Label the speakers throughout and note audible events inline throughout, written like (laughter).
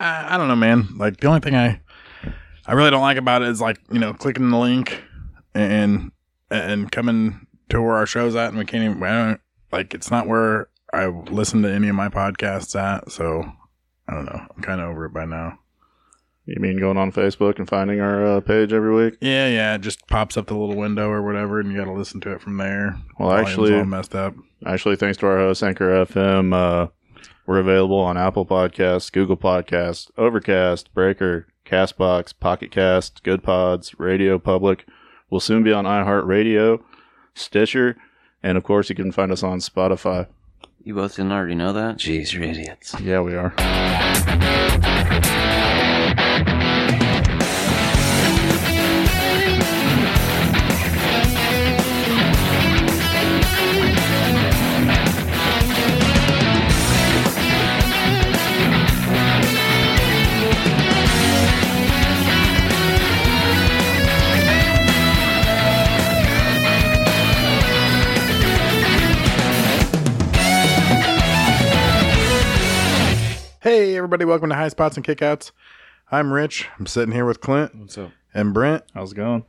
Speaker 1: I, I don't know, man. Like the only thing I I really don't like about it is like you know clicking the link and and coming to where our show's at, and we can't even I don't, like it's not where I listen to any of my podcasts at. So I don't know. I'm kind of over it by now.
Speaker 2: You mean going on Facebook and finding our uh, page every week?
Speaker 1: Yeah, yeah. It just pops up the little window or whatever, and you got to listen to it from there.
Speaker 2: Well,
Speaker 1: Volume's
Speaker 2: actually-
Speaker 1: all messed up.
Speaker 2: Actually, thanks to our host Anchor FM, uh, we're available on Apple Podcasts, Google Podcasts, Overcast, Breaker, Castbox, Pocket Cast, Good Pods, Radio Public. We'll soon be on iHeartRadio, Stitcher, and of course, you can find us on Spotify.
Speaker 3: You both didn't already know that? Jeez, you're idiots.
Speaker 2: Yeah, we are.
Speaker 1: Hey, everybody! Welcome to High Spots and Kickouts. I'm Rich. I'm sitting here with Clint
Speaker 2: What's up?
Speaker 1: and Brent.
Speaker 2: How's it going?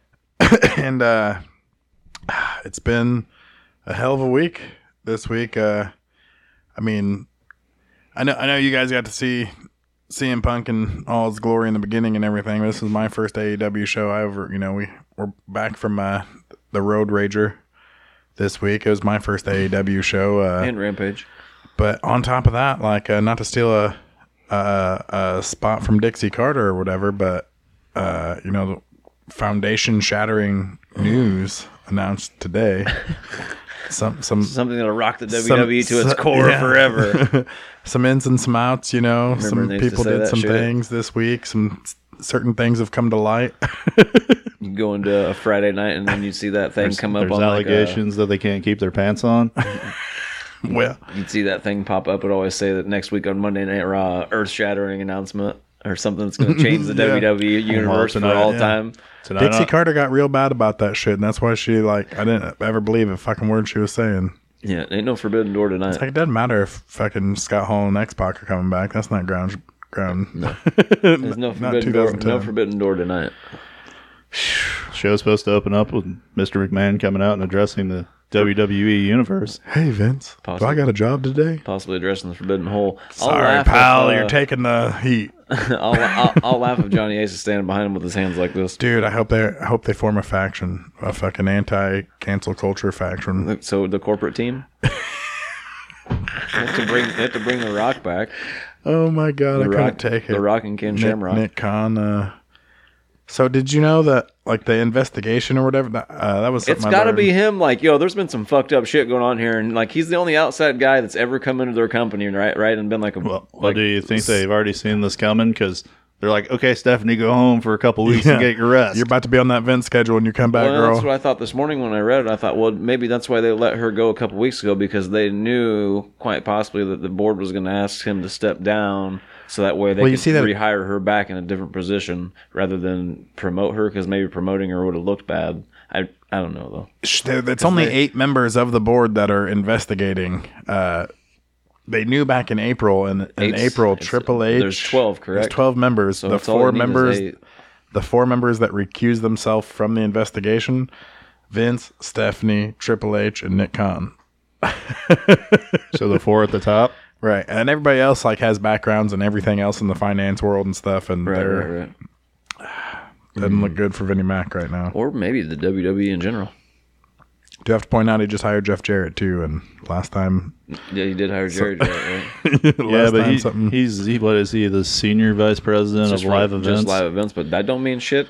Speaker 1: and uh it's been a hell of a week this week uh i mean i know i know you guys got to see CM Punk and all his glory in the beginning and everything. This is my first AEW show I ever, you know, we we're back from uh the Road Rager this week. It was my first AEW show uh
Speaker 4: and Rampage.
Speaker 1: but on top of that, like uh, not to steal a, a a spot from Dixie Carter or whatever, but uh, you know, the foundation shattering news announced
Speaker 4: (laughs)
Speaker 1: today. some some
Speaker 4: Something that'll rock the
Speaker 1: Some-
Speaker 4: WWE to its
Speaker 1: so-
Speaker 4: core
Speaker 1: yeah. (laughs)
Speaker 4: forever.
Speaker 1: some ins and some outs. You know,
Speaker 4: Remember
Speaker 1: some
Speaker 4: they used to
Speaker 1: people
Speaker 4: say
Speaker 1: did
Speaker 4: that
Speaker 1: some
Speaker 4: shit.
Speaker 1: things this week. Some s- certain things have come to light. (laughs)
Speaker 4: You go into a Friday night and then you see that thing
Speaker 2: There's,
Speaker 4: come up
Speaker 2: there's
Speaker 4: on uh,
Speaker 2: allegations that they can't keep their pants (laughs) on.
Speaker 1: well,
Speaker 4: Like a, you'd see that thing pop up. It always say that next week on Monday Night Raw, earth shattering announcement or something
Speaker 1: (laughs)
Speaker 4: that's going to change the
Speaker 1: Yeah.
Speaker 4: WWE universe for
Speaker 2: tonight,
Speaker 4: all
Speaker 1: yeah.
Speaker 4: time.
Speaker 2: Tonight uh,
Speaker 1: Dixie
Speaker 2: on-
Speaker 1: Carter got real bad about that shit, and that's why she like I didn't ever believe a fucking word she was saying.
Speaker 4: Yeah, ain't no forbidden door tonight.
Speaker 1: Like, it doesn't matter if fucking Scott Hall and X Pac are coming back. That's not ground ground.
Speaker 4: There's no
Speaker 1: not
Speaker 4: forbidden door.
Speaker 1: 2010.
Speaker 4: No forbidden door tonight.
Speaker 2: show's supposed to open up with Mr. McMahon coming out and addressing the WWE universe.
Speaker 1: (laughs) hey Vince, do I
Speaker 4: Possibly.
Speaker 1: got a job today?
Speaker 4: Possibly addressing the forbidden hole. I'll
Speaker 1: Sorry,
Speaker 4: laugh
Speaker 1: pal,
Speaker 4: if, uh, (laughs)
Speaker 1: you're taking the heat,
Speaker 4: I'll, I'll, I'll laugh if Johnny Ace is standing behind him with his hands like this.
Speaker 1: dude. I hope they I hope they form a faction, a fucking anti-cancel culture faction.
Speaker 4: Look, So the corporate team. they have to bring they have to bring the Rock back.
Speaker 1: Oh my god, I
Speaker 4: The Rock,
Speaker 1: couldn't take it.
Speaker 4: the Rock and Ken
Speaker 1: Nick,
Speaker 4: Shamrock.
Speaker 1: Nick Khan. Uh, so did you know that like the investigation or whatever that uh, that was?
Speaker 4: It's
Speaker 1: something I
Speaker 4: got to
Speaker 1: learned.
Speaker 4: be him. Like, yo, there's been some fucked up shit going on here, and like, he's the only outside guy that's ever come into their company, right? Right, and been like, a,
Speaker 2: Well, well,
Speaker 4: like,
Speaker 2: do you think they've already seen this coming? Because they're like, okay, Stephanie, go home for a couple weeks and
Speaker 1: Yeah.
Speaker 2: get your rest.
Speaker 1: You're about to be on that Vince schedule when you come back,
Speaker 4: well,
Speaker 1: girl.
Speaker 4: that's what I thought this morning when I read it. I thought, well, maybe that's why they let her go a couple weeks ago because they knew quite possibly that the board was going to ask him to step down, so that way they
Speaker 1: Well,
Speaker 4: could
Speaker 1: you see that-
Speaker 4: rehire her back in a different position rather than promote her because maybe promoting her would have looked bad. I I don't know though.
Speaker 1: Sh- there- It's only eight members of the board that are investigating. Uh, they knew back in April, and in
Speaker 4: Eight's-
Speaker 1: April,
Speaker 4: it's-
Speaker 1: Triple H.
Speaker 4: there's 12, correct?
Speaker 1: There's twelve members.
Speaker 4: So
Speaker 1: the
Speaker 4: it's all
Speaker 1: four
Speaker 4: they need is
Speaker 1: members,
Speaker 4: eight.
Speaker 1: the four members that recused themselves from the investigation: Vince, Stephanie, Triple H, and Nick Khan.
Speaker 2: so the four at the (laughs) top.
Speaker 1: Right, and everybody else like has backgrounds and everything else in the finance world and stuff, and
Speaker 4: Right,
Speaker 1: they're
Speaker 4: right, right.
Speaker 1: doesn't look good for Vinnie Mac right now.
Speaker 4: Or maybe the WWE in general.
Speaker 1: Do have to point out he just hired Jeff Jarrett too, and last time,
Speaker 4: Yeah, you did hire Jerry. Jarrett, right?
Speaker 2: yeah,
Speaker 1: last
Speaker 2: but
Speaker 1: time
Speaker 2: he,
Speaker 1: something.
Speaker 2: he's he, what is he? The senior vice president of
Speaker 4: Just
Speaker 2: live
Speaker 4: right-
Speaker 2: events.
Speaker 4: Just live events, but that don't mean shit.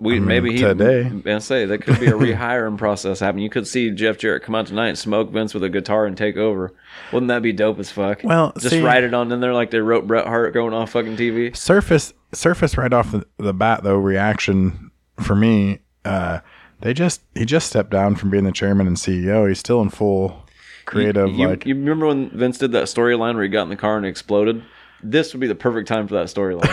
Speaker 4: We maybe he
Speaker 1: today.
Speaker 4: and say that could be a rehiring process happen. You could see Jeff Jarrett come out tonight and smoke Vince with a guitar and take over. Wouldn't that be dope as fuck?
Speaker 1: Well,
Speaker 4: just
Speaker 1: see-
Speaker 4: write it on in there like they wrote Bret Hart going off fucking TV.
Speaker 1: surface surface right off the, the bat though reaction for me uh they just he just stepped down from being the chairman and ceo he's still in full creative
Speaker 4: You,
Speaker 1: like
Speaker 4: you remember when Vince did that storyline where he got in the car and exploded? This would be the perfect time for that storyline.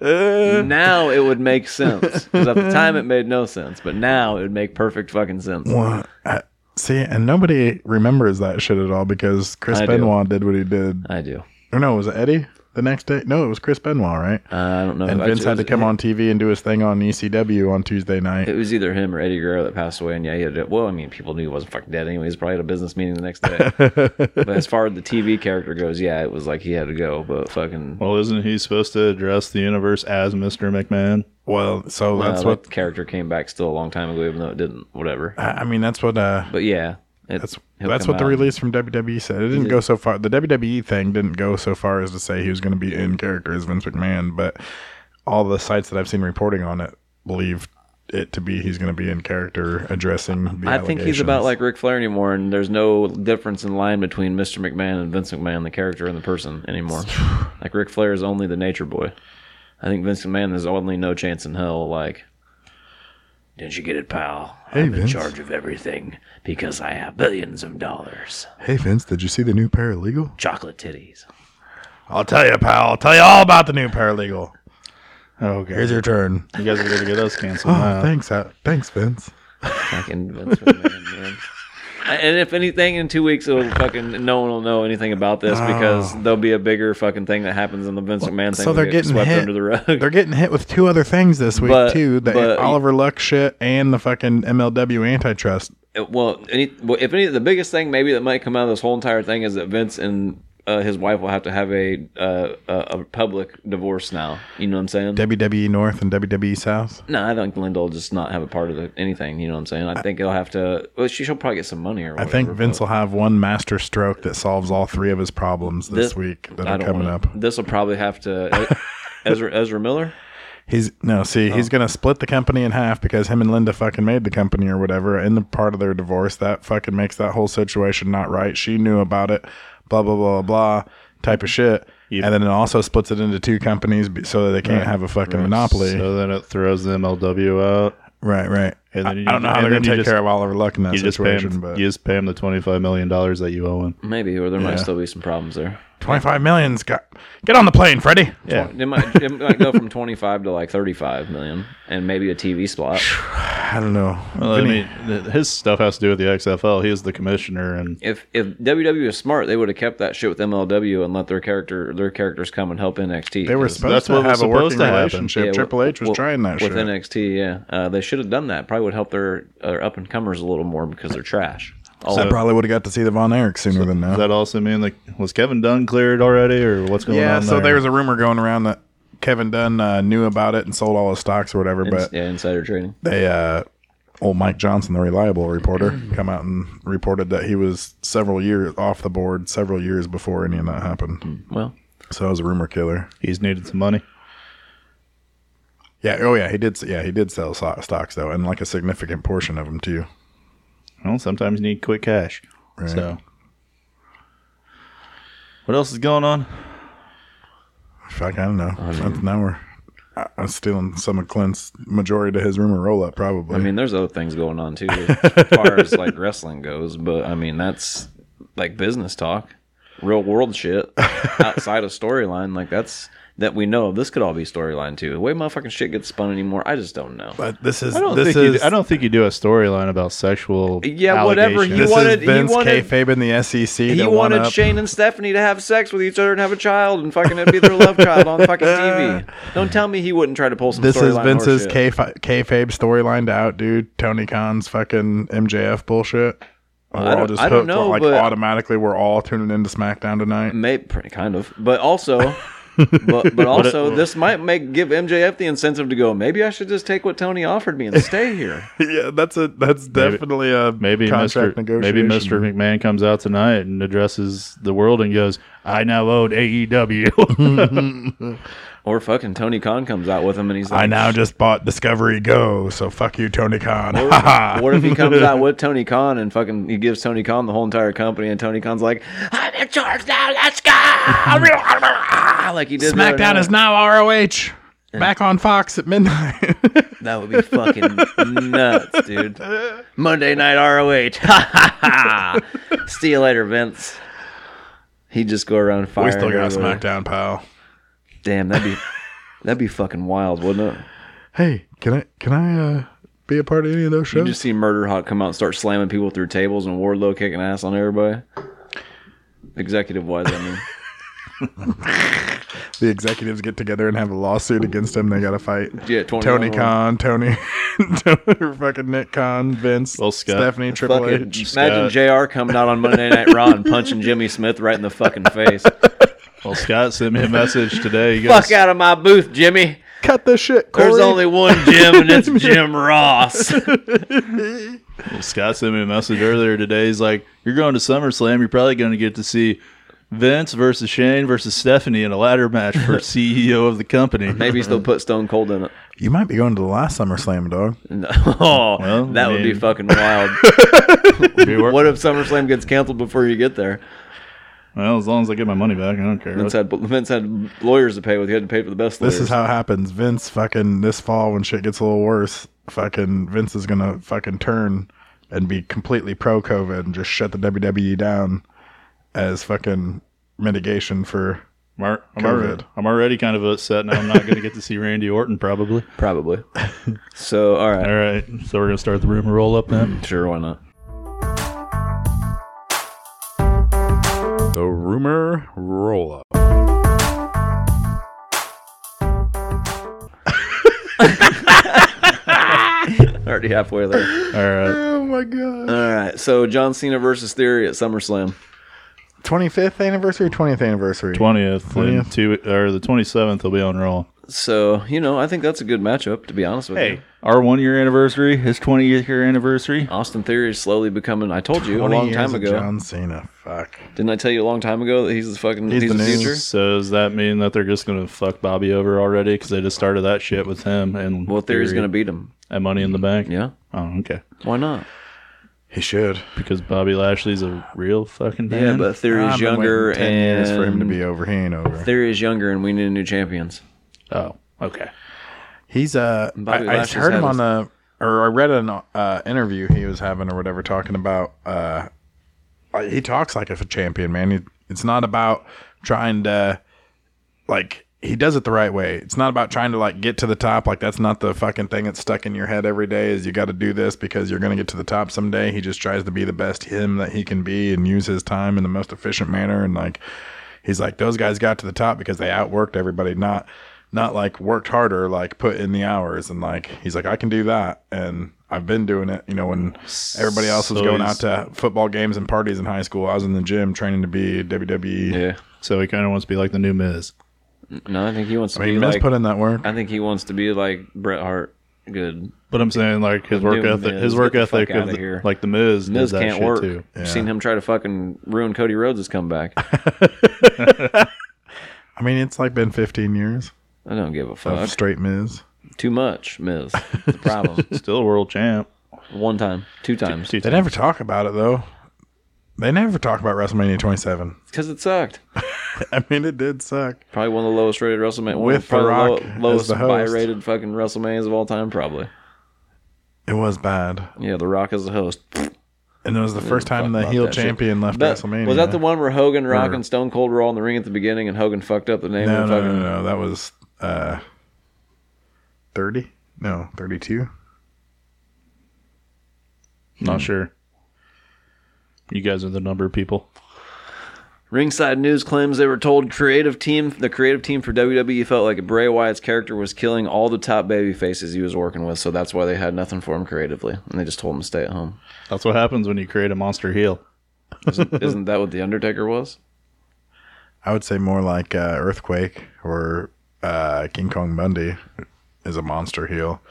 Speaker 4: now it would make sense because at the time it made no sense, but now it would make perfect fucking sense.
Speaker 1: well, I- see and nobody remembers that shit at all because chris
Speaker 4: I do.
Speaker 1: benoit did what he did
Speaker 4: I do.
Speaker 1: Or no, was it Eddie the next day? No, it was Chris Benoit, right?
Speaker 4: Uh, I don't know.
Speaker 1: and
Speaker 4: I-
Speaker 1: Vince had to
Speaker 4: it
Speaker 1: come
Speaker 4: was-
Speaker 1: on TV and do his thing on ECW on Tuesday night.
Speaker 4: It was either him or Eddie Guerrero that passed away, and yeah, he had. Well, I mean, people knew he wasn't fucking dead anyway. He's probably at a business meeting the next day.
Speaker 1: (laughs)
Speaker 4: but as far as the TV character goes, yeah, it was like he had to go. But fucking,
Speaker 2: Well, isn't he supposed to address the universe as Mr. McMahon?
Speaker 1: Well, so
Speaker 4: uh,
Speaker 1: that's
Speaker 4: that
Speaker 1: what
Speaker 4: character came back still a long time ago, even though it didn't. Whatever.
Speaker 1: I I mean. That's what uh,
Speaker 4: But yeah, it,
Speaker 1: that's
Speaker 4: he'll
Speaker 1: that's
Speaker 4: come
Speaker 1: what the
Speaker 4: out.
Speaker 1: release from WWE said. It didn't
Speaker 4: did.
Speaker 1: go so far. The WWE thing didn't go so far as to say he was going to be in character as Vince McMahon, but all the sites that I've seen reporting on it believe it to be he's going to be in character addressing. The
Speaker 4: I think he's about
Speaker 1: allegations.
Speaker 4: like Ric Flair anymore, and there's no difference in line between Mr. McMahon and Vince McMahon, the character and the person
Speaker 1: (sighs)
Speaker 4: anymore. like Ric Flair is only the nature boy. I think Vince McMahon is only no chance in hell. Like, didn't you get it, pal?
Speaker 1: Hey,
Speaker 4: I'm
Speaker 1: Vince.
Speaker 4: in charge of everything because I have billions of dollars.
Speaker 1: Hey Vince, did you see the new paralegal?
Speaker 4: Chocolate titties.
Speaker 1: I'll tell you, pal. I'll tell you all about the new paralegal.
Speaker 2: Oh, God.
Speaker 1: Here's your turn.
Speaker 2: You guys are going to get us canceled
Speaker 1: (gasps) Oh,
Speaker 2: now.
Speaker 1: thanks, uh, thanks, Vince.
Speaker 4: Fucking Vince
Speaker 1: (laughs)
Speaker 4: McMahon, man. And if anything, in two weeks, it'll fucking no one will know anything about this because there'll be a bigger fucking thing that happens in the Vince McMahon thing.
Speaker 1: Oh. so
Speaker 4: will
Speaker 1: they're
Speaker 4: get
Speaker 1: getting
Speaker 4: swept
Speaker 1: hit.
Speaker 4: under the rug.
Speaker 1: They're getting hit with two other things this week
Speaker 4: But-
Speaker 1: too: the
Speaker 4: but-
Speaker 1: Oliver Luck shit and the fucking MLW antitrust.
Speaker 4: it- well, any, well, if any, the biggest thing maybe that might come out of this whole entire thing is that Vince and uh, his wife will have to have a, uh, a a public divorce now. You know what I'm saying?
Speaker 1: WWE E North and WWE South.
Speaker 4: no, I think Linda will just not have a part of the, anything. You know what I'm saying? I, think he'll have to. Well, she, she'll probably get some money or
Speaker 1: I
Speaker 4: whatever.
Speaker 1: think Vince
Speaker 4: but
Speaker 1: will have one master stroke that solves all three of his problems this,
Speaker 4: This-
Speaker 1: week that
Speaker 4: I
Speaker 1: are
Speaker 4: don't
Speaker 1: coming
Speaker 4: wanna-
Speaker 1: up.
Speaker 4: This will probably
Speaker 1: (laughs)
Speaker 4: have to. E-, Ezra Ezra Miller.
Speaker 1: He's no,
Speaker 2: Oh.
Speaker 1: see, he's gonna split the company in half because him and Linda fucking made the company or whatever in the part of their divorce. That fucking makes that whole situation not right. She knew about it, blah blah blah blah type of shit. And then it also splits it into two companies be- so that they can't have a fucking monopoly.
Speaker 2: So then it throws the MLW out.
Speaker 1: right, right.
Speaker 2: And then
Speaker 1: I-
Speaker 2: you-
Speaker 1: I don't know how
Speaker 2: and
Speaker 1: they're
Speaker 2: then
Speaker 1: gonna
Speaker 2: you
Speaker 1: take
Speaker 2: just-
Speaker 1: care of Oliver Luck in that
Speaker 2: You just, pay
Speaker 1: situation,
Speaker 2: him,
Speaker 1: but
Speaker 2: you just pay him the $25 million that you owe him.
Speaker 4: Maybe, or there
Speaker 1: Yeah.
Speaker 4: might still be some problems there.
Speaker 1: twenty-five million's got. Get on the plane, Freddie.
Speaker 2: Yeah.
Speaker 4: It might, it might go from 25 to like 35 million, and maybe a TV spot.
Speaker 1: I don't know.
Speaker 2: Well, I
Speaker 1: Vinny-
Speaker 2: mean, th- his stuff has to do with the XFL. He is the commissioner, and
Speaker 4: if if WWE was smart, they would have kept that shit with MLW and let their character their characters come and help NXT.
Speaker 1: They were
Speaker 4: 'cause-
Speaker 1: supposed
Speaker 2: that's
Speaker 1: to
Speaker 2: what was
Speaker 1: have a
Speaker 2: supposed
Speaker 1: working
Speaker 2: to happen.
Speaker 1: relationship.
Speaker 4: yeah,
Speaker 1: Triple
Speaker 4: well-
Speaker 1: H was
Speaker 4: well,
Speaker 1: trying that
Speaker 4: with
Speaker 1: shit.
Speaker 4: NXT. Yeah, uh, they should have done that. Probably would help their uh, up and comers a little more because they're trash. All
Speaker 1: I probably would have got to see the Von Erich sooner than
Speaker 2: does
Speaker 1: now.
Speaker 2: that also mean like was Kevin Dunn cleared already, or what's going
Speaker 1: Yeah,
Speaker 2: on?
Speaker 1: so
Speaker 2: there?
Speaker 1: there was a rumor going around that Kevin Dunn uh, knew about it and sold all his stocks or whatever,
Speaker 4: ins-
Speaker 1: but
Speaker 4: yeah, insider trading.
Speaker 1: they uh old Mike Johnson, the reliable reporter, come out and reported that he was several years off the board several years before any of that happened.
Speaker 4: Well,
Speaker 1: So it was a rumor killer.
Speaker 2: he's needed some money.
Speaker 1: Yeah, oh yeah, he did s- yeah, he did sell so- stocks though, and like a significant portion of them too.
Speaker 2: Well, sometimes you need quick cash.
Speaker 1: Right.
Speaker 2: So, what else is going on?
Speaker 1: Fuck, I don't know. That's- now we're I- I'm stealing some of Clint's majority of his rumor roll up probably.
Speaker 4: I mean, there's other things going on
Speaker 1: (laughs)
Speaker 4: too, as far as like wrestling goes. But I mean, that's like business talk, real
Speaker 1: (laughs)
Speaker 4: world shit outside of storyline. Like that's that we know. of. This could all be storyline too. The way motherfucking shit gets spun anymore, I just don't know.
Speaker 1: But this is
Speaker 2: I don't
Speaker 1: this
Speaker 2: think you
Speaker 1: is
Speaker 2: do, I don't think you do a storyline about sexual.
Speaker 4: Yeah, whatever you
Speaker 2: allegations.
Speaker 1: this
Speaker 4: wanted-
Speaker 1: is
Speaker 4: he
Speaker 1: Vince
Speaker 4: wanted-
Speaker 1: Kayfabe in the SEC.
Speaker 4: He
Speaker 1: to one
Speaker 4: wanted
Speaker 1: up.
Speaker 4: Shane and Stephanie to have sex with each other and have a child, and fucking it'd be their love child
Speaker 1: (laughs)
Speaker 4: on fucking TV. Don't tell me he wouldn't try to pull some.
Speaker 1: This is
Speaker 4: storyline
Speaker 1: Vince's
Speaker 4: horseshit.
Speaker 1: kayfa- kayfabe storyline to outdo Tony Khan's fucking MJF bullshit. We're
Speaker 4: I
Speaker 1: all
Speaker 4: don't-
Speaker 1: just
Speaker 4: I Mm. don't
Speaker 1: hooked.
Speaker 4: know,
Speaker 1: like
Speaker 4: but-
Speaker 1: automatically, we're all tuning into SmackDown tonight.
Speaker 4: May pretty kind of, but also, but but also, this might make give MJF the incentive to go. Maybe I should just take what Tony offered me and stay here.
Speaker 1: (laughs) (laughs) yeah, that's a that's definitely a
Speaker 2: Maybe
Speaker 1: contract
Speaker 2: Mr. Maybe
Speaker 1: negotiation.
Speaker 2: Mr. McMahon comes out tonight and addresses the world and goes, "I now E owed AEW."
Speaker 4: Or fucking Tony Khan comes out with him and he's like,
Speaker 1: I now just bought Discovery Go, so fuck you, Tony Khan. (laughs) Ha ha.
Speaker 4: What if
Speaker 1: (laughs)
Speaker 4: he comes out with Tony Khan and fucking he gives Tony Khan the whole entire company and Tony Khan's like, I'm in charge now, let's go! like he did. the other
Speaker 1: Ah, SmackDown
Speaker 4: night.
Speaker 1: is now ROH. Back on Fox at midnight. (laughs)
Speaker 4: That would be fucking nuts, dude. Monday night ROH. Ha ha ha. (laughs) See you later, Vince. He'd just go around firing.
Speaker 1: we still got
Speaker 4: everybody.
Speaker 1: SmackDown, pal.
Speaker 4: Damn, that'd be that'd be fucking wild,
Speaker 1: (laughs)
Speaker 4: wouldn't it?
Speaker 1: Hey, can I can I uh, be a part of any of those
Speaker 4: You
Speaker 1: shows?
Speaker 4: just see Murder Hawk come out and start slamming
Speaker 1: (laughs)
Speaker 4: people through tables and Wardlow kicking ass on everybody. Executive wise, I mean.
Speaker 1: the executives get together and have a lawsuit against him. They got to fight
Speaker 4: Yeah, 21
Speaker 1: Tony
Speaker 4: will-
Speaker 1: Khan, Tony, (laughs) Tony, fucking Nick Khan, Vince,
Speaker 2: Well, Scott-
Speaker 1: Stephanie, Triple
Speaker 4: Fucking-
Speaker 1: H.
Speaker 2: Scott.
Speaker 4: imagine JR coming out on Monday Night Raw and punching Jimmy Smith right in the fucking
Speaker 1: (laughs)
Speaker 4: face.
Speaker 2: (laughs) Well, Scott sent me a message today. He goes,
Speaker 4: Fuck out of my booth, Jimmy.
Speaker 1: Cut this shit, Corey.
Speaker 4: There's only one Jim,
Speaker 1: (laughs)
Speaker 4: and it's Jim Ross.
Speaker 2: Scott sent me a message earlier today. He's like, "You're going to SummerSlam. You're probably going to get to see Vince versus Shane versus Stephanie in a ladder match for CEO of the company."
Speaker 4: Maybe still put Stone Cold in it.
Speaker 1: you might be going to the last SummerSlam, dog.
Speaker 4: No. (laughs) Oh,
Speaker 2: Well,
Speaker 4: that
Speaker 2: I
Speaker 4: would be
Speaker 2: mean-
Speaker 4: fucking wild.
Speaker 2: Be wor-
Speaker 4: what if SummerSlam gets canceled before you get there?
Speaker 2: well, as long as I get my money back, I don't care.
Speaker 4: Vince had, Vince had lawyers to pay with. He had to pay for the best lawyers.
Speaker 1: This is how it happens. Vince fucking this fall when shit gets a little worse, fucking Vince is gonna fucking turn and be completely pro COVID and just shut the WWE down as fucking mitigation for
Speaker 2: I'm, al- I'm
Speaker 1: COVID.
Speaker 2: already, I'm already kind of upset now. I'm not going to get to see Randy Orton probably. (laughs)
Speaker 4: Probably. So, all right.
Speaker 2: All right, so we're going to start the rumor roll up then.
Speaker 4: Sure, why not?
Speaker 1: the rumor roll up.
Speaker 4: Already halfway there.
Speaker 2: All right.
Speaker 1: Oh my god.
Speaker 4: All right. So, John Cena versus Theory at SummerSlam.
Speaker 1: Twenty fifth anniversary, twentieth anniversary.
Speaker 2: Twentieth,
Speaker 1: 20th.
Speaker 2: two or the twenty seventh will be on Raw.
Speaker 4: So, you know, I think that's a good matchup, to be honest with you.
Speaker 2: our one year anniversary, his twenty year anniversary.
Speaker 4: Austin Theory is slowly becoming, I told you a
Speaker 1: 20
Speaker 4: long
Speaker 1: years
Speaker 4: time
Speaker 1: of
Speaker 4: ago.
Speaker 1: John Cena. Fuck.
Speaker 4: Didn't I tell you a long time ago that he's the fucking
Speaker 1: He's
Speaker 4: he's,
Speaker 1: the
Speaker 4: the,
Speaker 1: new-
Speaker 4: future?
Speaker 2: So does that mean that they're just going to fuck Bobby over already? Because they just started that shit with him and
Speaker 4: Well, Theory's going to beat him.
Speaker 2: at Money in the Bank.
Speaker 4: Yeah.
Speaker 2: Oh, okay.
Speaker 4: Why not?
Speaker 1: He should.
Speaker 2: Because Bobby Lashley's a real fucking man.
Speaker 4: Yeah, but Theory's
Speaker 1: I've been
Speaker 4: younger
Speaker 1: waiting 10 years
Speaker 4: and
Speaker 1: for him to be
Speaker 4: Um,
Speaker 1: over. He ain't over.
Speaker 4: Theory is younger, and we need new champions.
Speaker 2: oh, okay.
Speaker 1: He's uh,
Speaker 4: Bobby
Speaker 1: I, I
Speaker 4: Lashley's
Speaker 1: heard him
Speaker 4: had
Speaker 1: on
Speaker 4: his-
Speaker 1: a, or I read an uh, interview he was having or whatever talking about. Uh, he talks like a champion, man. He, it's not about trying to, like, he does it the right way. It's not about trying to like get to the top. Like that's not the fucking thing that's stuck in your head every day. Is you got to do this because you're gonna get to the top someday. He just tries to be the best him that he can be and use his time in the most efficient manner and like he's like those guys got to the top because they outworked everybody not not like worked harder like put in the hours and like he's like i can do that and i've been doing it you know when everybody else was
Speaker 2: So
Speaker 1: going out
Speaker 2: he's-
Speaker 1: to football games and parties in high school i was in the gym training to be E. wwe
Speaker 4: Yeah.
Speaker 2: So he kind of wants to be like the new Miz.
Speaker 4: No, I think he wants to
Speaker 1: i mean
Speaker 4: be
Speaker 1: Miz
Speaker 4: like.
Speaker 1: put in that work
Speaker 4: I think he wants to be like Bret Hart. Good.
Speaker 2: But I'm saying like his work
Speaker 4: new
Speaker 2: ethic,
Speaker 4: Miz.
Speaker 2: his work
Speaker 4: Get the fuck
Speaker 2: ethic of
Speaker 4: outta
Speaker 2: the-
Speaker 4: here.
Speaker 2: like the Miz. did
Speaker 4: Miz
Speaker 2: that
Speaker 4: can't
Speaker 2: shit
Speaker 4: work.
Speaker 2: Too.
Speaker 4: I've Seen him try to fucking ruin Cody Rhodes' comeback.
Speaker 1: i mean it's like been 15 years
Speaker 4: I don't give a
Speaker 1: of
Speaker 4: fuck.
Speaker 1: straight Miz.
Speaker 4: Too much, Miz. The problem.
Speaker 2: Still world champ.
Speaker 4: One time, two times,
Speaker 2: Two
Speaker 1: they never talk about it though they never talk about wrestlemania 27
Speaker 4: because it sucked.
Speaker 1: (laughs) i mean it did suck
Speaker 4: Probably one of the lowest rated WrestleMania. one
Speaker 1: With
Speaker 4: of probably
Speaker 1: The Rock
Speaker 4: low-
Speaker 1: as
Speaker 4: lowest
Speaker 1: the host.
Speaker 4: buy rated fucking WrestleManias of all time, probably.
Speaker 1: it was bad
Speaker 4: Yeah, The Rock is the host.
Speaker 1: and it was the first time the
Speaker 4: about
Speaker 1: heel
Speaker 4: that shit.
Speaker 1: champion left
Speaker 4: That-
Speaker 1: wrestlemania
Speaker 4: was that the one where Hogan, Rock,
Speaker 1: Or-
Speaker 4: and Stone Cold were all in the ring at the beginning, and Hogan fucked up the name?
Speaker 1: No,
Speaker 4: of
Speaker 1: no,
Speaker 4: fucking,
Speaker 1: no, no, That was uh, thirty. No, thirty-two.
Speaker 2: Not sure. You guys are the number people.
Speaker 4: Ringside News claims they were told creative team the creative team for WWE felt like Bray Wyatt's character was killing all the top baby faces he was working with, so that's why they had nothing for him creatively, and they just told him to stay at
Speaker 1: (laughs)
Speaker 4: home.
Speaker 2: That's what happens when you create a monster heel.
Speaker 4: Isn't, isn't that what the Undertaker was?
Speaker 1: I would say more like uh, earthquake or uh, King Kong Bundy is a monster heel.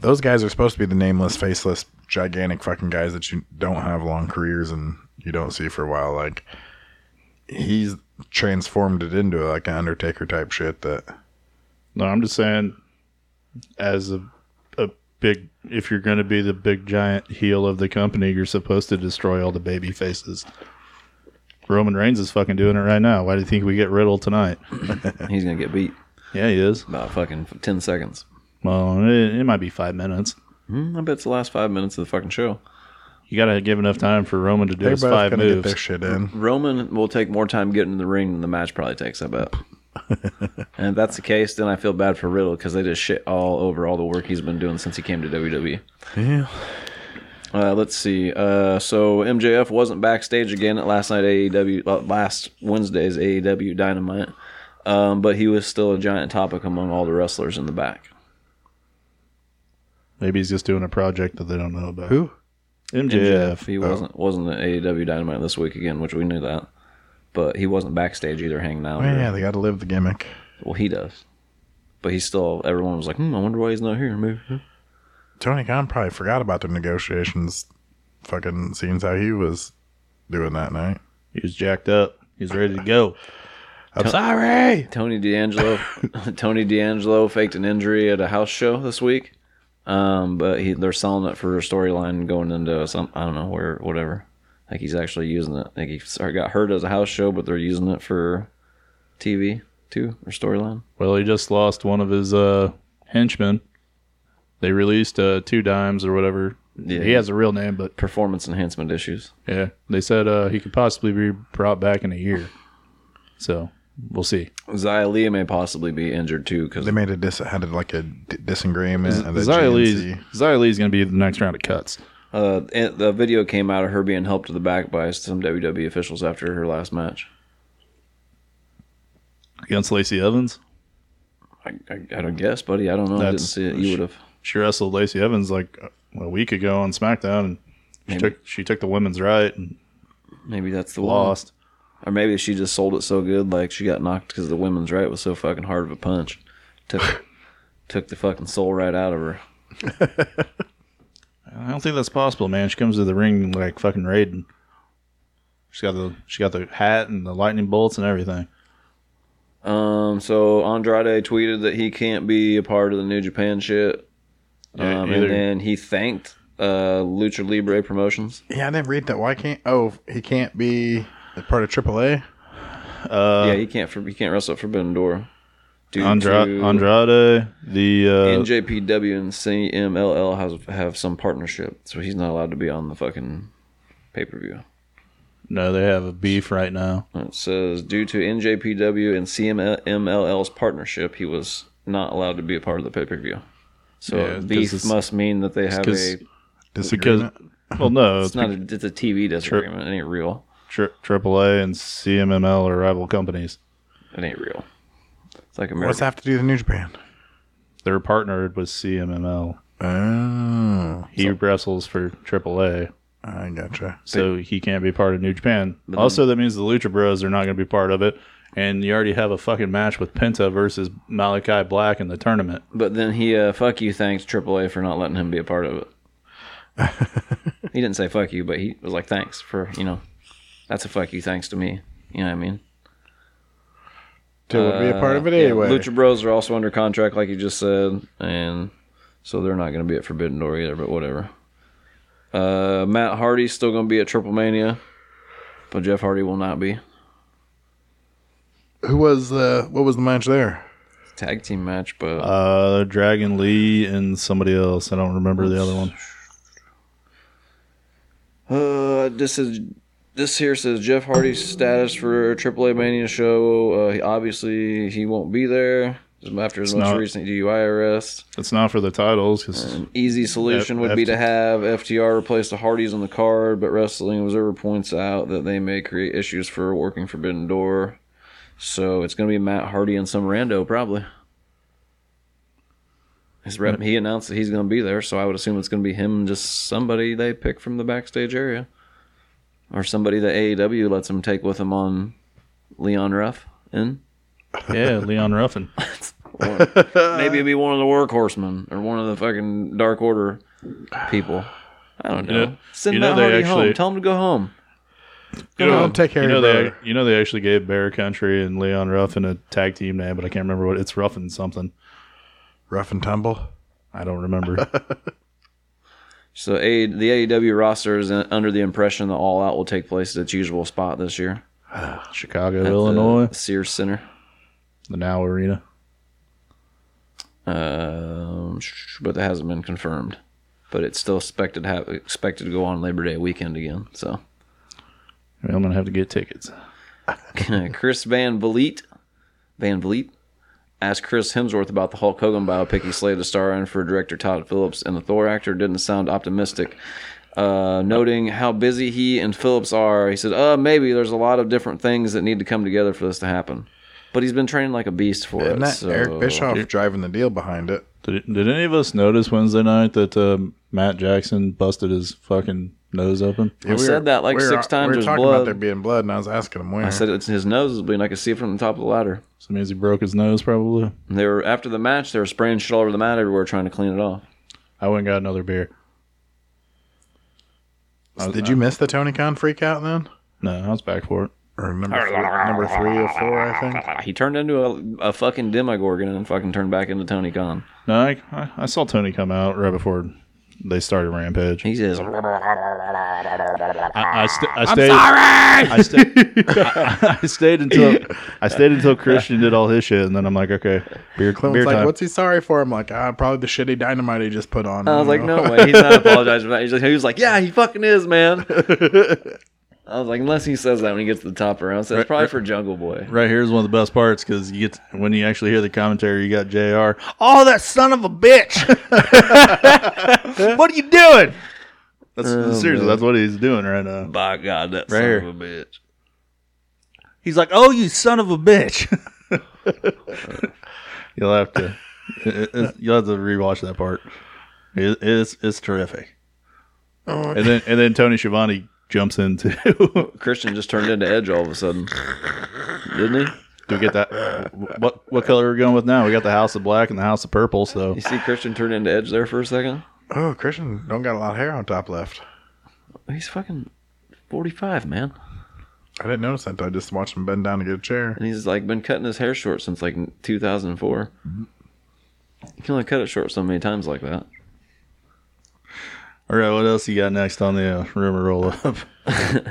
Speaker 1: Those guys are supposed to be the nameless, faceless, gigantic fucking guys that you don't have long careers and you don't see for a while. Like he's transformed it into like an Undertaker type shit. That
Speaker 2: No, I'm just saying, as a a big, if you're going to be the big giant heel of the company, you're supposed to destroy all the baby faces. Roman Reigns is fucking doing it right now. Why do you think we get Riddle tonight?
Speaker 4: He's gonna get beat
Speaker 2: Yeah, he is.
Speaker 4: about fucking ten seconds.
Speaker 2: Well, it, it might be five minutes.
Speaker 4: Hmm, I bet it's the last five minutes of the fucking show.
Speaker 2: You got to give enough time for Roman to do
Speaker 1: they're
Speaker 2: his
Speaker 1: both
Speaker 2: five
Speaker 1: gonna get
Speaker 2: moves.
Speaker 1: their shit in.
Speaker 4: Roman will take more time getting in the ring than the match probably takes. I
Speaker 1: (laughs)
Speaker 4: bet. and if that's the case, then I feel bad for Riddle because they just shit all over all the work he's been doing since he came to WWE.
Speaker 1: Yeah,
Speaker 4: E. Uh, let's see. Uh, so MJF wasn't backstage again at last night AEW uh, last Wednesday's AEW Dynamite, um, but he was still a giant topic among all the wrestlers in the back.
Speaker 2: Maybe he's just doing a project that they don't know about.
Speaker 1: Who?
Speaker 2: MJF.
Speaker 4: he
Speaker 1: Oh.
Speaker 4: wasn't wasn't at AEW Dynamite this week again, which we knew that, but he wasn't backstage either, hanging out.
Speaker 1: Oh,
Speaker 4: or-
Speaker 1: yeah, they got to live the gimmick.
Speaker 4: Well, he does, but he still. Everyone was like, "Hmm, I wonder why he's not here." Maybe.
Speaker 1: Tony Khan probably forgot about the negotiations. Fucking seems how he was doing that night.
Speaker 2: He was jacked up. He's ready to go.
Speaker 1: I'm sorry.
Speaker 4: Tony D'Angelo, Tony D'Angelo faked an injury at a house show this week, um, but he they're selling it for a storyline going into some I don't know where whatever. Like he's actually using it. Like he sorry, got hurt as a house show, but they're using it for TV too or storyline.
Speaker 2: Well, he just lost one of his uh, henchmen. They released uh, two dimes or whatever.
Speaker 4: Yeah.
Speaker 2: He has a real name, but
Speaker 4: Performance enhancement issues.
Speaker 2: yeah, they said uh, he could possibly be brought back in a year. So we'll see.
Speaker 4: Zia Lee may possibly be injured too because
Speaker 1: They made a dis had like a d- disagreement. at the
Speaker 2: Zia Lee's,
Speaker 1: GNC.
Speaker 2: Zia Lee's going to be the next round of cuts.
Speaker 4: uh, and the video came out of her being helped to the back by some WWE officials after her last match.
Speaker 2: Against Lacey Evans?
Speaker 4: I, I, I don't guess, buddy. I don't know. I didn't
Speaker 2: That's-
Speaker 4: see it. You would have.
Speaker 2: She wrestled Lacey Evans like a week ago on SmackDown, and she
Speaker 4: Maybe.
Speaker 2: took she took the women's right and
Speaker 4: Maybe that's the one.
Speaker 2: lost.
Speaker 4: Or maybe she just sold it so good, like she got knocked because the women's right was so fucking hard of a punch. Took (laughs) took the fucking soul right out of her.
Speaker 2: I don't think that's possible, man. She comes to the ring like fucking Raiden. She got the she got the hat and the lightning bolts and everything.
Speaker 4: Um, so Andrade tweeted that he can't be a part of the New Japan shit.
Speaker 2: Yeah,
Speaker 4: um,
Speaker 2: either-
Speaker 4: and then he thanked uh, Lucha Libre Promotions.
Speaker 1: Yeah, I didn't read that. Why can't? Oh, he can't be a part of AAA.
Speaker 4: yeah, he can't for, he can't wrestle at Forbidden Door. Due
Speaker 2: Uh, Andra-
Speaker 4: to
Speaker 2: Andrade, the uh,
Speaker 4: NJPW and CMLL has have some partnership, so he's not allowed to be on the fucking pay per view.
Speaker 2: no, they have a beef right now.
Speaker 4: It says due to NJPW and CMLL's partnership, he was not allowed to be a part of the pay per view. So
Speaker 2: Yeah, 'cause
Speaker 4: beef
Speaker 2: it's-
Speaker 4: must mean that they have a.
Speaker 2: 'cause- Because
Speaker 1: Disagreement.
Speaker 2: well, no, it's
Speaker 4: It's not. A, it's a TV disagreement. It ain't real.
Speaker 2: tri- AAA and CMML are rival companies.
Speaker 4: It ain't real. It's like
Speaker 1: What's
Speaker 4: American.
Speaker 1: that have to do with New Japan?
Speaker 2: They're partnered with CMML.
Speaker 1: Oh,
Speaker 2: He wrestles for AAA,
Speaker 1: I gotcha.
Speaker 2: so he can't be part of New Japan. also, that means the Lucha Bros are not going to be part of it. And you already have a fucking match with Penta versus Malachi Black in the tournament.
Speaker 4: But then he uh, fuck you thanks AAA for not letting him be a part of it. he didn't say fuck you, but he was like thanks for you know, that's a fuck you thanks to me. You know what I mean?
Speaker 1: Dude, would be a part of it
Speaker 4: Uh, Yeah,
Speaker 1: anyway.
Speaker 4: Lucha Bros are also under contract, like you just said, and so they're not going to be at Forbidden Door either. But whatever. Uh, Matt Hardy's still going to be at Triple Mania, but Jeff Hardy will not be.
Speaker 1: Who was the? What was the match there?
Speaker 4: Tag team match, but
Speaker 2: Uh, Dragon Lee and somebody else. I don't remember the other one.
Speaker 4: Uh, this is this here says Jeff Hardy's status for AAA Mania show. Uh, he, obviously he won't be there after his most
Speaker 2: not-
Speaker 4: recent DUI arrest.
Speaker 2: It's not for the titles
Speaker 4: (laughs)
Speaker 2: because
Speaker 4: An easy solution
Speaker 2: F-
Speaker 4: would be
Speaker 2: FT.
Speaker 4: to have FTR replace the Hardys on the card, but Wrestling Observer points out that they may create issues for working Forbidden Door. So it's going to be Matt Hardy and some rando probably. His rep, he announced that he's going to be there, so I would assume it's going to be him, and just somebody they pick from the backstage area, or somebody that AEW lets him take with him on Leon Ruff. And
Speaker 2: yeah, Leon Ruffin.
Speaker 4: maybe
Speaker 2: Uh,
Speaker 4: it'd be one of the workhorsemen or one of the fucking Dark Order people. I don't know.
Speaker 2: know-
Speaker 4: Send
Speaker 2: you know
Speaker 4: Matt
Speaker 2: they
Speaker 4: Hardy home.
Speaker 2: actually-
Speaker 4: Tell him to go home.
Speaker 2: You
Speaker 1: Go on, take care
Speaker 2: you
Speaker 1: of
Speaker 2: know
Speaker 1: your
Speaker 2: they
Speaker 1: brother.
Speaker 2: you know they actually gave Bear Country and Leon Ruffin a tag team name, but I can't remember what it's Ruffin something.
Speaker 1: Rough and tumble.
Speaker 2: I don't
Speaker 1: (laughs)
Speaker 2: remember.
Speaker 4: So A, the AEW roster is in- under the impression that All Out will take place at its usual spot this year,
Speaker 2: Chicago,
Speaker 4: at the
Speaker 2: Illinois,
Speaker 4: Sears Center.
Speaker 2: the Now Arena.
Speaker 4: Um, sh- but that hasn't been confirmed. But it's still expected to have, expected to go on Labor Day weekend again. So
Speaker 2: I mean, I'm gonna have to get tickets.
Speaker 4: Chris Van Vliet, Van Vliet, asked Chris Hemsworth about the Hulk Hogan biopic he slated to star in for director Todd Phillips, and the Thor actor didn't sound optimistic. uh, noting how busy he and Phillips are. He said, "Uh, maybe there's a lot of different things that need to come together for this to happen." But he's been training like a beast for
Speaker 1: And
Speaker 4: it.
Speaker 1: that
Speaker 4: so-
Speaker 1: Eric Bischoff driving the deal behind it.
Speaker 2: Did, did any of us notice Wednesday night that um, Matt Jackson busted his fucking nose open?
Speaker 1: Yeah,
Speaker 4: said that like
Speaker 1: we were-
Speaker 4: six times,
Speaker 1: We were
Speaker 4: there's
Speaker 1: talking about
Speaker 4: blood.
Speaker 1: there being blood, and I was asking him where.
Speaker 4: I said it's his nose is bleeding. I could see it from the top of the ladder.
Speaker 2: So it means he broke his nose, probably.
Speaker 4: And They were after the match. They were spraying shit all over the mat everywhere, trying to clean it off.
Speaker 2: I went and got another beer.
Speaker 1: Uh, Did you miss the Tony Khan freak out then?
Speaker 2: No, I was back for it.
Speaker 1: Or number three, number three or four, I think.
Speaker 4: He turned into a, a fucking demigorgon and fucking turned back into Tony Khan.
Speaker 2: No, I, I, I saw Tony come out right before they started Rampage.
Speaker 4: He says,
Speaker 2: I, I, st- I stayed. I'm sorry. I, sta- (laughs) I, I stayed until I stayed until Christian did all his shit, and then I'm like, okay, beer,
Speaker 1: Clinton's
Speaker 2: beer
Speaker 1: like,
Speaker 2: time.
Speaker 1: "What's he sorry for?" I'm like, "Ah, probably the shitty dynamite he just put on."
Speaker 4: I was like, no
Speaker 1: (laughs)
Speaker 4: way. He's (laughs) not apologizing for that. He's like, he was like, yeah, he fucking is, (laughs) man. I was like, unless he says that when he gets to the top round, so it's probably for Jungle Boy.
Speaker 2: right here is one of the best parts because you get to- when you actually hear the commentary, you got Jr. Oh, that son of a bitch! (laughs) what are you doing? That's seriously, that's what he's doing right now.
Speaker 4: By God, that
Speaker 2: Right
Speaker 4: son
Speaker 2: here.
Speaker 4: of a bitch.
Speaker 2: He's like, oh, you son of a bitch. (laughs) you'll have to, it- it's- you'll have to rewatch that part. It- it's it's terrific.
Speaker 1: Oh.
Speaker 2: And then and then Tony Schiavone jumps in too. (laughs) Do
Speaker 4: Christian just turned into Edge all of a sudden, didn't he?
Speaker 2: we get that? What what color are we going with now? We got the House of Black and the House of Purple. So
Speaker 4: You see Christian turn into Edge there for a second.
Speaker 1: "Oh, Christian, don't got a lot of hair on top left."
Speaker 4: He's fucking forty-five, man,
Speaker 1: I didn't notice that. I just watched him bend down to get a chair.
Speaker 4: and he's like been cutting his hair short since like two thousand and four. You can only cut it short so many times like that.
Speaker 2: all right, what else you got next on the uh, rumor roll up? (laughs)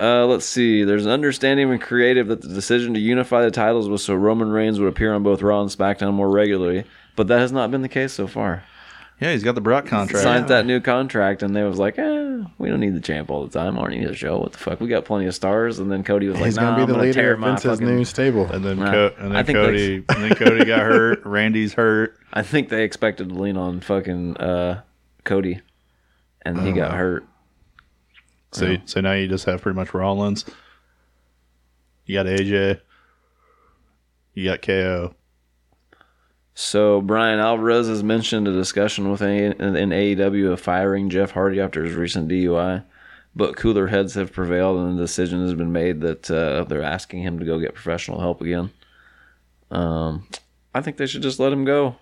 Speaker 4: Uh, let's see. There's an understanding and creative that the decision to unify the titles was so Roman Reigns would appear on both Raw and SmackDown more regularly, but that has not been the case so far.
Speaker 2: Yeah, he's got the Brock contract.
Speaker 4: Signed that new contract, and they was like, eh, we don't need the champ all the time. Arnie needs a show. What the fuck? We got plenty of stars. And then Cody was like,
Speaker 1: He's gonna
Speaker 4: nah,
Speaker 1: be the
Speaker 4: I'm gonna
Speaker 1: leader
Speaker 4: tear
Speaker 1: of
Speaker 4: my
Speaker 1: Vince's
Speaker 4: fucking- (laughs)
Speaker 1: new stable.
Speaker 2: And then
Speaker 4: Nah,
Speaker 2: Co- and
Speaker 4: I
Speaker 2: then
Speaker 4: think
Speaker 2: Cody and then Cody got
Speaker 4: (laughs)
Speaker 2: hurt. Randy's hurt.
Speaker 4: I think they expected to lean on fucking uh, Cody, and
Speaker 1: Oh,
Speaker 4: he got hurt.
Speaker 2: So so now you just have pretty much Rollins. You got AJ. You got KO.
Speaker 4: So Brian Alvarez has mentioned a discussion with a, in AEW of firing Jeff Hardy after his recent DUI, but cooler heads have prevailed, and the decision has been made that uh, they're asking him to go get professional help again. Um, I think they should just let him go.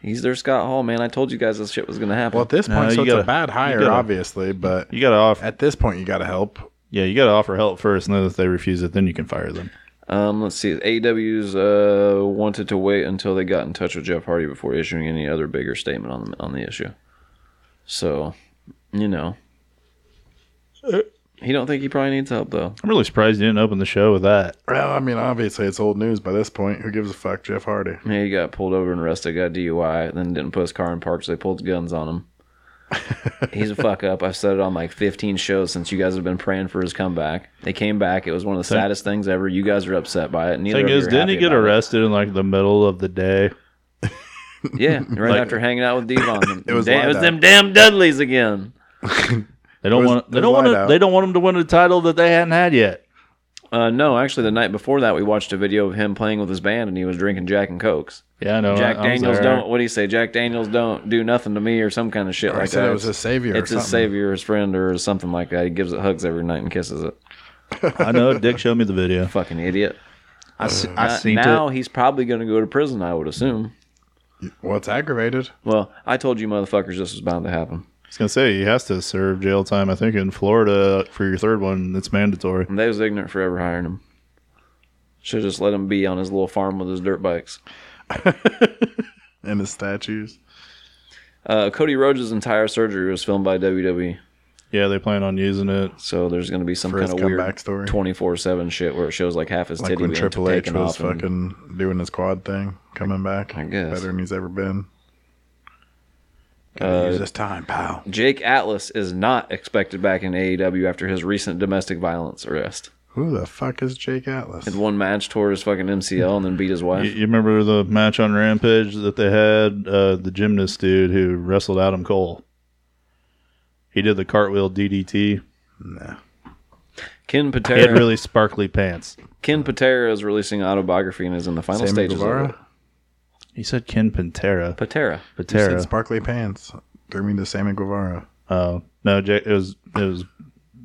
Speaker 4: He's their Scott Hall, man. I told you guys this shit was gonna happen.
Speaker 1: Well, at this point,
Speaker 2: No,
Speaker 1: so
Speaker 2: you
Speaker 1: it's
Speaker 2: gotta-
Speaker 1: a bad hire,
Speaker 2: gotta-
Speaker 1: obviously. But
Speaker 2: You got to offer.
Speaker 1: at this point, you got to help.
Speaker 2: Yeah, you got to offer help first, and then if they refuse it, then you can fire them.
Speaker 4: Um, let's see. AEW's uh, wanted to wait until they got in touch with Jeff Hardy before issuing any other bigger statement on the on the issue. So, you know,
Speaker 2: Uh,
Speaker 4: he don't think he probably needs help though.
Speaker 2: I'm really surprised you didn't open the show with that.
Speaker 1: Well, I mean, obviously, it's old news by this point. Who gives a fuck, Jeff Hardy?
Speaker 4: Yeah, he got pulled over and arrested, got DUI, then didn't put his car in park, so they pulled guns
Speaker 2: (laughs)
Speaker 4: on him. He's a fuck up. I've said it on like 15 shows since you guys have been praying for his comeback. They came back. It was one of the saddest things ever. You guys are upset by it. Neither
Speaker 2: Thing
Speaker 4: of you
Speaker 2: is,
Speaker 4: are
Speaker 2: didn't he
Speaker 4: happy
Speaker 2: get
Speaker 4: about it.
Speaker 2: arrested in like the middle of the day?
Speaker 1: (laughs)
Speaker 4: Yeah, right after hanging out with Devon. it
Speaker 1: was
Speaker 4: was, damn, it was
Speaker 1: lined
Speaker 4: them damn Dudleys again.
Speaker 2: They don't
Speaker 1: was-
Speaker 2: want. They
Speaker 1: it
Speaker 2: don't
Speaker 1: was
Speaker 2: want.
Speaker 1: light
Speaker 2: To,
Speaker 1: out.
Speaker 2: they don't want him to win a title that they hadn't had yet.
Speaker 4: Uh, no, actually, the night before that, we watched a video of him playing with his band, and he was drinking Jack and Cokes.
Speaker 2: Yeah, I know.
Speaker 1: Oh,
Speaker 4: Jack
Speaker 2: I- I was
Speaker 4: Daniels
Speaker 2: there.
Speaker 4: don't. What do you say? Jack Daniels don't do nothing to me, or some kind of shit
Speaker 1: I
Speaker 4: like
Speaker 1: said
Speaker 4: that.
Speaker 1: it was his savior.
Speaker 4: it's
Speaker 1: or
Speaker 4: his
Speaker 1: something.
Speaker 4: savior, his friend, or something like that. He gives it hugs every night and kisses it.
Speaker 2: I know. Dick showed me the
Speaker 4: (laughs)
Speaker 2: video.
Speaker 4: Fucking idiot.
Speaker 2: I, se-
Speaker 4: Uh,
Speaker 2: I seen
Speaker 4: now
Speaker 2: it.
Speaker 4: he's probably going to go to prison, I would assume.
Speaker 1: Well, it's aggravated.
Speaker 4: Well, I told you motherfuckers this was bound to happen.
Speaker 2: I was gonna say he has to serve jail time. I think in Florida for your third one, it's mandatory.
Speaker 4: And they was ignorant for ever hiring him. Should just let him be on his little farm with his dirt bikes.
Speaker 1: And his statues.
Speaker 4: Uh, Cody Rhodes' entire surgery was filmed by WWE,
Speaker 2: Yeah, they plan on using it.
Speaker 4: so there's going to be some
Speaker 1: For his
Speaker 4: kind of weird
Speaker 1: comeback story.
Speaker 4: twenty four seven shit where it shows like half his
Speaker 1: Like
Speaker 4: titty
Speaker 1: when
Speaker 4: being
Speaker 1: Triple H
Speaker 4: taken
Speaker 1: was
Speaker 4: off. and-
Speaker 1: fucking doing his quad thing, coming back.
Speaker 4: I guess. Uh,
Speaker 1: Better than he's ever been. Gotta use this time, pal.
Speaker 4: Jake Atlas is not expected back in AEW after his recent domestic violence arrest.
Speaker 1: Who the fuck is Jake Atlas?
Speaker 4: Had one match, tore his fucking MCL, and then beat his
Speaker 2: You,
Speaker 4: wife.
Speaker 2: you remember the match on Rampage that they had uh, the gymnast dude who wrestled Adam Cole. He He did the cartwheel DDT. He
Speaker 4: Ken
Speaker 2: had
Speaker 4: Patera.
Speaker 2: really sparkly pants.
Speaker 4: Ken Patera is releasing autobiography and is in the final
Speaker 1: Sammy
Speaker 4: stages. Of it.
Speaker 1: Guevara.
Speaker 2: He said Ken Pantera.
Speaker 4: Patera.
Speaker 1: You said
Speaker 2: Patera.
Speaker 1: sparkly pants. Threw me to Sammy Guevara.
Speaker 2: Oh no, Jake, it was it was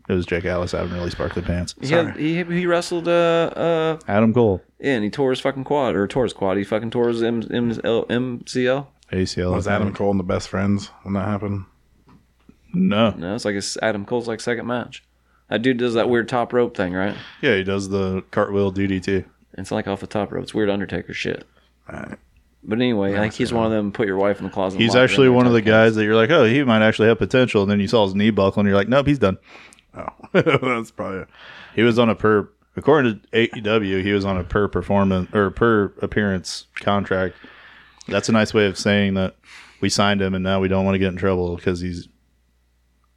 Speaker 2: it was Jake Ellis having really sparkly pants.
Speaker 4: He, had, he he wrestled uh uh
Speaker 2: Adam Cole,
Speaker 4: and he tore his fucking quad or tore his quad. He fucking tore his M, M, L, MCL.
Speaker 2: ACL.
Speaker 1: Was Adam Cole and the best friends when that happened? (laughs)
Speaker 2: No.
Speaker 4: No, it's like his Adam Cole's like second match. That dude does that weird top rope thing, right?
Speaker 2: Yeah, he does the cartwheel DDT.
Speaker 4: It's like off the top rope. It's weird Undertaker shit.
Speaker 1: Alright.
Speaker 4: But anyway, like he's one of them. Put your wife in the closet. and
Speaker 2: He's
Speaker 4: lock her
Speaker 2: actually
Speaker 4: in there
Speaker 2: one of the
Speaker 4: type
Speaker 2: guys that you're like, oh, he might actually have potential. And then you saw his knee buckle, and you're like, nope, he's done.
Speaker 1: Oh, that's probably.
Speaker 2: He was on a per, according to AEW, he was on a per performance or per appearance contract. That's a nice way of saying that we signed him, and now we don't want to get in trouble because he's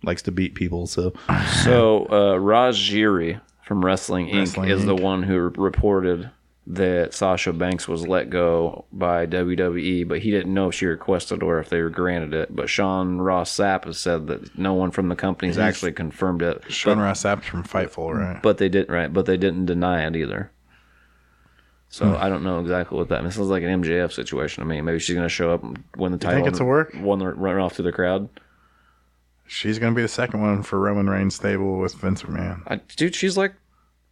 Speaker 2: likes to beat people. So
Speaker 4: (laughs) So uh, Raj Giri from Wrestling Inc.
Speaker 1: Wrestling
Speaker 4: is the
Speaker 1: Inc.
Speaker 4: one who reported that Sasha Banks was let go by WWE, but he didn't know if she requested or if they were granted it. But Sean Ross Sapp has said that no one from the company's actually confirmed it.
Speaker 1: Sean Ross Sapp from Fightful, right?
Speaker 4: But they didn't right, but they didn't deny it either. So
Speaker 1: Hmm.
Speaker 4: I don't know exactly what that means. This is like an MJF situation to me. Maybe she's gonna show up and win the title.
Speaker 1: think it's
Speaker 4: and
Speaker 1: a work?
Speaker 4: One run off through the crowd.
Speaker 1: She's gonna be the second one for Roman Reigns stable with Vince McMahon.
Speaker 4: I, dude, she's like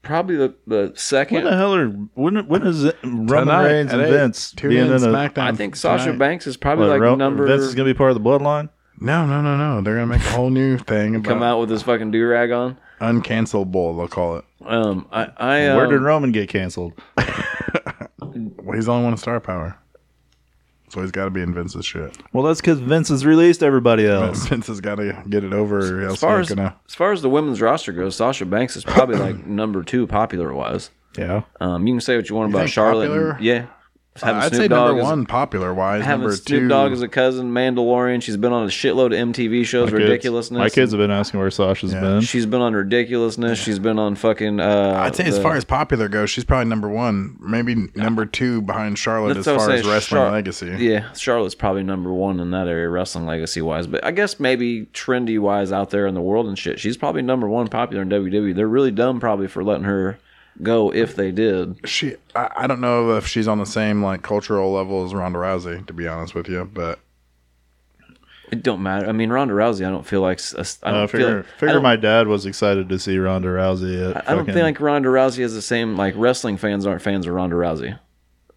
Speaker 4: probably the, the second.
Speaker 2: when the hell are when when is it, Roman
Speaker 1: Tonight
Speaker 2: Reigns
Speaker 1: at
Speaker 2: and
Speaker 1: eight,
Speaker 2: Vince
Speaker 1: tune
Speaker 2: being
Speaker 1: in
Speaker 2: in a
Speaker 1: SmackDown.
Speaker 4: I think Sasha
Speaker 1: tonight.
Speaker 4: Banks is probably
Speaker 2: what,
Speaker 4: like
Speaker 2: Ro-
Speaker 4: number
Speaker 2: Vince is gonna be part of the bloodline?
Speaker 1: No, no, no, no. They're gonna make a whole new thing about
Speaker 4: come out with his fucking do rag on.
Speaker 1: uncancelable. They'll call it.
Speaker 4: Um, I, I um,
Speaker 2: Where did Roman get canceled?
Speaker 1: Well, he's the only one with star power, so he's got to be in Vince's shit.
Speaker 2: Well, that's because Vince has released everybody
Speaker 1: But
Speaker 2: else.
Speaker 1: Vince has got to get it over. Or else
Speaker 4: as far
Speaker 1: he's
Speaker 4: as,
Speaker 1: gonna.
Speaker 4: as far as the women's roster goes, Sasha Banks is
Speaker 1: (coughs)
Speaker 4: probably like number two popular wise.
Speaker 2: Yeah.
Speaker 4: Um, you can say what you want about
Speaker 1: think
Speaker 4: Charlotte.
Speaker 1: popular?
Speaker 4: and- yeah, having
Speaker 1: I'd
Speaker 4: Snoop
Speaker 1: say
Speaker 4: Dogg
Speaker 1: number
Speaker 4: as-
Speaker 1: one, popular wise.
Speaker 4: Having
Speaker 1: Number
Speaker 4: Snoop
Speaker 1: two,
Speaker 4: Dogg as a cousin, Mandalorian. She's been on a shitload of MTV shows,
Speaker 2: Kids-
Speaker 4: ridiculousness.
Speaker 2: my kids have been asking where Sasha's
Speaker 1: Yeah.
Speaker 2: been.
Speaker 4: She's been on ridiculousness. She's been on fucking. Uh,
Speaker 1: I'd say as
Speaker 4: the-
Speaker 1: far as popular goes, she's probably number one, maybe number two behind Charlotte as
Speaker 4: That's what I was
Speaker 1: far as
Speaker 4: saying,
Speaker 1: wrestling
Speaker 4: Char-
Speaker 1: legacy.
Speaker 4: Yeah, Charlotte's probably number one in that area, wrestling legacy wise. But I guess maybe trendy wise out there in the world and shit, she's probably number one popular in WWE. They're really dumb probably for letting her go if they did.
Speaker 1: She, I, I don't know if she's on the same like cultural level as Ronda Rousey, to be honest with you. But
Speaker 4: It don't matter. I mean, Ronda Rousey, I don't feel like. s- I don't
Speaker 2: Uh,
Speaker 4: feel.
Speaker 2: figure
Speaker 4: I
Speaker 2: figure
Speaker 4: don't-
Speaker 2: my dad was excited to see Ronda Rousey. At
Speaker 4: I don't
Speaker 2: fucking-
Speaker 4: think like Ronda Rousey is the same. Like wrestling fans aren't fans of Ronda Rousey.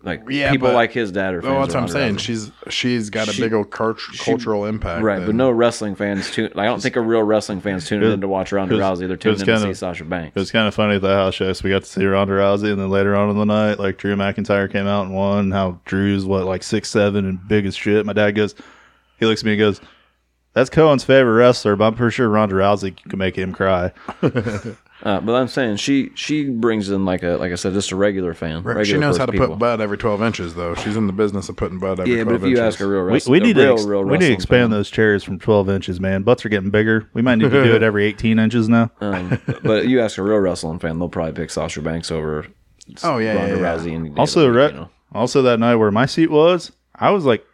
Speaker 4: Like
Speaker 1: Yeah,
Speaker 4: people
Speaker 1: but-
Speaker 4: like his dad are. fans
Speaker 1: oh, that's
Speaker 4: of
Speaker 1: what I'm
Speaker 4: Ronda
Speaker 1: saying. She's
Speaker 4: Rousey.
Speaker 1: she's got a
Speaker 4: She-
Speaker 1: big old cult- cultural impact,
Speaker 4: Right, but
Speaker 1: than-
Speaker 4: no wrestling fans tune. I don't think a real wrestling fans tuning in to watch Ronda
Speaker 2: it was-
Speaker 4: Rousey. They're
Speaker 2: it was
Speaker 4: tuning in to
Speaker 2: kinda-
Speaker 4: see Sasha Banks.
Speaker 2: It was kind of funny at the house shows. We got to see Ronda Rousey, and then later on in the night, like Drew McIntyre came out and won. How Drew's what like six seven and big as shit. My dad goes, he looks at me and goes, "That's Cohen's favorite wrestler, but I'm pretty sure Ronda Rousey can make him cry."
Speaker 4: Uh, but I'm saying she she brings in like a like I said just a regular fan.
Speaker 1: Right,
Speaker 4: Regular
Speaker 1: she knows how to
Speaker 4: person people.
Speaker 1: put bud every 12 inches, though. She's in the business of putting bud every
Speaker 4: Yeah,
Speaker 1: 12
Speaker 4: but if you
Speaker 1: inches.
Speaker 4: ask a real
Speaker 2: We,
Speaker 4: wrestler,
Speaker 2: we need to
Speaker 4: real,
Speaker 2: ex-
Speaker 4: real
Speaker 2: we need to
Speaker 4: wrestling
Speaker 2: expand those chairs from 12 inches, man. Butts are getting bigger. We might need to do
Speaker 4: (laughs)
Speaker 2: it every 18 inches now.
Speaker 4: fan. Um, but you ask a real wrestling fan, they'll probably pick Sasha Banks over.
Speaker 1: Oh, yeah,
Speaker 4: Ronda
Speaker 1: yeah, yeah.
Speaker 4: Rousey. Any day
Speaker 2: also,
Speaker 4: of the
Speaker 2: re-
Speaker 4: week, you know?
Speaker 2: also that night where my seat was, I was like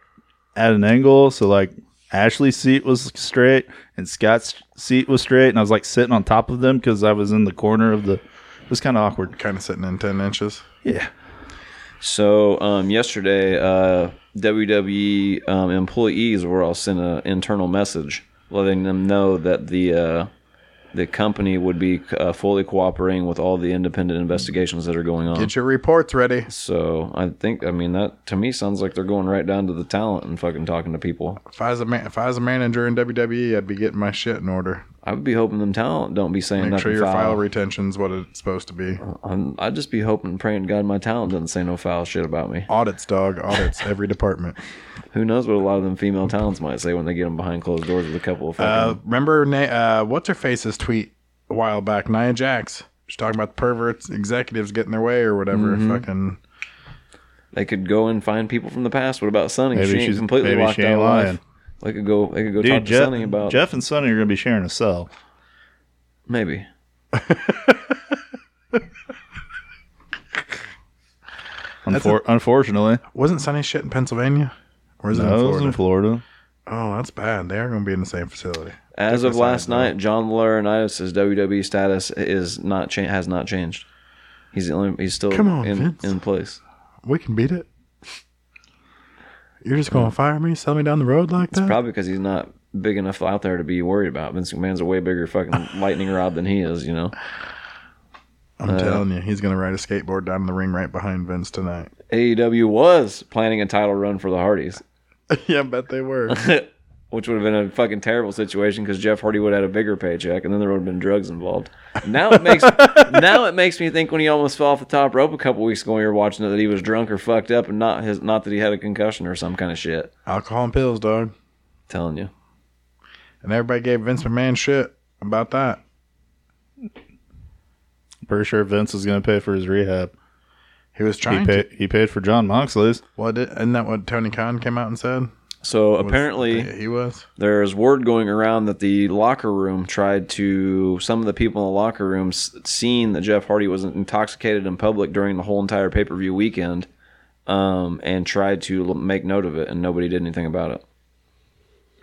Speaker 2: at an angle, so like Ashley's seat was straight and Scott's seat was straight, and I was like sitting on top of them because I was in the corner of the. It was kind of awkward.
Speaker 1: Kind of sitting in 10 inches.
Speaker 2: Yeah,
Speaker 4: So um, yesterday, uh, WWE um, employees were all sent an internal message letting them know that the uh, the company would be uh, fully cooperating with all the independent investigations that are going on.
Speaker 1: Get your reports ready.
Speaker 4: So I think I mean that to me sounds like they're going right down to the talent and fucking talking to people.
Speaker 1: If I was a, man, if I was a manager in WWE, I'd be getting my shit in order.
Speaker 4: I would be hoping them talent don't be saying
Speaker 1: Make
Speaker 4: nothing.
Speaker 1: sure your
Speaker 4: foul.
Speaker 1: file retention's what it's supposed to be.
Speaker 4: I'm, I'd just be hoping, praying to God my talent doesn't say no foul shit about me.
Speaker 1: Audits, dog. (laughs) Audits every department.
Speaker 4: Who knows what a lot of them female talents might say when they get them behind closed doors with a couple of fucking.
Speaker 1: Uh, remember, Na- uh, what's her face's tweet a while back? Nia Jax. She's talking about the perverts, executives getting their way or whatever. Fucking.
Speaker 4: they could go and find people from the past. What about Sonny?
Speaker 2: Maybe
Speaker 4: she ain't
Speaker 2: she's-
Speaker 4: completely
Speaker 2: maybe
Speaker 4: locked
Speaker 2: she ain't
Speaker 4: out
Speaker 2: lying.
Speaker 4: life. They could go. They could go talk
Speaker 2: dude.
Speaker 4: to
Speaker 2: Jeff,
Speaker 4: Sonny about
Speaker 2: Jeff and Sonny are going to be sharing a cell.
Speaker 4: maybe.
Speaker 2: Unfor- unfortunately,
Speaker 1: Wasn't Sunny shit in Pennsylvania? Or is it in
Speaker 2: no, it was
Speaker 1: Florida?
Speaker 2: in Florida.
Speaker 1: oh, that's bad. They are going to be in the same facility.
Speaker 4: As of
Speaker 1: Different
Speaker 4: last
Speaker 1: side, though.
Speaker 4: night, John Laurinaitis' WWE status is not cha- has not changed. He's the only, he's still
Speaker 1: Come on,
Speaker 4: in,
Speaker 1: Vince.
Speaker 4: in place.
Speaker 1: We can beat it. You're just going to fire me, sell me down the road like
Speaker 4: It's
Speaker 1: that?
Speaker 4: probably because he's not big enough out there to be worried about. Vince McMahon's a way
Speaker 2: (laughs)
Speaker 4: bigger fucking lightning rod than he is, you know.
Speaker 1: I'm
Speaker 2: Uh,
Speaker 1: telling you, he's going to ride a skateboard down the ring right behind Vince tonight. (laughs)
Speaker 4: AEW E was planning a title run for the Hardys,
Speaker 1: yeah, I bet they were.
Speaker 4: which would have been a fucking terrible situation because Jeff Hardy would have had a bigger paycheck, and then there would have been drugs involved. Now it makes now it makes me think when he almost fell off the top rope a couple weeks ago, when you were watching it, that he was drunk or fucked up, and not his not that he had a concussion or some kind of shit.
Speaker 1: (laughs) Alcohol and pills, dog.
Speaker 4: telling you.
Speaker 1: And everybody gave Vince McMahon shit about that.
Speaker 2: Pretty sure Vince is going to pay for his rehab.
Speaker 1: He was
Speaker 2: He
Speaker 1: trying to.
Speaker 2: paid. He paid for John Moxley's.
Speaker 1: Well, did, isn't that what Tony Khan came out and said?
Speaker 4: So
Speaker 1: Was-
Speaker 4: apparently,
Speaker 1: Yeah, he was.
Speaker 4: there's word going around that the locker room tried to some of the people in the locker room s- seen that Jeff Hardy was intoxicated in public during the whole entire pay per view weekend, um, and tried to l- make note of it, and nobody did anything about it.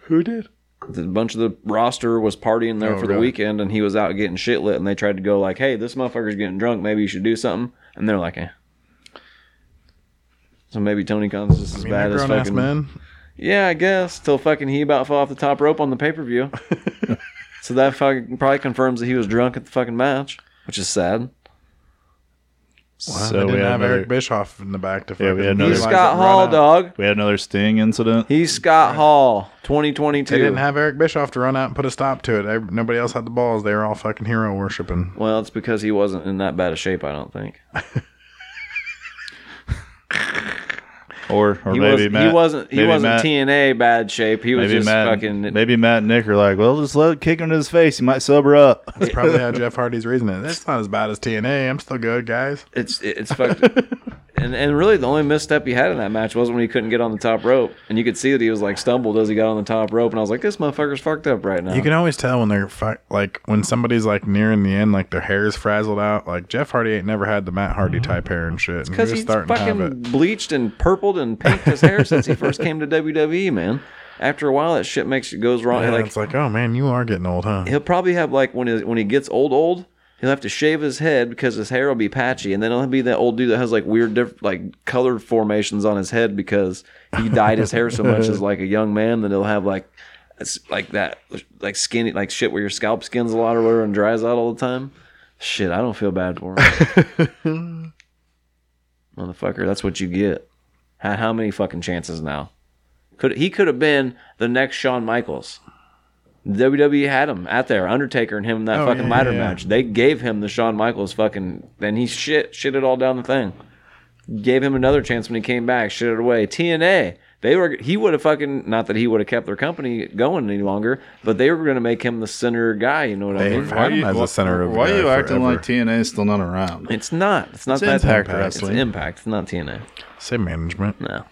Speaker 1: Who did?
Speaker 4: The bunch of the roster was partying there
Speaker 1: Oh,
Speaker 4: for the
Speaker 1: really?
Speaker 4: weekend, and he was out getting shit lit, and they tried to go like, "Hey, this motherfucker's getting drunk. Maybe you should do something." And they're like, "Eh." So maybe Tony Khan's just as
Speaker 1: I mean,
Speaker 4: bad
Speaker 1: that
Speaker 4: as
Speaker 1: grown ass
Speaker 4: fucking
Speaker 1: man.
Speaker 4: yeah, I guess. Till fucking he about fell off the top rope on the pay per view.
Speaker 1: (laughs)
Speaker 4: so that fucking probably confirms that he was drunk at the fucking match, which is sad.
Speaker 1: Wow,
Speaker 2: so
Speaker 1: they
Speaker 2: we
Speaker 1: didn't
Speaker 2: had
Speaker 1: have
Speaker 2: another,
Speaker 1: Eric Bischoff in the back to
Speaker 2: Yeah, we had
Speaker 1: fucking
Speaker 2: another-
Speaker 4: He's
Speaker 1: realize
Speaker 4: Scott
Speaker 1: it
Speaker 4: Hall,
Speaker 1: right out.
Speaker 4: dog.
Speaker 2: we had another Sting incident.
Speaker 4: He's Scott Hall,
Speaker 1: They didn't
Speaker 4: 2022.
Speaker 1: have Eric Bischoff to run out and put a stop to it. Ev- Nobody else had the balls. They were all fucking hero worshiping.
Speaker 4: well, it's because he wasn't in that bad of shape, I don't think.
Speaker 2: or or
Speaker 4: He,
Speaker 2: maybe
Speaker 4: was,
Speaker 2: Matt.
Speaker 4: he wasn't. He
Speaker 2: maybe
Speaker 4: wasn't
Speaker 2: Matt-
Speaker 4: TNA bad shape. He was
Speaker 2: Maybe
Speaker 4: just
Speaker 2: Matt.
Speaker 4: fucking.
Speaker 2: Maybe Matt and Nick are like, well, just let kick him in his face. He might sober (laughs) up.
Speaker 1: That's probably how Jeff Hardy's reasoning. That's not as bad as TNA. I'm still good, guys.
Speaker 4: It's it's fucked. (laughs) and and really, the only misstep he had in that match was when he couldn't get on the top rope, and you could see that he was like stumbled as he got on the top rope, and I was like, this motherfucker's fucked up right now.
Speaker 1: You can always tell when they're fi- like when somebody's like nearing the end, like their hair is frazzled out. Like Jeff Hardy ain't never had the Matt Hardy type hair and shit. and
Speaker 4: Because
Speaker 1: you're
Speaker 4: Mm-hmm. he's
Speaker 1: just starting to have
Speaker 4: fucking bleached and purpled and pinked his hair since he first came to (laughs) WWE, man. After a while, that shit makes goes wrong.
Speaker 1: Yeah,
Speaker 4: like
Speaker 1: it's like, oh man, you are getting old, huh?
Speaker 4: he'll probably have like when he, when he gets old, old, he'll have to shave his head because his hair will be patchy, and then he'll be that old dude that has like weird, diff- like colored formations on his head because he dyed his hair so much as like a young man. Then he'll have like it's like that, like skinny, like shit where your scalp skins a lot or whatever and dries out all the time. Shit, I don't feel bad for him. Motherfucker, that's what you get. How, how many fucking chances now? Could he could have been the next Shawn Michaels? WWE had him out there, Undertaker and him in that
Speaker 1: Oh,
Speaker 4: fucking
Speaker 1: yeah,
Speaker 4: ladder
Speaker 1: yeah, yeah.
Speaker 4: match. They gave him the Shawn Michaels fucking, and he shit shit it all down the thing. Gave him another chance when he came back, shit it away. TNA, they were he would have fucking not that he would have kept their company going any longer, but they were going to make him the center guy. You know what I
Speaker 1: They
Speaker 4: mean?
Speaker 1: had him as the center of
Speaker 2: why
Speaker 1: the
Speaker 2: are you acting
Speaker 1: forever.
Speaker 2: like TNA's still not around?
Speaker 4: It's not. It's not that
Speaker 2: It's Impact
Speaker 4: It's
Speaker 2: Wrestling.
Speaker 4: impact. It's not TNA.
Speaker 1: Say management.
Speaker 4: No.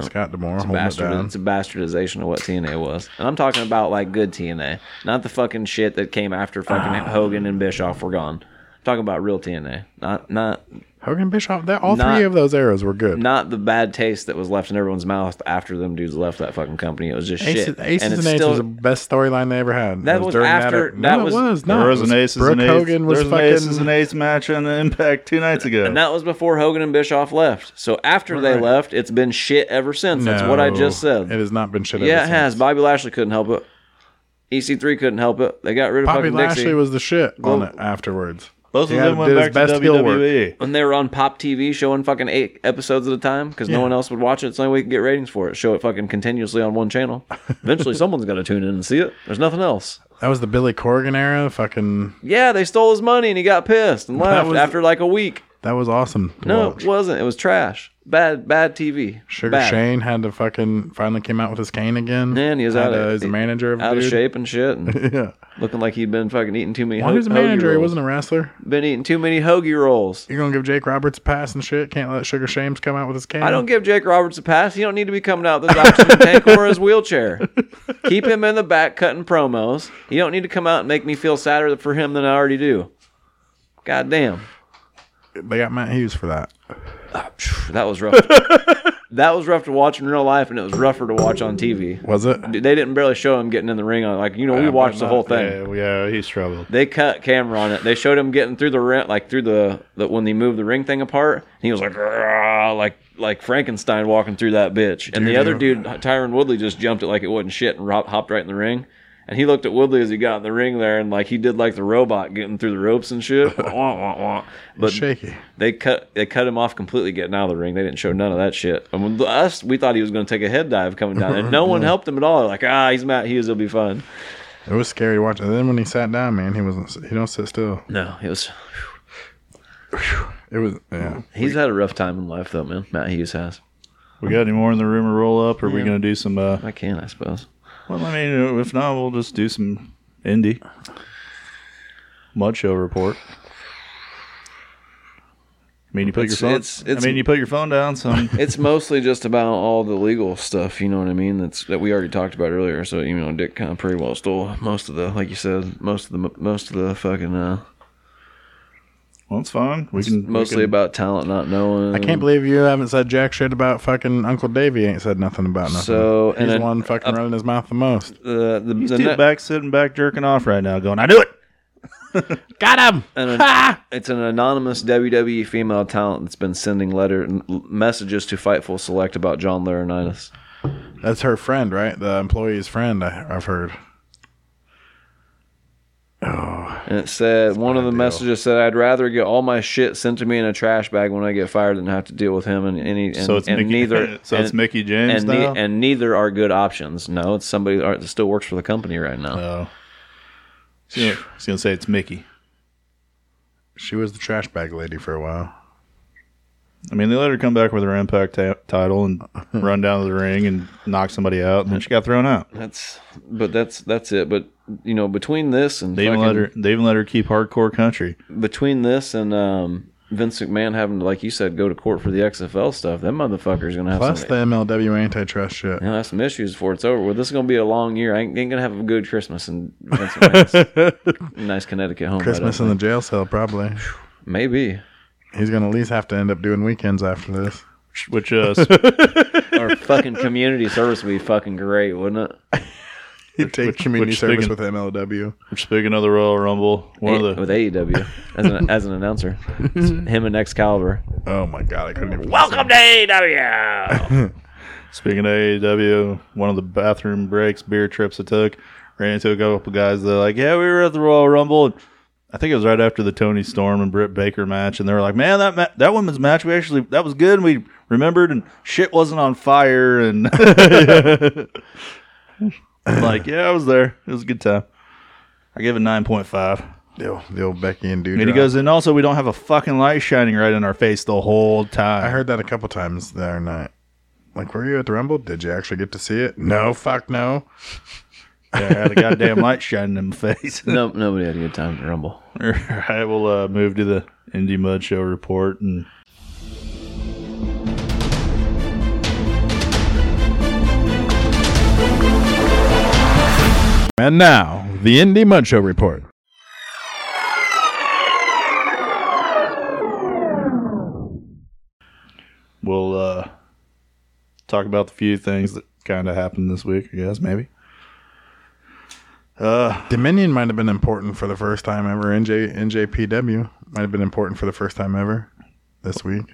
Speaker 1: Scott Demore holding it
Speaker 4: Bastard,
Speaker 1: down.
Speaker 4: it's a bastardization of what TNA was. And I'm talking about like good TNA, not the fucking shit that came after fucking
Speaker 1: Ah.
Speaker 4: Hogan and Bischoff were gone. I'm talking about real TNA, not not
Speaker 1: Hogan Bischoff. That all
Speaker 4: Not-
Speaker 1: three of those arrows were good.
Speaker 4: not the bad taste that was left in everyone's mouth after them dudes left that fucking company. It was just
Speaker 1: Aces
Speaker 4: shit.
Speaker 1: and, Aces
Speaker 4: and
Speaker 1: and
Speaker 4: it's
Speaker 1: Eights
Speaker 4: still
Speaker 1: was the best storyline they ever had.
Speaker 4: That
Speaker 1: It
Speaker 4: was
Speaker 1: during
Speaker 4: after-
Speaker 1: era-
Speaker 4: that
Speaker 1: no,
Speaker 4: was-
Speaker 1: it was not.
Speaker 2: There
Speaker 1: It
Speaker 2: was an aces
Speaker 1: Brooke
Speaker 2: and eights.
Speaker 1: Hogan was
Speaker 2: there was
Speaker 1: fucking.
Speaker 2: an aces and eights match on Impact two nights ago.
Speaker 4: and that was before Hogan and Bischoff left. So after they
Speaker 1: Right.
Speaker 4: left, it's been shit ever since. That's what I
Speaker 1: No,
Speaker 4: just said.
Speaker 1: It has not been shit.
Speaker 4: yeah,
Speaker 1: ever
Speaker 4: it has.
Speaker 1: since.
Speaker 4: Bobby Lashley couldn't help it. EC3 couldn't help it. They got rid of
Speaker 1: Bobby
Speaker 4: fucking
Speaker 1: Lashley
Speaker 4: Dixie.
Speaker 1: was the shit on
Speaker 4: Well-
Speaker 1: it afterwards.
Speaker 2: Both
Speaker 1: He
Speaker 2: of
Speaker 1: had-
Speaker 2: them went
Speaker 1: did his
Speaker 2: back to E.
Speaker 1: best heel work.
Speaker 2: WWE.
Speaker 4: when they were on pop TV showing fucking eight episodes at a time because no one else would watch it. It's the only way you can get ratings for it. Show it fucking continuously on one channel.
Speaker 1: (laughs)
Speaker 4: Eventually, someone's got to tune in and see it. There's nothing else.
Speaker 1: That was the Billy Corgan era. Fucking
Speaker 4: Yeah, they stole his money and he got pissed and left
Speaker 1: was-
Speaker 4: after like a week.
Speaker 1: that was awesome. to
Speaker 4: No,
Speaker 1: watch.
Speaker 4: it wasn't. It was trash. Bad, bad TV.
Speaker 1: Sugar
Speaker 4: Bad.
Speaker 1: Shane had to fucking finally came out with his cane again.
Speaker 4: Man, he was
Speaker 1: Had
Speaker 4: out
Speaker 1: a-
Speaker 4: of-
Speaker 1: he's a manager of a
Speaker 4: Out of
Speaker 1: dude.
Speaker 4: shape and shit, and
Speaker 1: (laughs) Yeah,
Speaker 4: looking like he'd been fucking eating too many.
Speaker 1: well, he was a
Speaker 4: hoagie
Speaker 1: manager. He
Speaker 4: rolls.
Speaker 1: wasn't a wrestler.
Speaker 4: been eating too many hoagie rolls.
Speaker 1: You're gonna give Jake Roberts a pass and shit. Can't let Sugar Shames come out with his cane.
Speaker 4: I don't give Jake Roberts a pass. He don't need to be coming out with his
Speaker 2: (laughs)
Speaker 4: oxygen tank or his wheelchair. Keep him in the back cutting promos. You don't need to come out and make me feel sadder for him than I already do. God damn.
Speaker 1: They got Matt Hughes for that.
Speaker 2: (laughs)
Speaker 4: That was rough. that was rough to watch in real life, and it was rougher to watch on TV.
Speaker 1: Was it?
Speaker 4: They didn't barely show him getting in the ring on like you know we
Speaker 2: Yeah,
Speaker 4: watched the
Speaker 2: why
Speaker 4: whole
Speaker 2: not?
Speaker 4: thing.
Speaker 2: Yeah, yeah, he struggled.
Speaker 4: They cut camera on it. They showed him getting through the ring, like through the, the when they moved the ring thing apart. And he was like, "Rah," like like Frankenstein walking through that bitch. And the other dude, Tyron Woodley, just jumped it like it wasn't shit and ro- hopped right in the ring. And he looked at Woodley as he got in the ring there, and like he did like the robot getting through the ropes and (laughs) shit. Wah, wah, wah, wah. But
Speaker 1: Shaky.
Speaker 4: they cut they cut him off completely getting out of the ring. They didn't show none of that shit. And with us, we thought he was going to take a head dive coming down, and (laughs) no one helped him at all. They're like ah, he's mad. He's will be fine.
Speaker 1: It was scary to watch. And then when he sat down, man, he wasn't. He don't sit still.
Speaker 4: No, it was
Speaker 1: It was. Yeah.
Speaker 4: He's had a rough time in life, though, man. Matt Hughes has.
Speaker 2: We got any more in the rumor roll up? Or are we gonna do some? Uh,
Speaker 4: I can, I suppose.
Speaker 2: well, I mean, uh, if not, we'll just do some indie mud show report. I mean, you put
Speaker 4: It's-
Speaker 2: your phone.
Speaker 4: it's- it's-
Speaker 2: I mean, you put your phone down. Some
Speaker 4: It's mostly just about all the legal stuff, you know what I mean? That's that we already talked about earlier. So you know, Dick kind of pretty well stole most of the, like you said, most of the most of the fucking, uh,
Speaker 2: well, it's fine. We can we
Speaker 4: mostly
Speaker 2: can-
Speaker 4: about talent not knowing.
Speaker 1: I can't believe you haven't said jack shit about fucking Uncle Davey. Ain't said nothing about nothing.
Speaker 4: So,
Speaker 1: he's
Speaker 4: and then-
Speaker 1: one fucking running his mouth the most.
Speaker 4: the the,
Speaker 2: He's
Speaker 4: the
Speaker 2: still
Speaker 4: net-
Speaker 2: back sitting back jerking off right now, going, "I knew it."
Speaker 1: Got him.
Speaker 4: an, an- it's an anonymous WWE female talent that's been sending letter messages to Fightful Select about John Laurinaitis.
Speaker 1: That's her friend, right? The employee's friend. I, I've heard.
Speaker 4: And it said one of the messages said, "I'd rather get all my shit sent to me in a trash bag when I get fired than have to deal with him." And any and,
Speaker 2: So it's
Speaker 4: and
Speaker 2: Mickey.
Speaker 4: neither
Speaker 2: (laughs) so it's
Speaker 4: and-
Speaker 2: Mickey James
Speaker 4: and,
Speaker 2: now.
Speaker 4: ne- and neither are good options. No, it's somebody that are- that still works for the company right now.
Speaker 2: oh, He's gonna- he's gonna say it's Mickey.
Speaker 1: She was the trash bag lady for a while.
Speaker 2: I mean, they let her come back with her Impact ta- title
Speaker 4: (laughs)
Speaker 2: and run down to the ring and knock somebody out, and then she got thrown out.
Speaker 4: That's but that's that's it. But you know, between this and
Speaker 2: They even
Speaker 4: fucking-
Speaker 2: let her. They even let her keep hardcore country.
Speaker 4: between this and um, Vince McMahon having to, like you said, go to court for the XFL stuff, that motherfucker's gonna have
Speaker 1: Plus
Speaker 4: some,
Speaker 1: the MLW antitrust shit.
Speaker 4: you know, have some issues before it's over. Well, this is gonna be a long year. I ain't, ain't gonna have a good Christmas in
Speaker 2: (laughs)
Speaker 4: Vince McMahon's nice Connecticut home. I don't
Speaker 1: Christmas in the jail cell, probably.
Speaker 4: Maybe.
Speaker 1: He's gonna at least have to end up doing weekends after this.
Speaker 2: (laughs) Which uh,
Speaker 4: (laughs)
Speaker 2: sp-
Speaker 4: Our fucking community service would be fucking great, wouldn't it?
Speaker 1: He'd take
Speaker 2: which-
Speaker 1: community
Speaker 2: which
Speaker 1: service
Speaker 2: speaking-
Speaker 1: with MLW.
Speaker 2: speaking of the Royal Rumble, one of the
Speaker 4: With AEW as an, as an announcer. (laughs) Him and Excalibur.
Speaker 1: Oh my god, I couldn't even.
Speaker 4: Welcome to AEW!
Speaker 2: speaking of AEW, one of the bathroom breaks, beer trips I took, ran into a couple guys. They're like, "Yeah, we were at the Royal Rumble." And I think it was right after the Tony Storm and Britt Baker match, and they were like, "Man, that ma- that women's match, we actually that was good. And we remembered, and shit wasn't on fire." And (laughs) I'm like, yeah, I was there. It was a good time. I give it nine point five.
Speaker 1: The old, the old Becky and dude.
Speaker 2: And he goes, and also we don't have a fucking light shining right in our face the whole time.
Speaker 1: I heard that a couple times the other night. Like, were you at the Rumble? Did you actually get to see it? No, fuck no.
Speaker 2: Yeah, I had a goddamn light shining in my face.
Speaker 4: No, nobody had a good time at Rumble.
Speaker 2: (laughs) All right, we'll uh, move to the Indie Mud Show report. And
Speaker 1: And now, the Indie Mud Show report.
Speaker 2: we'll uh, talk about the few things that kind of happened this week, I guess, maybe. Uh,
Speaker 1: Dominion might have been important for the first time ever. NJ NJPW might have been important for the first time ever this week.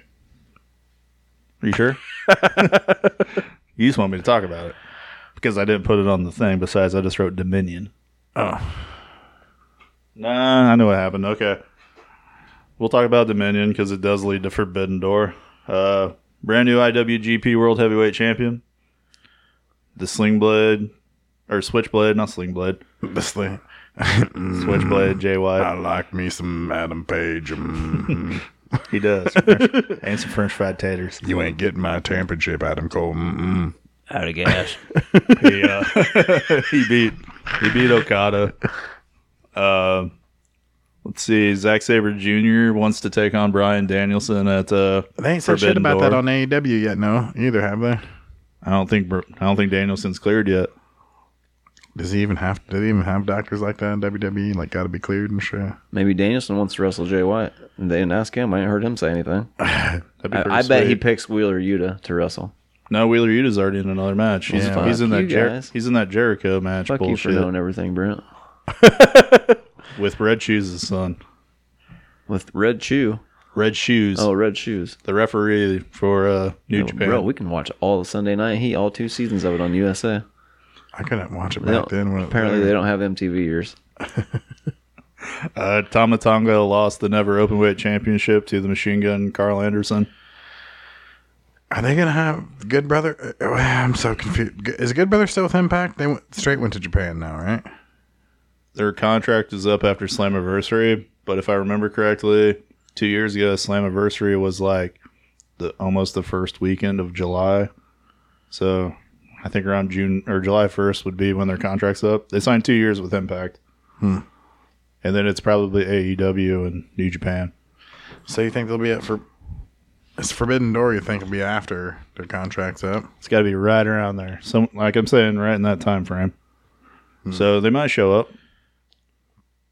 Speaker 2: are you sure? you just want me to talk about it because I didn't put it on the thing. Besides, I just wrote Dominion.
Speaker 1: Oh,
Speaker 2: Nah, I know what happened. Okay. We'll talk about Dominion because it does lead to Forbidden Door. Uh, brand new IWGP World Heavyweight Champion. The Slingblade, or Switchblade, not Slingblade.
Speaker 1: this thing.
Speaker 2: Switchblade, Jay
Speaker 1: I
Speaker 2: White.
Speaker 1: like me some Adam Page. Mm.
Speaker 2: He does. and some French fried taters.
Speaker 1: you ain't getting my championship, Adam Cole. Mm-mm.
Speaker 4: Out of gas.
Speaker 2: he, uh, (laughs) he beat he beat Okada. Uh, let's see. Zack Saber Jr. wants to take on Brian Danielson at uh,
Speaker 1: They ain't said shit
Speaker 2: Forbidden
Speaker 1: about that
Speaker 2: Door.
Speaker 1: on AEW yet, no, either, have they?
Speaker 2: I don't think Br- I don't think Danielson's cleared yet.
Speaker 1: Does he even have? Do they even have doctors like that in WWE? Like, got to be cleared and shit.
Speaker 4: Maybe Danielson wants to wrestle Jay White. They didn't ask him. I ain't heard him say anything.
Speaker 2: That'd be
Speaker 4: I,
Speaker 2: pretty
Speaker 4: I bet he
Speaker 2: sweet.
Speaker 4: picks Wheeler Yuta to wrestle.
Speaker 2: No, Wheeler Uta's already in another match. He's,
Speaker 1: Yeah.
Speaker 2: he's in
Speaker 4: Fuck
Speaker 2: that
Speaker 4: you
Speaker 2: Jer-
Speaker 4: guys.
Speaker 2: he's in that Jericho match
Speaker 4: Fuck you for
Speaker 2: bullshit
Speaker 4: knowing everything, Brent.
Speaker 2: with red shoes' son.
Speaker 4: With red shoe.
Speaker 2: Red shoes.
Speaker 4: Oh, red shoes.
Speaker 2: The referee for uh, New
Speaker 4: Yo,
Speaker 2: Japan.
Speaker 4: Bro, we can watch all the Sunday Night Heat, all two seasons of it on USA.
Speaker 1: I couldn't watch it
Speaker 4: They
Speaker 1: back
Speaker 4: don't-
Speaker 1: then. When it was
Speaker 4: apparently,
Speaker 1: there.
Speaker 4: they don't have MTV years.
Speaker 2: Uh, Tama Tonga lost the never openweight championship to the Machine Gun Carl Anderson.
Speaker 1: Are they gonna have Good Brother? uh, I'm so confused. G- Is Good Brother still with Impact? They went straight went to Japan now, right?
Speaker 2: Their contract is up after Slammiversary, but if I remember correctly, two years ago Slammiversary was like the almost the first weekend of July. So I think around June or July first would be when their contract's up. They signed two years with Impact. And then it's probably AEW and New Japan.
Speaker 1: So you think they'll be up for? It's Forbidden Door. You think will be after their contract's up?
Speaker 2: It's got to be right around there. Some like I'm saying, right in that time frame. So they might show up.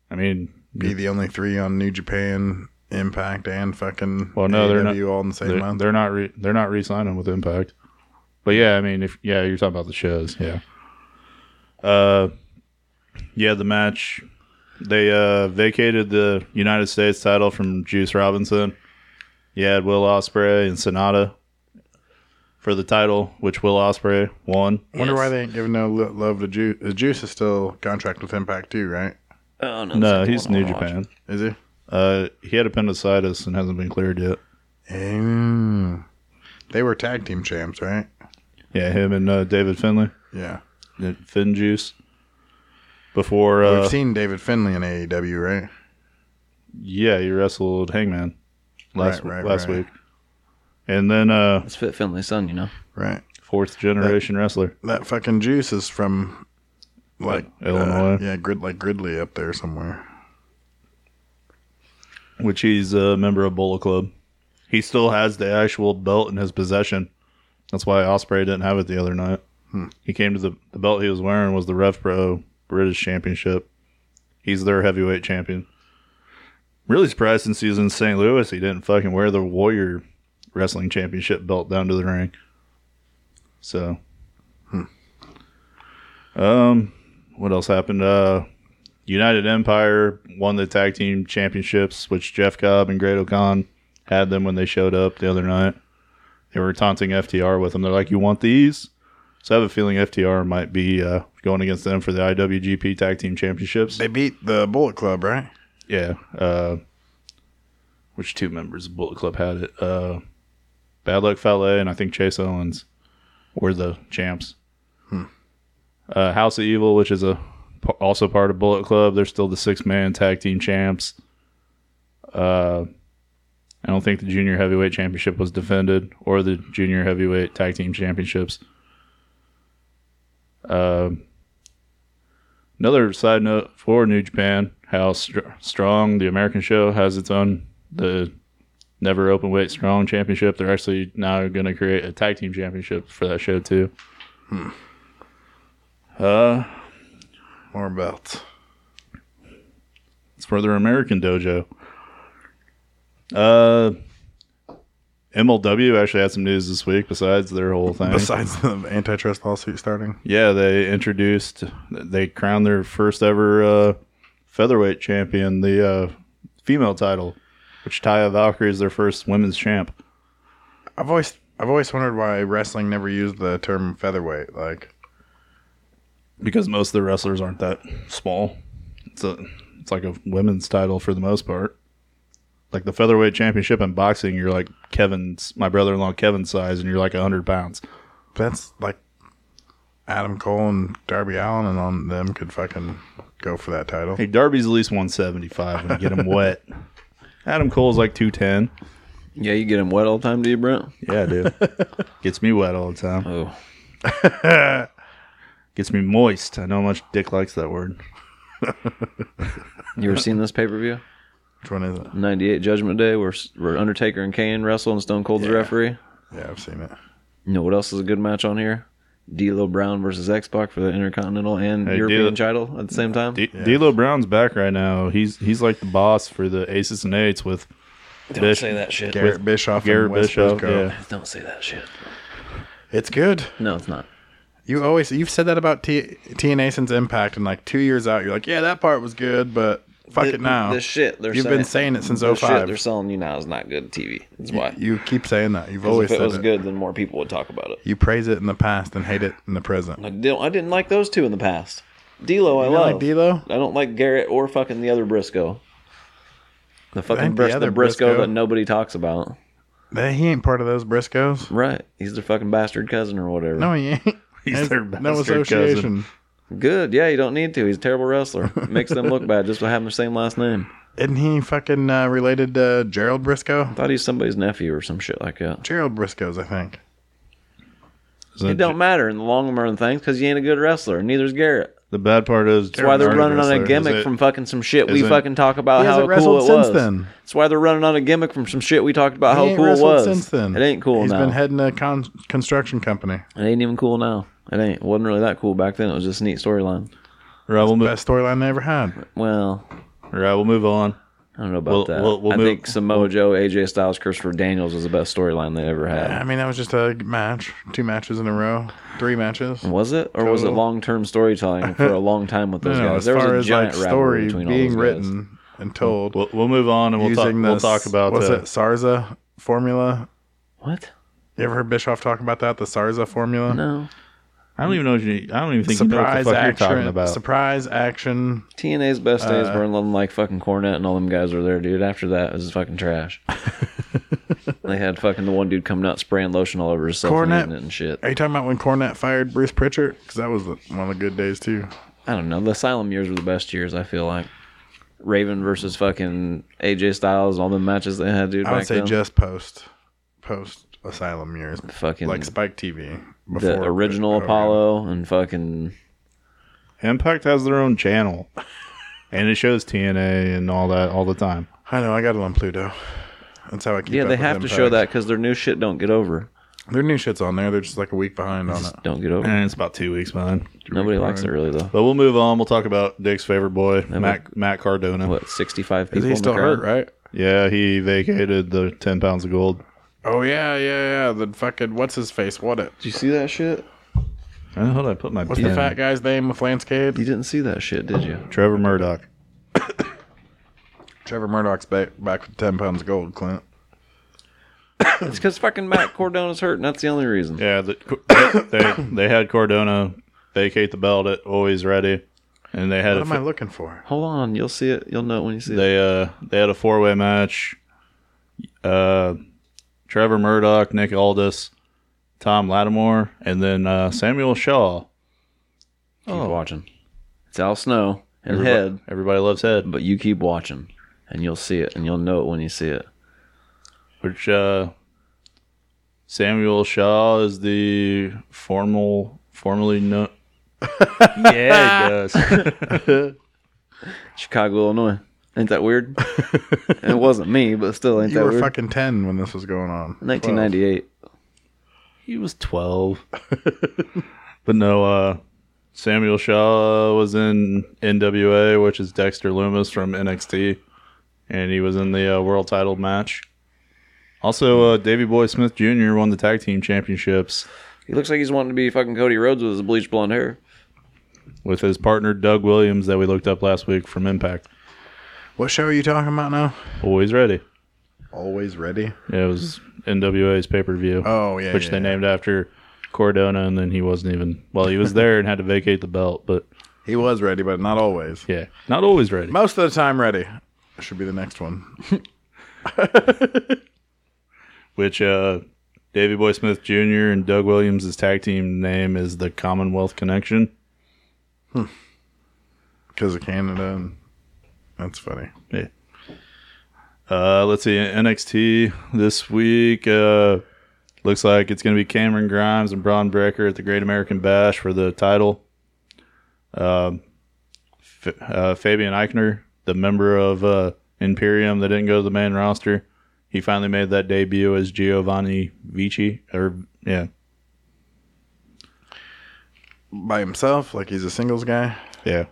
Speaker 2: I mean,
Speaker 1: Be the only three on New Japan, Impact, and fucking
Speaker 2: Well, no, they're not-
Speaker 1: AEW all in the same
Speaker 2: they're,
Speaker 1: month.
Speaker 2: they're not re- they're not re-signing with Impact. But yeah, I mean, if yeah, you're talking about the shows, yeah. Uh, yeah, the match they uh vacated the United States title from Juice Robinson. You had Will Osprey and Sonata for the title, which Will Osprey won.
Speaker 1: Wonder
Speaker 4: Yes.
Speaker 1: why they ain't giving no lo- love to Juice. Juice is still contract with Impact too, right?
Speaker 3: Oh, no.
Speaker 2: No, he's New Japan.
Speaker 1: Is he?
Speaker 2: Uh, he had appendicitis and hasn't been cleared yet.
Speaker 1: Mm. They were tag team champs, right?
Speaker 2: Yeah, him and uh, David Finley,
Speaker 1: Yeah.
Speaker 2: uh, Finn Juice. Before, uh,
Speaker 1: We've seen David Finley in AEW, right?
Speaker 2: yeah, he wrestled Hangman last
Speaker 1: Right, right,
Speaker 2: last
Speaker 1: right.
Speaker 2: week, and then uh,
Speaker 4: It's Fit Finley's son, you know.
Speaker 1: Right.
Speaker 2: fourth generation wrestler.
Speaker 1: That fucking Juice is from like uh,
Speaker 2: Illinois.
Speaker 1: yeah, grid like Gridley up there somewhere.
Speaker 2: which he's a member of Bullet Club. He still has the actual belt in his possession. That's why Osprey didn't have it the other night.
Speaker 1: Hmm.
Speaker 2: He came to the the belt he was wearing was the Rev Pro British Championship. He's their heavyweight champion. Really surprised since he was in St. Louis, he didn't fucking wear the Warrior Wrestling Championship belt down to the ring. So, um, what else happened? Uh, United Empire won the tag team championships, which Jeff Cobb and Great O'Con had them when they showed up the other night. They were taunting FTR with them. They're like, "You want these?" So I have a feeling FTR might be uh, going against them for the IWGP Tag Team Championships.
Speaker 1: They beat the Bullet Club, right?
Speaker 2: yeah. Uh, which two members of Bullet Club had it? Uh, Bad Luck Fale and I think Chase Owens were the champs. Uh, House of Evil, which is a p- also part of Bullet Club, they're still the six man tag team champs. Uh, I don't think the junior heavyweight championship was defended or the junior heavyweight tag team championships. Um another side note for New Japan: how str- strong the American show has its own the never open weight strong championship. They're actually now going to create a tag team championship for that show too. Uh,
Speaker 1: More belts.
Speaker 2: It's for their American dojo. Uh, MLW actually had some news this week besides their whole thing.
Speaker 1: Besides the antitrust lawsuit starting.
Speaker 2: yeah, they introduced, they crowned their first ever uh, featherweight champion, the uh, female title, which Taya Valkyrie is their first women's champ.
Speaker 1: I've always I've always wondered why wrestling never used the term featherweight. Like
Speaker 2: because most of the wrestlers aren't that small. It's a it's like a women's title for the most part. Like the featherweight championship in boxing, you're like Kevin's my brother in law Kevin's size, and you're like hundred pounds.
Speaker 1: that's like Adam Cole and Darby Allen and on them could fucking go for that title.
Speaker 2: Hey, Darby's at least one seventy five when you
Speaker 4: (laughs)
Speaker 2: get him wet. Adam Cole's like two ten.
Speaker 4: Yeah, you get him wet all the time, do you, Brent?
Speaker 2: Yeah, dude. (laughs) Gets me wet all the time.
Speaker 4: Oh,
Speaker 2: Gets me moist. I know how much Dick likes that word.
Speaker 4: you ever seen this pay per view?
Speaker 1: Which one is it?
Speaker 4: 98 Judgment Day, where, where Undertaker and Kane wrestle and Stone Cold's the referee.
Speaker 1: Yeah, I've seen it.
Speaker 4: You know what else is a good match on here? D'Lo Brown versus X Pac for the Intercontinental and
Speaker 2: Hey,
Speaker 4: European
Speaker 2: D'Lo-
Speaker 4: title at the same time.
Speaker 2: D- D'Lo Brown's back right now. He's he's like the boss for the Aces and Eights with Bish-
Speaker 4: that shit.
Speaker 1: Garrett Bischoff
Speaker 2: Garrett
Speaker 1: and West
Speaker 2: Bischoff.
Speaker 1: Briscoe.
Speaker 2: Yeah.
Speaker 4: Don't say that shit.
Speaker 1: It's good.
Speaker 4: No, it's not.
Speaker 1: You always you've said that about T- TNA since Impact, and like two years out, you're like, yeah, that part was good, but fuck
Speaker 4: The-
Speaker 1: it now.
Speaker 4: The shit they're
Speaker 1: you've
Speaker 4: saying,
Speaker 1: been saying it since
Speaker 4: the shit
Speaker 1: 05.
Speaker 4: they're selling you now is not good TV. That's why.
Speaker 1: You keep saying that. You've
Speaker 4: 'Cause
Speaker 1: always
Speaker 4: if
Speaker 1: said
Speaker 4: it was
Speaker 1: it.
Speaker 4: good, then more people would talk about it.
Speaker 1: You praise it in the past and hate it in the present.
Speaker 4: I didn't, I didn't like those two in the past. D'Lo, I
Speaker 1: You know,
Speaker 4: love.
Speaker 1: like D'Lo?
Speaker 4: I don't like Garrett or fucking the other Briscoe. The fucking
Speaker 1: the
Speaker 4: Bris- the
Speaker 1: other
Speaker 4: Briscoe,
Speaker 1: Briscoe-
Speaker 4: that nobody talks about.
Speaker 1: But he ain't part of those Briscoes.
Speaker 4: Right. He's their fucking bastard cousin or whatever.
Speaker 2: (laughs)
Speaker 1: No, he ain't.
Speaker 2: He's their
Speaker 1: no
Speaker 2: bastard cousin.
Speaker 1: association.
Speaker 4: Good. Yeah, you don't need to. He's a
Speaker 1: (laughs)
Speaker 4: terrible wrestler. Makes them look bad just by having the same last name.
Speaker 1: Isn't he fucking uh, related to Gerald Briscoe?
Speaker 4: Thought he's somebody's nephew or some shit like that.
Speaker 1: Gerald Briscoes, I think.
Speaker 2: Isn't
Speaker 4: It don't matter in the long run things because you ain't a good wrestler. Neither's Garrett.
Speaker 2: The bad part is
Speaker 4: That's why they're
Speaker 1: Garrett
Speaker 4: running on
Speaker 1: wrestler,
Speaker 4: a
Speaker 1: is
Speaker 4: gimmick
Speaker 1: it-
Speaker 4: from fucking some shit we
Speaker 2: isn't-
Speaker 4: fucking talk about
Speaker 1: He
Speaker 4: how
Speaker 1: hasn't
Speaker 4: cool
Speaker 1: wrestled
Speaker 4: it
Speaker 1: since
Speaker 4: was.
Speaker 1: then.
Speaker 4: That's why they're running on a gimmick from some shit we talked about
Speaker 1: He
Speaker 4: how
Speaker 1: ain't
Speaker 4: cool it
Speaker 1: wrestled
Speaker 4: was.
Speaker 1: since then.
Speaker 4: It ain't cool
Speaker 1: He's
Speaker 4: now.
Speaker 1: been heading a con- construction company.
Speaker 4: it ain't even cool now. It ain't. wasn't really that cool back then. It was just a neat storyline.
Speaker 2: Rob will, mo-
Speaker 1: Best storyline they ever had.
Speaker 4: Well,
Speaker 2: Rob will move on.
Speaker 4: I don't know about
Speaker 2: We'll-
Speaker 4: that.
Speaker 2: we'll- we'll
Speaker 4: I
Speaker 2: move-
Speaker 4: think Samoa Joe, AJ Styles, Christopher Daniels was the best storyline they ever had.
Speaker 1: I mean, that was just a match, two matches in a row, three matches.
Speaker 4: Was it, or was it
Speaker 1: Total.
Speaker 4: long term storytelling for a long time with those
Speaker 1: (laughs) No,
Speaker 4: guys?
Speaker 1: as far as like
Speaker 4: rivalry
Speaker 1: story being written and told,
Speaker 2: We'll, we'll move on and we'll talk.
Speaker 1: using
Speaker 2: We'll
Speaker 1: this-
Speaker 2: talk about
Speaker 1: what's
Speaker 2: the
Speaker 1: it Sarza formula.
Speaker 4: What?
Speaker 1: You ever heard Bischoff talk about that? The Sarza formula.
Speaker 4: No,
Speaker 2: I don't even know what you. I don't even think
Speaker 1: Surprise
Speaker 2: you know what the fuck
Speaker 1: action.
Speaker 2: you're talking about.
Speaker 1: Surprise action.
Speaker 4: TNA's best days
Speaker 1: Uh,
Speaker 4: were when like fucking Cornette and all them guys were there, dude. After that, it was
Speaker 1: (laughs)
Speaker 4: fucking trash. they had fucking the one dude coming out spraying lotion all over himself
Speaker 1: Cornette-
Speaker 4: and, eating it and shit.
Speaker 1: Are you talking about when Cornette fired Bruce Pritchard? Because that was the, one of the good days too.
Speaker 4: I don't know. The Asylum years were the best years. I feel like Raven versus fucking AJ Styles, all the matches they had, dude.
Speaker 1: I would
Speaker 4: back
Speaker 1: say
Speaker 4: then.
Speaker 1: just post post Asylum years,
Speaker 4: fucking
Speaker 1: like Spike TV.
Speaker 4: the original
Speaker 1: Hogan.
Speaker 4: Apollo and fucking
Speaker 2: Impact has their own channel, and it shows TNA and all that all the time.
Speaker 1: I know. I got it on Pluto. That's how I keep.
Speaker 4: yeah.
Speaker 1: up
Speaker 4: They
Speaker 1: with
Speaker 4: have to
Speaker 1: Impact.
Speaker 4: show that because their new shit don't get over.
Speaker 1: Their new shit's on there. They're just like a week behind on it.
Speaker 4: Don't get over. it.
Speaker 2: And it's about two weeks behind.
Speaker 4: Nobody likes it really though.
Speaker 2: But we'll move on. We'll talk about Dick's favorite boy, Matt Matt Cardona.
Speaker 4: What sixty five people?
Speaker 1: He's
Speaker 4: in the
Speaker 1: still
Speaker 4: crowd?
Speaker 1: hurt, right?
Speaker 2: Yeah, he vacated the ten pounds of gold.
Speaker 1: Oh yeah, yeah, yeah. The fucking what's his face? What it?
Speaker 4: Did you see that shit?
Speaker 2: I don't know how Uh, I put my
Speaker 1: What's the
Speaker 2: pen.
Speaker 1: fat guy's name with
Speaker 4: You
Speaker 1: Lanscade?
Speaker 4: didn't see that shit, did you?
Speaker 2: Trevor Murdoch.
Speaker 1: Trevor Murdoch's back back with ten pounds of gold, Clint.
Speaker 4: It's because fucking Matt Cordona's hurt, and that's the only reason.
Speaker 2: Yeah, the, (coughs) they they had Cardona vacate the belt at Always Ready, and they
Speaker 1: What
Speaker 2: had a
Speaker 1: am
Speaker 2: fi-
Speaker 1: I looking for?
Speaker 4: Hold on, you'll see it. You'll know it when you see it.
Speaker 2: they uh they had a four way match. Uh, Trevor Murdoch, Nick Aldis, Tom Lattimore, and then uh, Samuel Shaw.
Speaker 4: Keep
Speaker 1: Oh.
Speaker 4: watching. It's Al Snow and
Speaker 2: Everybody,
Speaker 4: Head,
Speaker 2: everybody loves Head,
Speaker 4: but you keep watching, and you'll see it, and you'll know it when you see it.
Speaker 2: which uh, Samuel Shaw is the formal formerly known. (laughs) yeah, it does. (laughs)
Speaker 4: Chicago, Illinois. Ain't that (laughs) weird? it wasn't me, but still, ain't
Speaker 1: You
Speaker 4: that
Speaker 1: were
Speaker 4: weird?
Speaker 1: fucking ten when this was going on.
Speaker 4: 1998.
Speaker 2: He was 12. (laughs) but no, uh, Samuel Shaw was in NWA, which is Dexter Loomis from NXT, and he was in the uh, world title match. Also, uh, Davey Boy Smith Jr. won the tag team championships
Speaker 4: He looks like he's wanting to be fucking Cody Rhodes with his bleached blonde hair.
Speaker 2: with his partner Doug Williams that we looked up last week from Impact.
Speaker 1: What show are you talking about now?
Speaker 2: Always ready.
Speaker 1: Always ready.
Speaker 2: Yeah, it was NWA's pay per view,
Speaker 1: Oh yeah,
Speaker 2: which
Speaker 1: yeah,
Speaker 2: they
Speaker 1: yeah.
Speaker 2: named after Cordona, and then he wasn't even. Well, he was there and had to vacate the belt, but
Speaker 1: He was ready, but not always.
Speaker 2: yeah, not always ready.
Speaker 1: Most of the time, ready. Should be the next one.
Speaker 2: which uh Davy Boy Smith Jr. and Doug Williams' tag team name is the Commonwealth Connection.
Speaker 1: because of Canada. And that's funny.
Speaker 2: Yeah. Uh, let's see NXT this week. Uh, looks like it's going to be Cameron Grimes and Braun Breaker at the Great American Bash for the title. Um, F- uh, Fabian Eichner, the member of uh, Imperium that didn't go to the main roster, he finally made that debut as Giovanni Vici. Or yeah,
Speaker 1: By himself, like he's a singles guy,
Speaker 2: Yeah.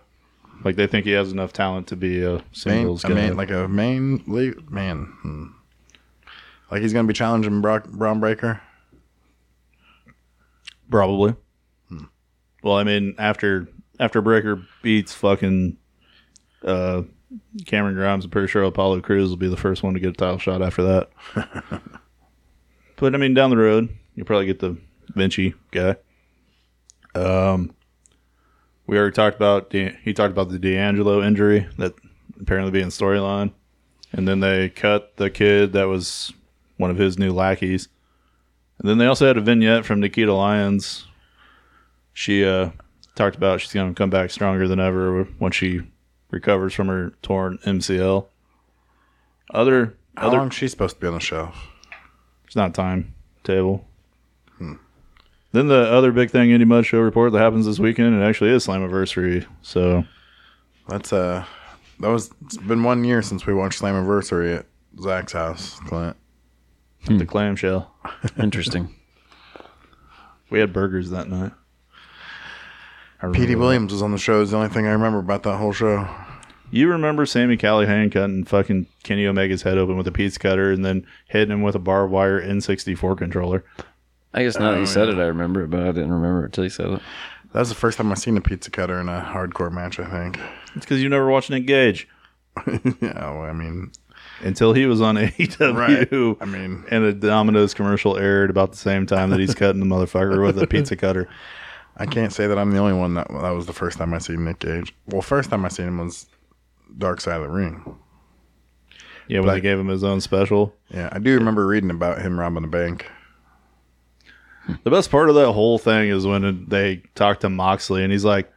Speaker 2: Like they think he has enough talent to be a
Speaker 1: main,
Speaker 2: singles
Speaker 1: a
Speaker 2: guy.
Speaker 1: main, like a main league man. Hmm. Like he's gonna be challenging Brock Braun Breaker.
Speaker 2: Probably. Well, I mean, after after Breaker beats fucking uh, Cameron Grimes, I'm pretty sure Apollo Cruz will be the first one to get a title shot after that. but I mean, down the road, you'll probably get the Vinci guy. Um, we already talked about De- he talked about the D'Angelo injury that apparently being storyline, and then they cut the kid that was one of his new lackeys. And then they also had a vignette from Nikita Lyons. She uh, talked about she's going to come back stronger than ever when she recovers from her torn MCL. Other
Speaker 1: How
Speaker 2: other
Speaker 1: long's she supposed to be on the shelf?
Speaker 2: it's not time table.
Speaker 1: Hmm.
Speaker 2: Then the other big thing, Indie Mud Show report that happens this weekend, it actually is Slammiversary. So
Speaker 1: That's uh that was it's been one year since we watched Slammiversary at Zach's house, Clint.
Speaker 2: the clamshell.
Speaker 4: Interesting.
Speaker 2: We had burgers that night. I remember
Speaker 1: Petey
Speaker 2: that.
Speaker 1: Williams was on the show. Is the only thing I remember about that whole show.
Speaker 2: You remember Sammy Callahan cutting fucking Kenny Omega's head open with a pizza cutter and then hitting him with a barbed wire N64 controller.
Speaker 4: I
Speaker 1: Oh,
Speaker 4: guess now that you said it, I remember it, but I didn't remember it until you said it.
Speaker 1: That was the first time I seen a pizza cutter in a hardcore match. I think. (laughs)
Speaker 2: It's because you never watched Nick Gage
Speaker 1: yeah, well, I mean,
Speaker 2: until he was on (laughs) AEW.
Speaker 1: I mean,
Speaker 2: and a Domino's commercial aired about the same
Speaker 1: (laughs)
Speaker 2: time that he's cutting the motherfucker with a pizza cutter.
Speaker 1: I can't say that I'm the only one that that was the first time I seen Nick Gage. Well, first time I seen him was Dark Side of the Ring.
Speaker 2: Yeah, when they gave him his own special.
Speaker 1: Yeah, I do remember reading about him robbing a bank.
Speaker 2: The best part of that whole thing is when they talk to Moxley and he's like,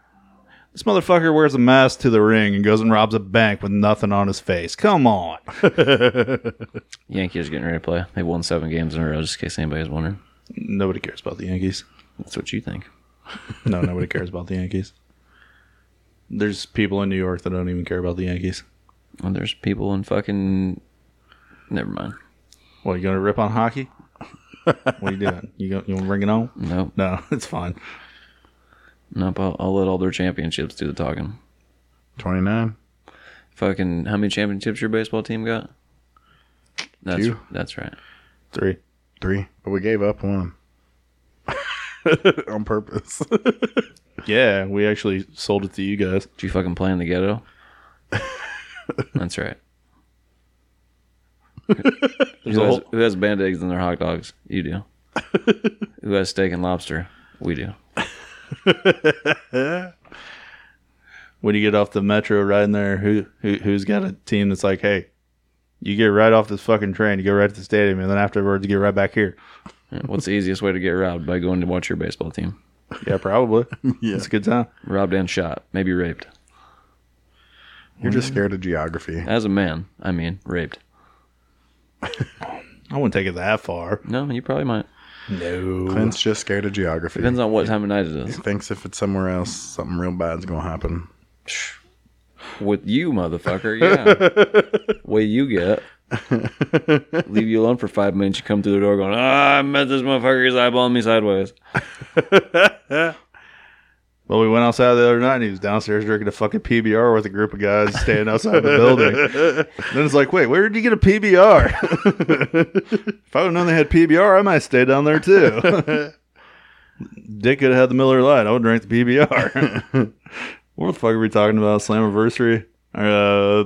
Speaker 2: this motherfucker wears a mask to the ring and goes and robs a bank with nothing on his face. Come on. (laughs)
Speaker 4: Yankees are getting ready to play. They won seven games in a row, just in case anybody's wondering.
Speaker 2: Nobody cares about the Yankees.
Speaker 4: That's what you think.
Speaker 2: No, nobody cares about the Yankees. There's people in New York that don't even care about the Yankees.
Speaker 4: Well, there's people in fucking. Never mind.
Speaker 2: What, you going to rip on hockey? What are you doing? You going you to bring it on?
Speaker 4: Nope.
Speaker 2: No, (laughs) it's fine.
Speaker 4: Nope. I'll, I'll let all their championships do the talking.
Speaker 1: Twenty nine.
Speaker 4: Fucking, how many championships your baseball team got? That's,
Speaker 1: Two.
Speaker 4: That's right.
Speaker 2: Three.
Speaker 1: Three. But we gave up one. (laughs) On purpose. (laughs)
Speaker 2: Yeah, we actually sold it to you guys.
Speaker 4: Did you fucking play in the ghetto? that's right.
Speaker 2: There's a
Speaker 4: Who has,
Speaker 2: whole-
Speaker 4: who has band eggs in their hot dogs? You do. who has steak and lobster? We do.
Speaker 2: when you get off the metro riding there, who, who who's got a team that's like, hey, you get right off this fucking train, you go right to the stadium, and then afterwards you get right back here.
Speaker 4: Yeah, What's the easiest way to get robbed by going to watch your baseball team?
Speaker 2: Yeah, probably.
Speaker 1: Yeah.
Speaker 2: It's a good time.
Speaker 4: Robbed and shot, maybe raped.
Speaker 1: You're just scared of geography.
Speaker 4: As a man, I mean, raped.
Speaker 2: I wouldn't take it that far.
Speaker 4: No, you probably might.
Speaker 2: No.
Speaker 1: Clint's just scared of geography.
Speaker 4: Depends on what time of night it is.
Speaker 1: Thinks if it's somewhere else, something real bad's gonna happen.
Speaker 4: With you, motherfucker, yeah. (laughs) Way you get. Leave you alone for five minutes. You come through the door going, ah, I met this motherfucker. He's eyeballing me sideways.
Speaker 2: Well, we went outside the other night and he was downstairs drinking a fucking PBR with a group of guys standing outside the building. then it's like, wait, where did you get a PBR? if I would have known they had PBR, I might stay down there too. Dick could have had the Miller Lite. I would drink the PBR. what the fuck are we talking about? Slammiversary? Uh,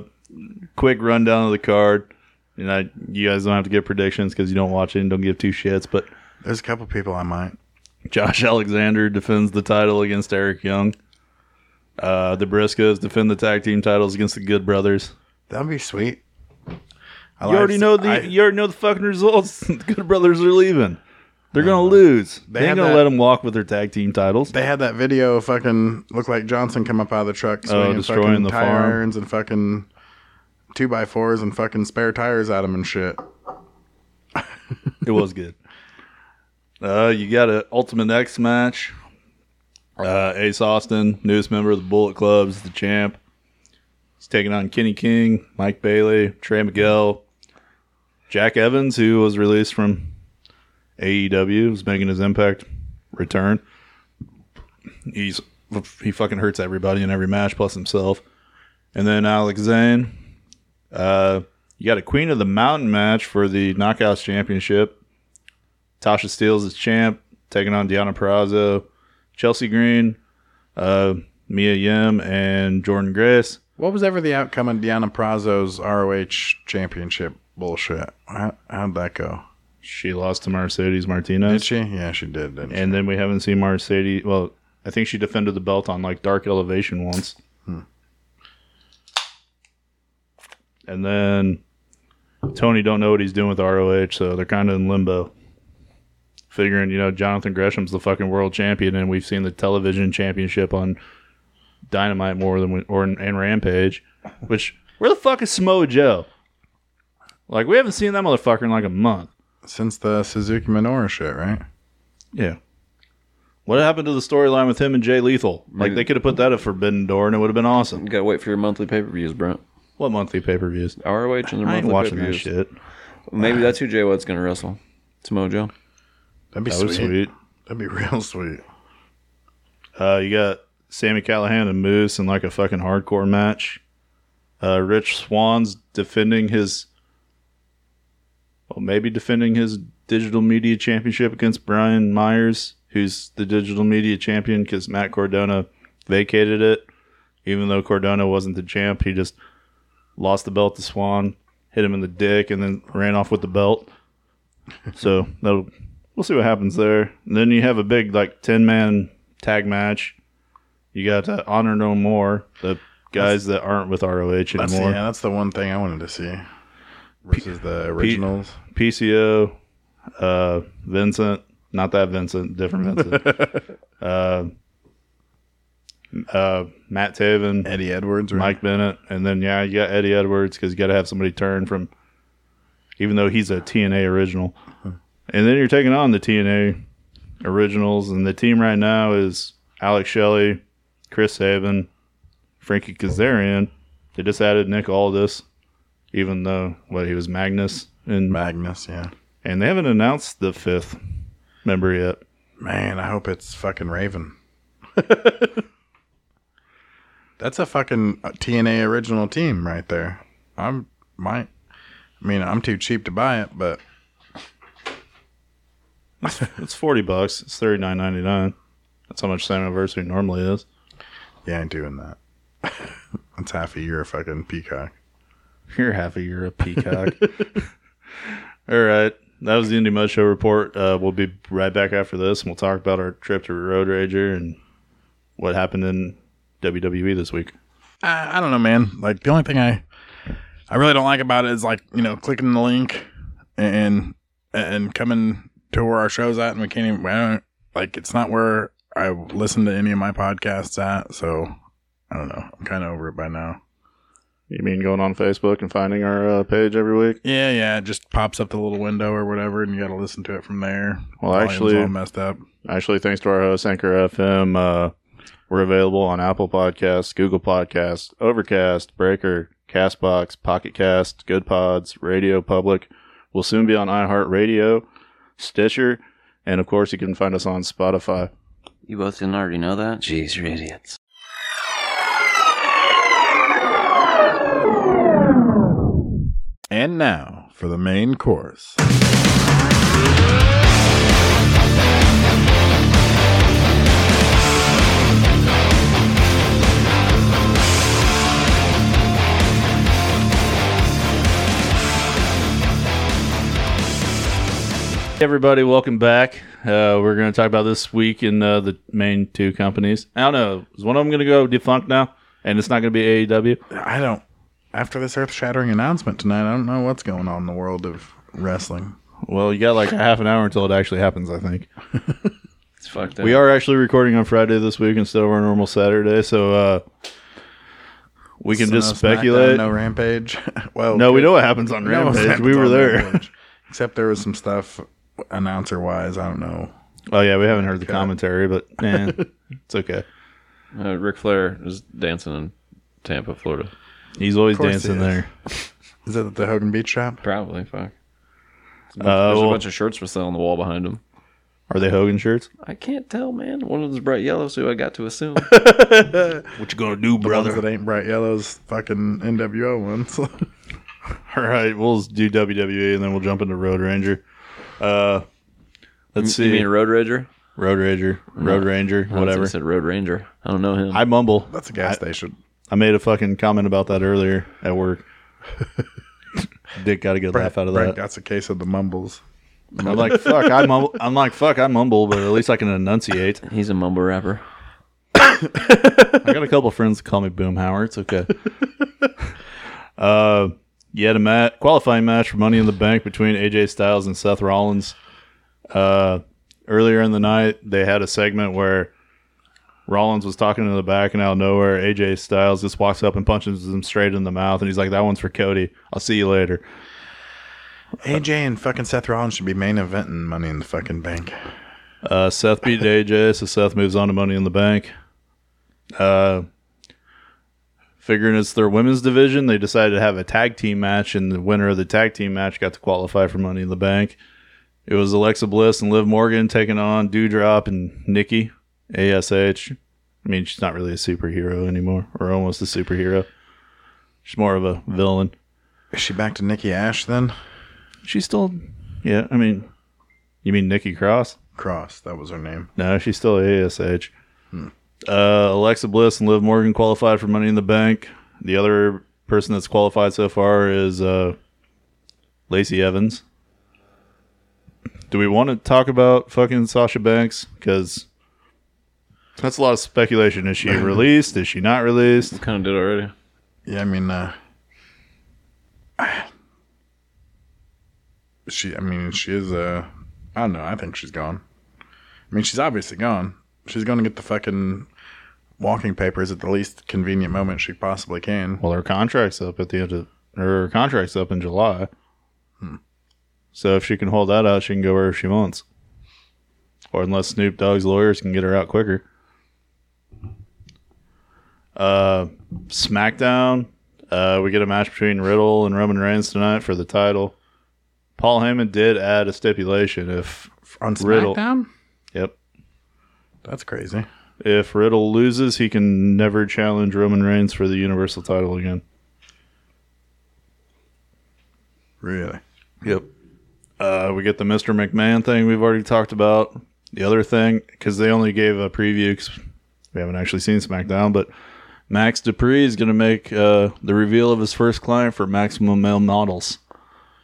Speaker 2: quick rundown of the card. And I, you guys don't have to give predictions because you don't watch it and don't give two shits. But
Speaker 1: There's a couple people I might.
Speaker 2: Josh Alexander defends the title against Eric Young. Uh, the Briscoes defend the tag team titles against the Good Brothers.
Speaker 1: That'd be sweet. I
Speaker 2: You already know the
Speaker 1: I-
Speaker 2: you already know the fucking results. (laughs) the Good Brothers are leaving. They're gonna lose. They,
Speaker 1: had
Speaker 2: ain't
Speaker 1: Uh-huh.
Speaker 2: gonna
Speaker 1: that-
Speaker 2: let them walk with their tag team titles.
Speaker 1: they had that video of fucking look like Johnson come up out of the truck swinging
Speaker 2: Oh, destroying
Speaker 1: fucking
Speaker 2: the
Speaker 1: tire
Speaker 2: farm.
Speaker 1: irons and fucking two by fours and fucking spare tires at him and shit.
Speaker 2: it was good. Uh, you got an Ultimate X match. Uh, Ace Austin, newest member of the Bullet Club, is the champ. He's taking on Kenny King, Mike Bailey, Trey Miguel, Jack Evans, who was released from AEW, is making his impact return. He's he fucking hurts everybody in every match, plus himself. And then Alex Zane. Uh, you got a Queen of the Mountain match for the Knockouts Championship. Tasha Steeles is champ. Ta- taking on Deanna Perrazzo, Chelsea Green, uh, Mia Yim, and Jordan Grace.
Speaker 1: What was ever the outcome of Deanna Prazo's ROH championship bullshit? How, how'd that go?
Speaker 2: She lost to Mercedes
Speaker 1: Did
Speaker 2: Martinez.
Speaker 1: she? Yeah, she did. Didn't
Speaker 2: And then we haven't seen Mercedes. Well, I think she defended the belt on like Dark Elevation once. And then Tony don't know what he's doing with ROH, so they're kind of in limbo. Figuring, you know, Jonathan Gresham's the fucking world champion, and we've seen the television championship on Dynamite more than we, or and Rampage. Which where the fuck is Samoa Joe? Like we haven't seen that motherfucker in like a month.
Speaker 1: she? Since the Suzuki Minoru shit, right?
Speaker 2: Yeah. What happened to the storyline with him and Jay Lethal? Like they could have put that at Forbidden Door and it would have been awesome.
Speaker 4: You gotta wait for your monthly pay per views, Brent.
Speaker 2: What monthly pay per views?
Speaker 4: ROH and their
Speaker 2: I ain't
Speaker 4: monthly
Speaker 2: watching that
Speaker 4: pay-per-views.
Speaker 2: shit.
Speaker 4: Maybe that's who Jay White's gonna wrestle. It's Mojo.
Speaker 1: That'd be
Speaker 2: That
Speaker 1: sweet.
Speaker 2: was sweet.
Speaker 1: That'd be real sweet.
Speaker 2: Uh, you got Sammy Callahan and Moose in like a fucking hardcore match. Uh, Rich Swan's defending his, well, maybe defending his digital media championship against Brian Myers, who's the digital media champion because Matt Cordona vacated it. Even though Cordona wasn't the champ, he just lost the belt to Swan, hit him in the dick, and then ran off with the belt. So that'll we'll see what happens there. And then you have a big like ten man tag match. You got uh, Honor No More, the guys that aren't with ROH
Speaker 1: That's yeah,
Speaker 2: anymore.
Speaker 1: that's the one thing I wanted to see. Versus the originals.
Speaker 2: PCO, uh, Vincent, not that Vincent, different Vincent. uh, uh, Matt Taven,
Speaker 1: Eddie Edwards, right?
Speaker 2: Mike Bennett, and then yeah, you got Eddie Edwards because you got to have somebody turn from, even though he's a TNA original, and then you're taking on the TNA originals, and the team right now is Alex Shelley, Chris Haven, Frankie Kazarian. They just added Nick Aldis, even though what he was Magnus, and
Speaker 1: Magnus, yeah.
Speaker 2: and they haven't announced the fifth member yet.
Speaker 1: Man, I hope it's fucking Raven. (laughs) That's a fucking TNA original team right there. I'm my I mean, I'm too cheap to buy it, but
Speaker 2: It's forty bucks. It's thirty nine ninety nine. That's how much Samiversary normally is.
Speaker 1: yeah, I ain't doing that. (laughs) That's half a year of fucking peacock.
Speaker 2: You're half a year a peacock. All right. That was the Indie Mud Show report. Uh, we'll be right back after this and we'll talk about our trip to Road Rager and what happened in WWE this week.
Speaker 1: I, I don't know, man. Like the only thing I I really don't like about it is like you know clicking the link and and coming to where our show's at, and we can't even we don't, like it's not where I listen to any of my podcasts at. So I don't know. I'm kind of over it by now.
Speaker 2: You mean going on Facebook and finding our uh, page every week?
Speaker 1: Yeah, yeah. It just pops up the little window or whatever, and you got to listen to it from there.
Speaker 2: Well,
Speaker 1: Volume's
Speaker 2: actually-
Speaker 1: all messed up.
Speaker 2: Actually, thanks to our host, Anchor FM, uh, we're available on Apple Podcasts, Google Podcasts, Overcast, Breaker, Castbox, Pocket Cast, Good Pods, Radio Public. We'll soon be on iHeartRadio, Stitcher, and of course, you can find us on Spotify.
Speaker 3: You both didn't already know that? Jeez, you're idiots.
Speaker 1: And now for the main course.
Speaker 2: Hey everybody, welcome back. Uh, we're going to talk about this week in uh, the main two companies. I don't know. Is one of them going to go defunct now? And it's not going to be E AEW?
Speaker 1: I don't. After this earth-shattering announcement tonight, I don't know what's going on in the world of wrestling.
Speaker 2: Well, you got like a half an hour until it actually happens, I think.
Speaker 4: It's fucked up.
Speaker 2: We are actually recording on Friday this week instead of our normal Saturday, so uh, we can
Speaker 1: So
Speaker 2: just
Speaker 1: no
Speaker 2: speculate.
Speaker 1: SmackDown, no Rampage. (laughs) well,
Speaker 2: no, we
Speaker 1: good. (laughs)
Speaker 2: know what happens on
Speaker 1: We know what
Speaker 2: Rampage.
Speaker 1: happens
Speaker 2: We were
Speaker 1: on
Speaker 2: there.
Speaker 1: Rampage. Except there was some stuff announcer wise. I don't know.
Speaker 2: (laughs) oh, yeah, we haven't heard the
Speaker 1: (laughs)
Speaker 2: commentary, but eh, it's okay.
Speaker 4: Uh, Ric Flair is dancing in Tampa, Florida.
Speaker 2: He's always
Speaker 1: course he
Speaker 2: dancing
Speaker 1: is.
Speaker 2: there.
Speaker 1: Is it at the Hogan Beach shop?
Speaker 4: Probably, fuck. There's a bunch,
Speaker 2: Uh,
Speaker 4: there's
Speaker 2: well-
Speaker 4: a bunch of shirts for sale on the wall behind him.
Speaker 2: Are they Hogan shirts?
Speaker 4: I can't tell, man. One of them's bright yellow, so I got to assume.
Speaker 2: What you gonna do,
Speaker 1: Brother that ain't bright yellows, fucking NWO ones.
Speaker 2: (laughs)
Speaker 1: (laughs)
Speaker 2: All right, we'll just do E WWE and then we'll jump into Road Ranger. Uh, let's
Speaker 4: You
Speaker 2: see.
Speaker 4: mean Road Rager?
Speaker 2: Road Rager, Road Ranger,
Speaker 4: I
Speaker 2: whatever.
Speaker 4: said Road Ranger. I don't know him.
Speaker 2: I mumble.
Speaker 1: That's a gas station.
Speaker 2: I made a fucking comment about that earlier at
Speaker 1: (laughs)
Speaker 2: work. Dick got a good laugh out of
Speaker 1: Brent
Speaker 2: that.
Speaker 1: got a case of the mumbles.
Speaker 2: I'm like, fuck, I mumble. I'm like, fuck, I mumble, but at least I can enunciate.
Speaker 4: He's a mumble rapper.
Speaker 2: I got a couple friends that call me Boomhauer. It's okay. uh, yet a mat- qualifying match for Money in the Bank between AJ Styles and Seth Rollins. Uh, earlier in the night, they had a segment where Rollins was talking to the back, and out of nowhere, AJ Styles just walks up and punches him straight in the mouth, and he's like, "That one's for Cody. I'll see you later." Uh,
Speaker 1: AJ and fucking Seth Rollins should be main eventing Money in the fucking Bank.
Speaker 2: Uh, Seth beat AJ, so Seth moves on to Money in the Bank. Uh, figuring it's their women's division, they decided to have a tag team match, and the winner of the tag team match got to qualify for Money in the Bank. It was Alexa Bliss and Liv Morgan taking on Dewdrop and Nikki Ash. I mean, she's not really a superhero anymore, or almost a superhero. She's more of a villain.
Speaker 1: Is she back to Nikki Ash then?
Speaker 2: She's still, yeah. I mean, you mean Nikki Cross?
Speaker 1: Cross, that was her name.
Speaker 2: No, she's still ASH. Uh, Alexa Bliss and Liv Morgan qualified for Money in the Bank. The other person that's qualified so far is uh, Lacey Evans. Do we want to talk about fucking Sasha Banks? Because that's a lot of speculation. (clears throat) Is she released? Is she not released?
Speaker 4: Kind of did already.
Speaker 1: Yeah, I mean, uh, (sighs) she. I mean, she is. Uh, I don't know. I think she's gone. I mean, she's obviously gone. She's going to get the fucking walking papers at the least convenient moment she possibly can.
Speaker 2: Well, her contract's up at the end of her contract's up in July. So if she can hold that out, she can go wherever she wants. Or unless Snoop Dogg's lawyers can get her out quicker. Uh, SmackDown, uh, we get a match between Riddle and Roman Reigns tonight for the title. Paul Heyman did add a stipulation if
Speaker 1: On
Speaker 2: Riddle.
Speaker 1: SmackDown,
Speaker 2: yep
Speaker 1: that's crazy.
Speaker 2: if Riddle loses, he can never challenge Roman Reigns for the Universal title again.
Speaker 1: Really,
Speaker 2: Yep. Uh, we get the Mr. McMahon thing we've already talked about. The other thing, because they only gave a preview 'cause we haven't actually seen SmackDown, but Max Dupree is going to make uh, the reveal of his first client for Maximum Male Models.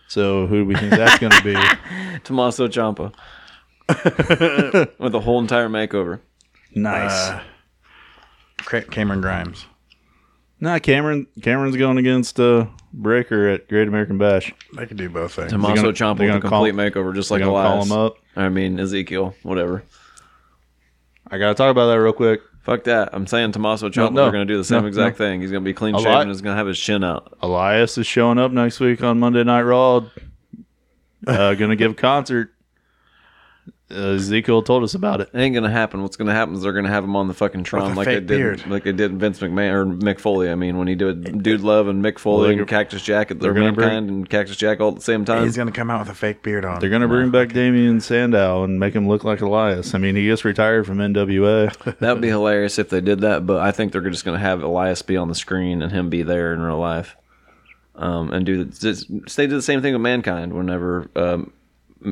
Speaker 2: So who do we think that's going to be?
Speaker 4: Tommaso (laughs) Ciampa. With the whole entire makeover.
Speaker 2: nice.
Speaker 1: Cra- Cameron Grimes.
Speaker 2: nah, Cameron. Cameron's going against uh, Breaker at Great American Bash.
Speaker 1: They could do both things.
Speaker 4: Tommaso
Speaker 2: gonna-
Speaker 4: Ciampa
Speaker 2: they're
Speaker 4: with a
Speaker 2: gonna call-
Speaker 4: complete makeover, just
Speaker 2: They're
Speaker 4: like
Speaker 2: going to call
Speaker 4: Elias.
Speaker 2: him up.
Speaker 4: I mean Ezekiel, whatever.
Speaker 2: I got to talk about that real quick.
Speaker 4: Fuck that. I'm saying Tommaso Ciampa.
Speaker 2: no,
Speaker 4: they're going to do the same
Speaker 2: no,
Speaker 4: exact thing. He's going to be clean shaven.
Speaker 2: lot-
Speaker 4: and He's going to have his chin out.
Speaker 2: Elias is showing up next week on Monday Night Raw. (laughs) Uh, gonna give a concert. Uh, Ezekiel told us about it.
Speaker 4: It ain't going to happen. What's going to happen is they're going to have him on the fucking Tron
Speaker 1: a
Speaker 4: like they
Speaker 1: fake
Speaker 4: did,
Speaker 1: beard.
Speaker 4: like they did Vince McMahon or Mick Foley. I mean, when he did Dude Love and Mick Foley
Speaker 2: they're
Speaker 4: and Cactus Jack, they're
Speaker 2: they're gonna
Speaker 4: mankind
Speaker 2: bring-
Speaker 4: and Cactus Jack all at the same time.
Speaker 1: He's gonna come out with a fake beard on.
Speaker 2: They're gonna bring back Damian Sandow and make him look like Elias. I mean, he just retired from (laughs) NWA.
Speaker 4: That would be hilarious if they did that, but I think they're just going to have Elias be on the screen and him be there in real life, um, and do the, just, they did the same thing with mankind whenever um,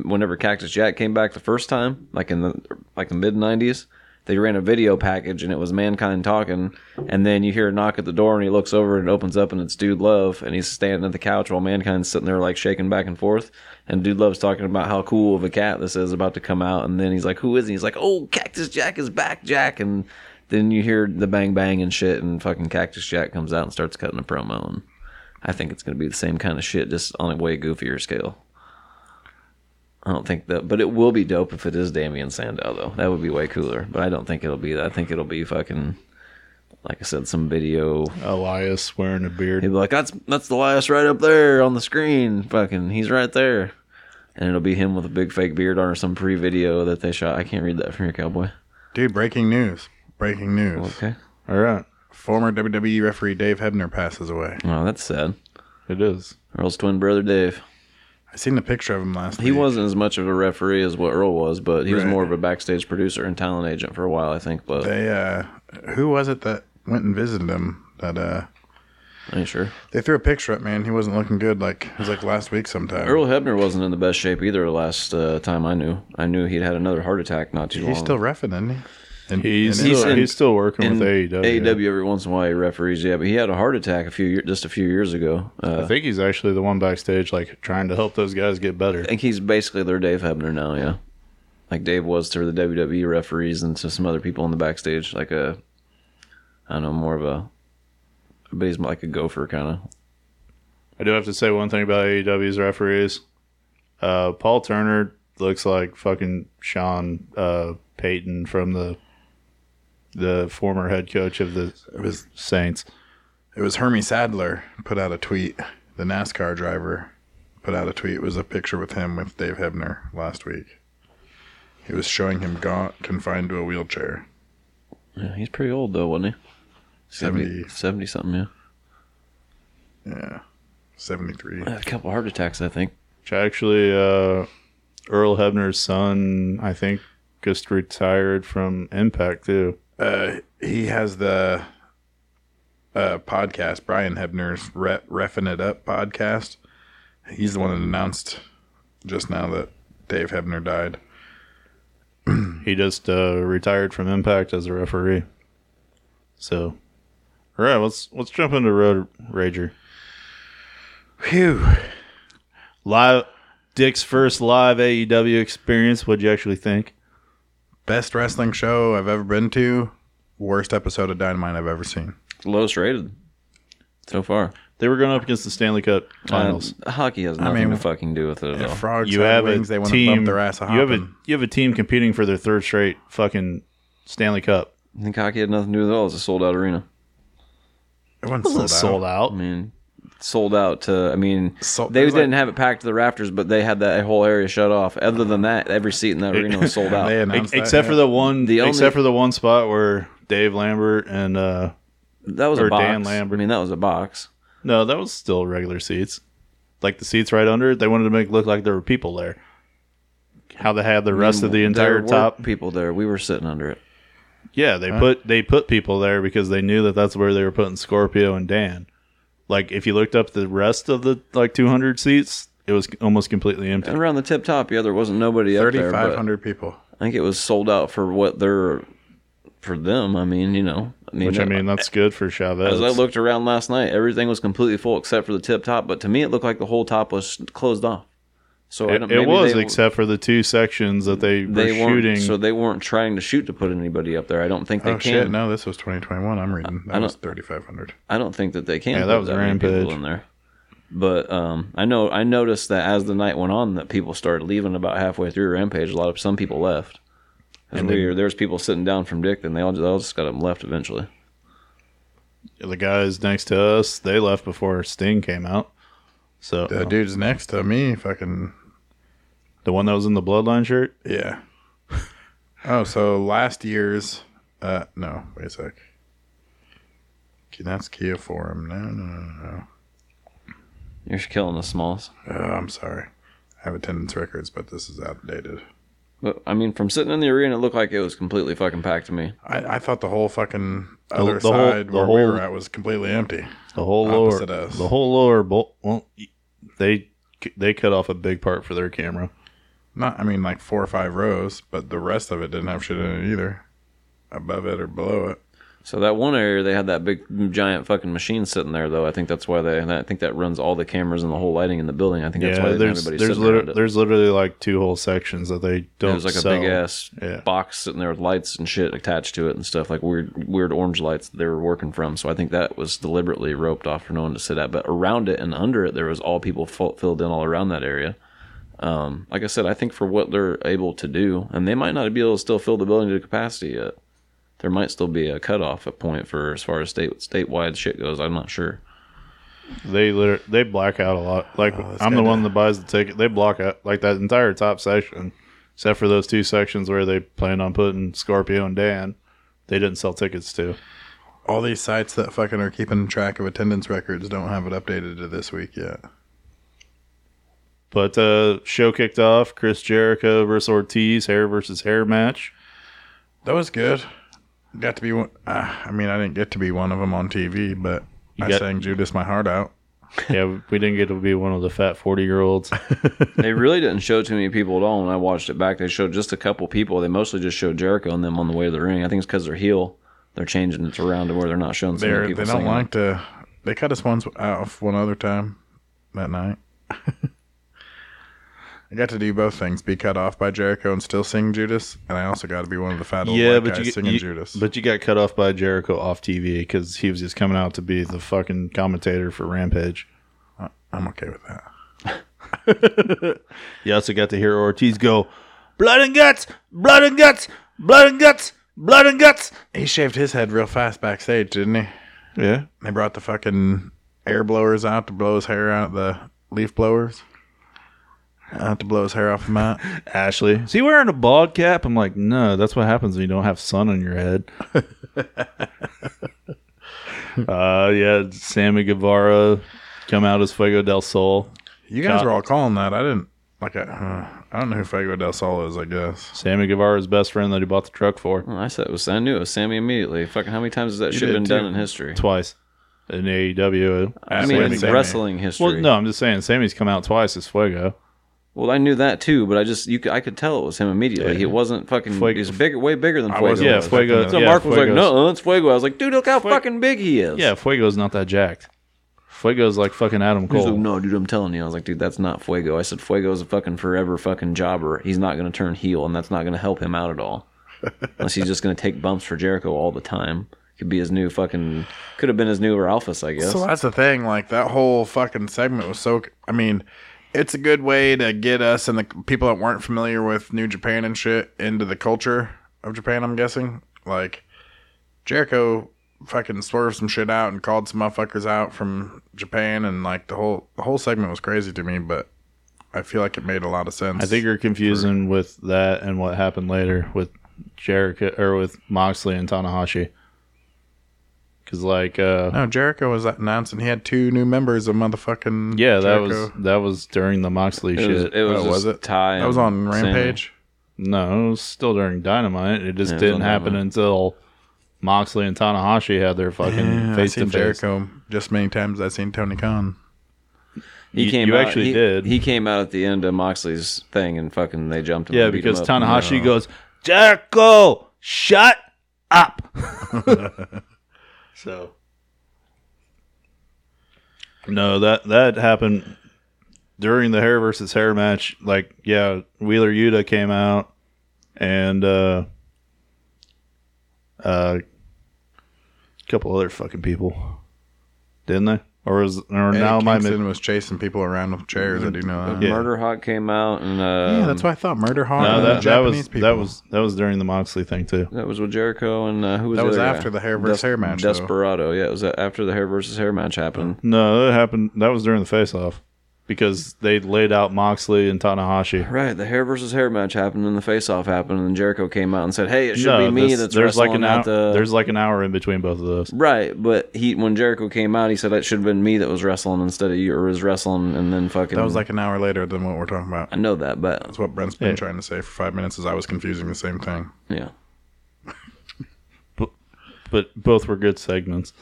Speaker 4: whenever Cactus Jack came back the first time, like in the like the mid '90s. They ran a video package and it was mankind talking, and then you hear a knock at the door and he looks over and it opens up and it's Dude Love and he's standing at the couch while mankind's sitting there like shaking back and forth, and Dude Love's talking about how cool of a cat this is about to come out, and then he's like, "Who is he?" He's like, "Oh, Cactus Jack is back, Jack," and then you hear the bang bang and shit, and fucking Cactus Jack comes out and starts cutting a promo, and I think it's gonna be the same kind of shit, just on a way goofier scale. I don't think that, but it will be dope if it is Damian Sandow though. That would be way cooler. But I don't think it'll be that. I think it'll be fucking, like I said, some video.
Speaker 2: Elias wearing a
Speaker 4: He'd
Speaker 2: beard.
Speaker 4: be like, "That's that's the last right up there on the screen. Fucking, he's right there." And it'll be him with a big fake beard on or some pre-video that they shot. I can't read that from your cowboy.
Speaker 1: Dude, breaking news. Breaking news.
Speaker 4: Okay.
Speaker 2: All right,
Speaker 1: Former WWE referee Dave Hebner passes away.
Speaker 4: Oh, that's sad.
Speaker 2: it is.
Speaker 4: Earl's twin brother Dave.
Speaker 1: I seen the picture of him last
Speaker 4: He
Speaker 1: week.
Speaker 4: wasn't as much of a referee as what Earl was, but he was
Speaker 1: Right.
Speaker 4: more of a backstage producer and talent agent for a while, I think. But
Speaker 1: They uh who was it that went and visited him that uh
Speaker 4: Are you sure?
Speaker 1: They threw a picture up, man. He wasn't looking good. Like it was like last week sometime.
Speaker 4: Earl Hebner wasn't in the best shape either last uh, time I knew. I knew he'd had another heart attack not too long.
Speaker 1: He's still refing, isn't he? And
Speaker 2: He's,
Speaker 1: and
Speaker 4: He's
Speaker 2: still,
Speaker 4: in-
Speaker 2: he's still working
Speaker 4: in
Speaker 2: with
Speaker 1: E
Speaker 2: AEW.
Speaker 4: AEW every once in a while he referees, yeah, but he had a heart attack a few year, just a few years ago. Uh,
Speaker 2: I think he's actually the one backstage, like trying to help those guys get better.
Speaker 4: I think he's basically their Dave Hebner now, yeah. Like Dave was to the WWE referees and to some other people in the backstage, like a, I don't know, more of a, but he's like a gopher kind of.
Speaker 2: I do have to say one thing about AEW's referees. Uh, Paul Turner looks like fucking Sean uh, Payton from the the former head coach of the
Speaker 1: it was
Speaker 2: Saints.
Speaker 1: it was Hermie Sadler put out a tweet. The NASCAR driver put out a tweet. It was a picture with him with Dave Hebner last week. He was showing him gaunt, confined to a wheelchair.
Speaker 4: Yeah, he's pretty old though, wasn't he?
Speaker 1: 70.
Speaker 4: 70 something, yeah.
Speaker 1: Yeah, seventy three.
Speaker 4: Had a couple heart attacks, I think.
Speaker 2: Which actually, uh, Earl Hebner's son, I think, just retired from Impact too.
Speaker 1: uh, he has the uh, podcast, Brian Hebner's Re- Reffing It Up podcast. He's the one that announced just now that Dave Hebner died.
Speaker 2: He just uh, retired from Impact as a referee. So, all right, let's let's jump into Road Rager.
Speaker 1: Phew.
Speaker 2: live Dick's first live AEW experience. What'd you actually think?
Speaker 1: Best wrestling show I've ever been to. Worst episode of Dynamite I've ever seen.
Speaker 4: It's the lowest rated so far.
Speaker 2: They were going up against the Stanley Cup Finals.
Speaker 4: Uh, hockey has nothing
Speaker 1: mean,
Speaker 4: to fucking do with it at all.
Speaker 1: If frogs
Speaker 2: you
Speaker 1: had
Speaker 2: have
Speaker 1: wings,
Speaker 2: a
Speaker 1: they want to
Speaker 2: team.
Speaker 1: bump their ass a
Speaker 2: you have a
Speaker 1: hopping.
Speaker 2: you have a team competing for their third straight fucking Stanley Cup.
Speaker 4: I think hockey had nothing to do with it all. It's a sold out arena.
Speaker 1: It wasn't sold,
Speaker 2: Wasn't sold
Speaker 1: out.
Speaker 2: out.
Speaker 4: I mean, sold out to. I mean,
Speaker 1: Sold-
Speaker 4: they
Speaker 1: it was
Speaker 4: didn't
Speaker 1: like-
Speaker 4: have it packed to the rafters, but they had that whole area shut off. Other than that, every seat in that arena
Speaker 2: (laughs)
Speaker 4: was sold out.
Speaker 1: They
Speaker 2: E-
Speaker 1: announced that,
Speaker 2: except for
Speaker 1: yeah.
Speaker 2: the one.
Speaker 4: The only-
Speaker 2: except for the one spot where Dave Lambert and uh
Speaker 4: that was
Speaker 2: or
Speaker 4: a box.
Speaker 2: Dan Lambert.
Speaker 4: I mean, that was a box.
Speaker 2: no, that was still regular seats. Like the seats right under it, they wanted to make it look like there were people there. How they had the rest of the
Speaker 4: There
Speaker 2: entire
Speaker 4: were
Speaker 2: top
Speaker 4: people there. We were sitting under it.
Speaker 2: Yeah, they put they put people there because they knew that that's where they were putting Scorpio and Dan. Like if you looked up the rest of the like 200 seats, it was almost completely empty.
Speaker 4: And around the tip top, yeah, there wasn't nobody up there. but
Speaker 1: 3,500 people.
Speaker 4: I think it was sold out for what they're for them. I mean, you know, I mean,
Speaker 2: Which I mean, that's good for Chavez.
Speaker 4: As I looked around last night, everything was completely full except for the tip top. But to me, it looked like the whole top was closed off. So I
Speaker 2: it,
Speaker 4: don't-
Speaker 2: it
Speaker 4: maybe
Speaker 2: was
Speaker 4: they-
Speaker 2: except for the two sections that they,
Speaker 4: they
Speaker 2: were
Speaker 4: weren't
Speaker 2: shooting.
Speaker 4: so they weren't trying to shoot to put anybody up there. I don't think they
Speaker 1: Oh,
Speaker 4: can.
Speaker 1: shit. No, this was 2021. I'm reading. That
Speaker 4: don't-
Speaker 1: was 3,500.
Speaker 4: I don't think that they can.
Speaker 2: Yeah,
Speaker 4: put
Speaker 2: that was
Speaker 4: many people
Speaker 2: Rampage.
Speaker 4: in there. But um, I know I noticed that as the night went on, that people started leaving about halfway through Rampage. A lot of some people left. And we were, there was people sitting down from Dick, and they all, they all just got up and left eventually.
Speaker 2: the guys next to us, they left before Sting came out. So
Speaker 1: The dude's next to me fucking
Speaker 2: the one that was in the Bloodline shirt,
Speaker 1: Yeah. Oh, so last year's. Uh, no, wait a sec. Okay, That's Kia Forum. No, no, no, no.
Speaker 4: You're killing the smalls.
Speaker 1: Oh, I'm sorry. I have attendance records, but this is outdated.
Speaker 4: But I mean, from sitting in the arena, it looked like it was completely fucking packed to me.
Speaker 1: I, I thought the whole fucking other
Speaker 2: the whole-
Speaker 1: side
Speaker 2: the
Speaker 1: where we
Speaker 2: whole-
Speaker 1: were at was completely empty.
Speaker 2: the whole lower,
Speaker 1: Opposite us.
Speaker 2: the whole lower. Bo- well, they they cut off a big part for their camera.
Speaker 1: Not, I mean, like four or five rows, but the rest of it didn't have shit in it either, above it or below it.
Speaker 4: So that one area, they had that big giant fucking machine sitting there, though. I think that's why they. I think that runs all the cameras and the whole lighting in the building. I think that's why they
Speaker 2: Yeah,
Speaker 4: didn't have
Speaker 2: there's
Speaker 4: everybody
Speaker 2: there's
Speaker 4: sitting around
Speaker 2: literally,
Speaker 4: it.
Speaker 2: there's literally like two whole sections that they don't.
Speaker 4: It was like
Speaker 2: sell.
Speaker 4: a big ass
Speaker 2: Yeah.
Speaker 4: box sitting there with lights and shit attached to it and stuff, like weird weird orange lights that they were working from. So I think that was deliberately roped off for no one to sit at. But around it and under it, there was all people fu- filled in all around that area. Um, like I said, I think for what they're able to do, and they might not be able to still fill the building to capacity yet. There might still be a cutoff point for as far as state statewide shit goes. I'm not sure.
Speaker 2: They liter- they black out a lot. Like I'm the
Speaker 1: kinda-
Speaker 2: one that buys the ticket. They block out like that entire top section, except for those two sections where they planned on putting Scorpio and Dan. They didn't sell tickets to.
Speaker 1: All these sites that fucking are keeping track of attendance records don't have it updated to this week yet.
Speaker 2: But uh show kicked off. Chris Jericho versus Ortiz, hair versus hair
Speaker 4: (laughs)
Speaker 2: match.
Speaker 1: That was good. Got to be one. Uh, I mean, I didn't get to be one of them on TV, but
Speaker 2: You
Speaker 1: I
Speaker 2: got-
Speaker 1: sang Judas my heart out.
Speaker 2: yeah, we didn't get to be one of the fat forty year
Speaker 4: (laughs)
Speaker 2: olds.
Speaker 4: They really didn't show too many people at all when I watched it back. They showed just a couple people. They mostly just showed Jericho and them on the way to the ring. I think it's because they're heel. They're changing it around to where they're not showing so many
Speaker 1: They're,
Speaker 4: people.
Speaker 1: they don't
Speaker 4: singing.
Speaker 1: like to. They cut us once off one other time that night. (laughs) I got to do both things: be cut off by Jericho and still sing Judas, and I also got to be one of the fat old white guys singing Judas.
Speaker 2: but you got cut off by Jericho off TV because he was just coming out to be the fucking commentator for Rampage.
Speaker 1: I'm okay with that.
Speaker 2: You also got to hear Ortiz go, "Blood and guts, blood and guts, blood and guts, blood and guts."
Speaker 1: He shaved his head real fast backstage, didn't he?
Speaker 2: Yeah,
Speaker 1: They brought the fucking air blowers out to blow his hair out. The leaf blowers out to blow his hair off the mat.
Speaker 4: (laughs)
Speaker 2: Ashley, is he wearing a bald cap? I'm like, no, that's what happens when you don't have sun on your head. (laughs) uh, yeah, Sammy Guevara come out as Fuego del Sol.
Speaker 1: You guys
Speaker 2: Got-
Speaker 1: were all calling that. I didn't like. I, uh, I don't know who Fago del Sol is. I guess
Speaker 2: Sammy Guevara's best friend that he bought the truck for
Speaker 4: Well, I said it was. I knew it was Sammy immediately. Fucking how many times has that shit
Speaker 1: did
Speaker 4: been done
Speaker 1: too.
Speaker 4: in history?
Speaker 2: twice in AEW.
Speaker 4: I
Speaker 1: That's
Speaker 4: mean,
Speaker 1: what
Speaker 4: in
Speaker 1: he said.
Speaker 4: wrestling history.
Speaker 2: Well, no, I'm just saying Sammy's come out twice as Fuego.
Speaker 4: Well, I knew that too, but I just you could, I could tell it was him immediately. He wasn't fucking.
Speaker 2: Fuego-
Speaker 4: He was bigger, way bigger than Fuego.
Speaker 1: wasn't-
Speaker 2: Yeah,
Speaker 1: was
Speaker 2: Fuego.
Speaker 1: definitely-
Speaker 4: So
Speaker 2: yeah,
Speaker 4: Mark was like,
Speaker 2: Fuego's-
Speaker 4: "No, it's Fuego." I was like, "Dude, look how fucking big he is."
Speaker 2: Yeah, Fuego's not that jacked. Fuego's like fucking Adam
Speaker 4: He's like,
Speaker 2: Cole.
Speaker 4: no, dude, I'm telling you. I was like, dude, that's not Fuego. I said, Fuego's a fucking forever fucking jobber. He's not going to turn heel, and that's not going to help him out at all. Unless he's just going to take bumps for Jericho all the time. Could be his new fucking. Could have been his new Ralphus, I guess.
Speaker 1: So that's the thing. Like that whole fucking segment was so. I mean, it's a good way to get us and the people that weren't familiar with New Japan and shit into the culture of Japan. I'm guessing. Like Jericho fucking swerved some shit out and called some motherfuckers out from Japan, and like the whole the whole segment was crazy to me. But I feel like it made a lot of sense.
Speaker 2: I think you're confusing with that and what happened later with Jericho or with Moxley and Tanahashi. Because like, uh,
Speaker 1: No, Jericho was announcing he had two new members of motherfucking.
Speaker 2: yeah, that
Speaker 1: Jericho.
Speaker 2: was that was during the Moxley
Speaker 4: it
Speaker 2: shit.
Speaker 4: was, it was,
Speaker 1: Oh, was
Speaker 4: just
Speaker 1: it?
Speaker 4: Ty
Speaker 1: That was
Speaker 4: and
Speaker 1: on
Speaker 4: Sammy.
Speaker 1: Rampage.
Speaker 2: no, it was still during Dynamite. It just
Speaker 4: Yeah, it was
Speaker 2: didn't
Speaker 4: on
Speaker 2: happen
Speaker 4: Dynamite.
Speaker 2: until Moxley and Tanahashi had their fucking
Speaker 1: Yeah, I've
Speaker 2: face to
Speaker 1: seen
Speaker 2: face.
Speaker 1: Jericho just many times. I've seen Tony Khan.
Speaker 4: He
Speaker 2: You-
Speaker 4: came.
Speaker 2: you
Speaker 4: out,
Speaker 2: actually
Speaker 4: he-
Speaker 2: did.
Speaker 4: He came out at the end of Moxley's thing, and fucking they jumped him.
Speaker 2: Yeah,
Speaker 4: and beat him
Speaker 2: because
Speaker 4: up.
Speaker 2: Tanahashi goes, Jericho, shut
Speaker 4: (laughs)
Speaker 2: up. so. No, that that happened during the hair versus hair match. Like, yeah, Wheeler Yuta came out and uh uh a couple other fucking people. Didn't they? Or was or
Speaker 1: Eddie
Speaker 2: now my
Speaker 1: Kingston was chasing people around with chairs. I do know that.
Speaker 2: Yeah.
Speaker 4: Murder Hawk came out, and uh,
Speaker 1: Yeah, that's what I thought. Murder Hawk.
Speaker 2: no,
Speaker 1: and the
Speaker 2: that, that was
Speaker 1: Japanese people.
Speaker 2: that was that was during the Moxley thing too.
Speaker 4: That was with Jericho and uh, who was
Speaker 1: That
Speaker 4: the
Speaker 1: was
Speaker 4: other
Speaker 1: after
Speaker 4: guy?
Speaker 1: the hair versus hair match, though.
Speaker 4: Desperado, yeah, it was after the hair versus hair match happened.
Speaker 2: No, that happened. That was during the face-off because they laid out Moxley and Tanahashi.
Speaker 4: Right, the hair versus hair match happened, and the face off happened, and Jericho came out and said, "Hey, it should
Speaker 2: no,
Speaker 4: be me."
Speaker 2: this-
Speaker 4: that's
Speaker 2: there's like
Speaker 4: wrestling
Speaker 2: an
Speaker 4: out
Speaker 2: hour,
Speaker 4: the
Speaker 2: there's like an hour in between both of those.
Speaker 4: right, but he when Jericho came out, he said it should have been me that was wrestling instead of you, or was wrestling, and then fucking.
Speaker 1: that was like an hour later than what we're talking about.
Speaker 4: I know that, but
Speaker 1: That's what Brent's been
Speaker 2: Yeah.
Speaker 1: trying to say for five minutes. Is I was confusing the same thing.
Speaker 4: yeah,
Speaker 2: But both were good segments.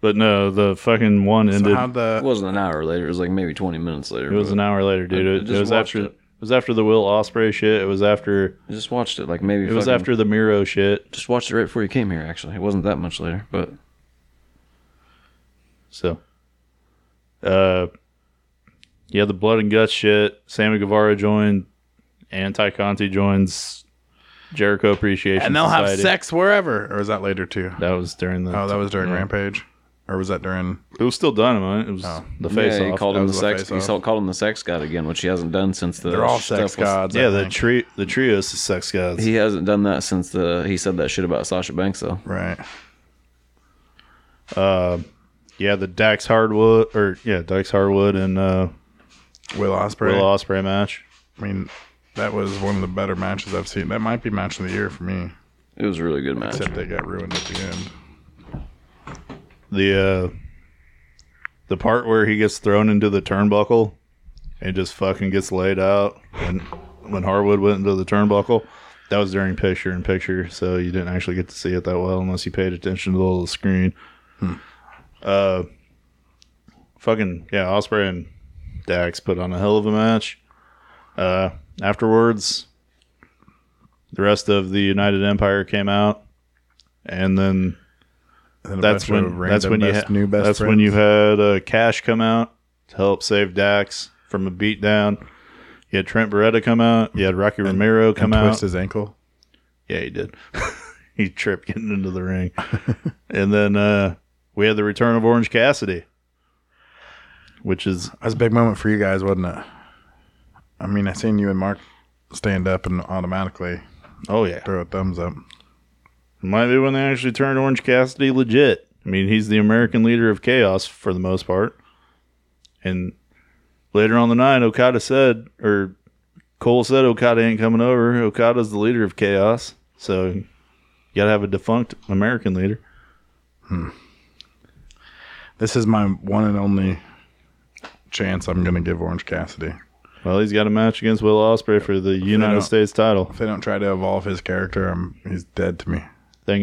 Speaker 2: But no, the fucking one
Speaker 1: So
Speaker 2: ended.
Speaker 1: how the
Speaker 4: it wasn't an hour later; it was like maybe twenty minutes later.
Speaker 2: it was an hour later, dude.
Speaker 4: I- I
Speaker 2: It, it
Speaker 4: just
Speaker 2: was
Speaker 4: watched
Speaker 2: after. It.
Speaker 4: it.
Speaker 2: was after the Will Osprey shit. It was after.
Speaker 4: I just watched it, like maybe
Speaker 2: It was
Speaker 4: fucking-
Speaker 2: after the Miro shit.
Speaker 4: Just watched it right before you came here. Actually, it wasn't that much later, but
Speaker 2: So. Uh. Yeah, the blood and guts shit. Sammy Guevara joined. Anti Conti joins. Jericho Appreciation
Speaker 1: and they'll have
Speaker 2: Society.
Speaker 1: sex wherever, or is that later too?
Speaker 2: That was during the.
Speaker 1: Oh, that was during
Speaker 2: yeah.
Speaker 1: Rampage, or was that during?
Speaker 2: It was still Dynamite. It was
Speaker 1: Oh.
Speaker 2: the face
Speaker 4: yeah, he
Speaker 2: off.
Speaker 4: called
Speaker 1: That
Speaker 4: him the
Speaker 1: was the
Speaker 4: sex. He
Speaker 1: face-off.
Speaker 4: saw- called him the sex god again, which he hasn't done since the.
Speaker 1: They're all sex
Speaker 4: stuff was-
Speaker 1: gods. I
Speaker 2: yeah, the
Speaker 1: think.
Speaker 2: tri- the trios is sex gods.
Speaker 4: He hasn't done that since the he said that shit about Sasha Banks though.
Speaker 1: right.
Speaker 2: yeah, the Dax Hardwood or yeah, Dax Hardwood and uh,
Speaker 1: Will Osprey.
Speaker 2: Will Osprey match.
Speaker 1: I mean, that was one of the better matches I've seen. That might be match of the year for me,
Speaker 4: It was a really good match.
Speaker 1: except they got ruined at the end.
Speaker 2: The uh, the part where he gets thrown into the turnbuckle and just fucking gets laid out when when Hardwood went into the turnbuckle. That was during picture in picture, so you didn't actually get to see it that well unless you paid attention to the little screen. Uh, fucking yeah, Osprey and Dax put on a hell of a match. Uh, afterwards, the rest of the United Empire came out, and then
Speaker 1: And a
Speaker 2: that's
Speaker 1: bunch of
Speaker 2: when that's
Speaker 1: random
Speaker 2: when you
Speaker 1: best-
Speaker 2: ha-
Speaker 1: new best
Speaker 2: that's when
Speaker 1: friends.
Speaker 2: you had uh, Cash come out to help save Dax from a beatdown. You had Trent Beretta come out. You had Rocky Romero come
Speaker 1: and
Speaker 2: out.
Speaker 1: twist his ankle.
Speaker 2: Yeah, he did. (laughs) he tripped getting into the ring. (laughs) and then uh, we had the return of Orange Cassidy, which is
Speaker 1: That was a big moment for you guys, wasn't it? I mean, I seen you and Mark stand up and automatically
Speaker 2: oh yeah,
Speaker 1: throw a thumbs up.
Speaker 2: might be when they actually turned Orange Cassidy legit. I mean, he's the American leader of chaos for the most part. And later on the night, Okada said, or Cole said, Okada ain't coming over. Okada's the leader of chaos, so you gotta have a defunct American leader.
Speaker 1: This is my one and only chance I'm going to give Orange Cassidy.
Speaker 2: Well, he's got a match against Will Ospreay for the United
Speaker 1: don't-
Speaker 2: States title.
Speaker 1: If they don't try to evolve his character, I'm, he's dead to me.
Speaker 2: Thing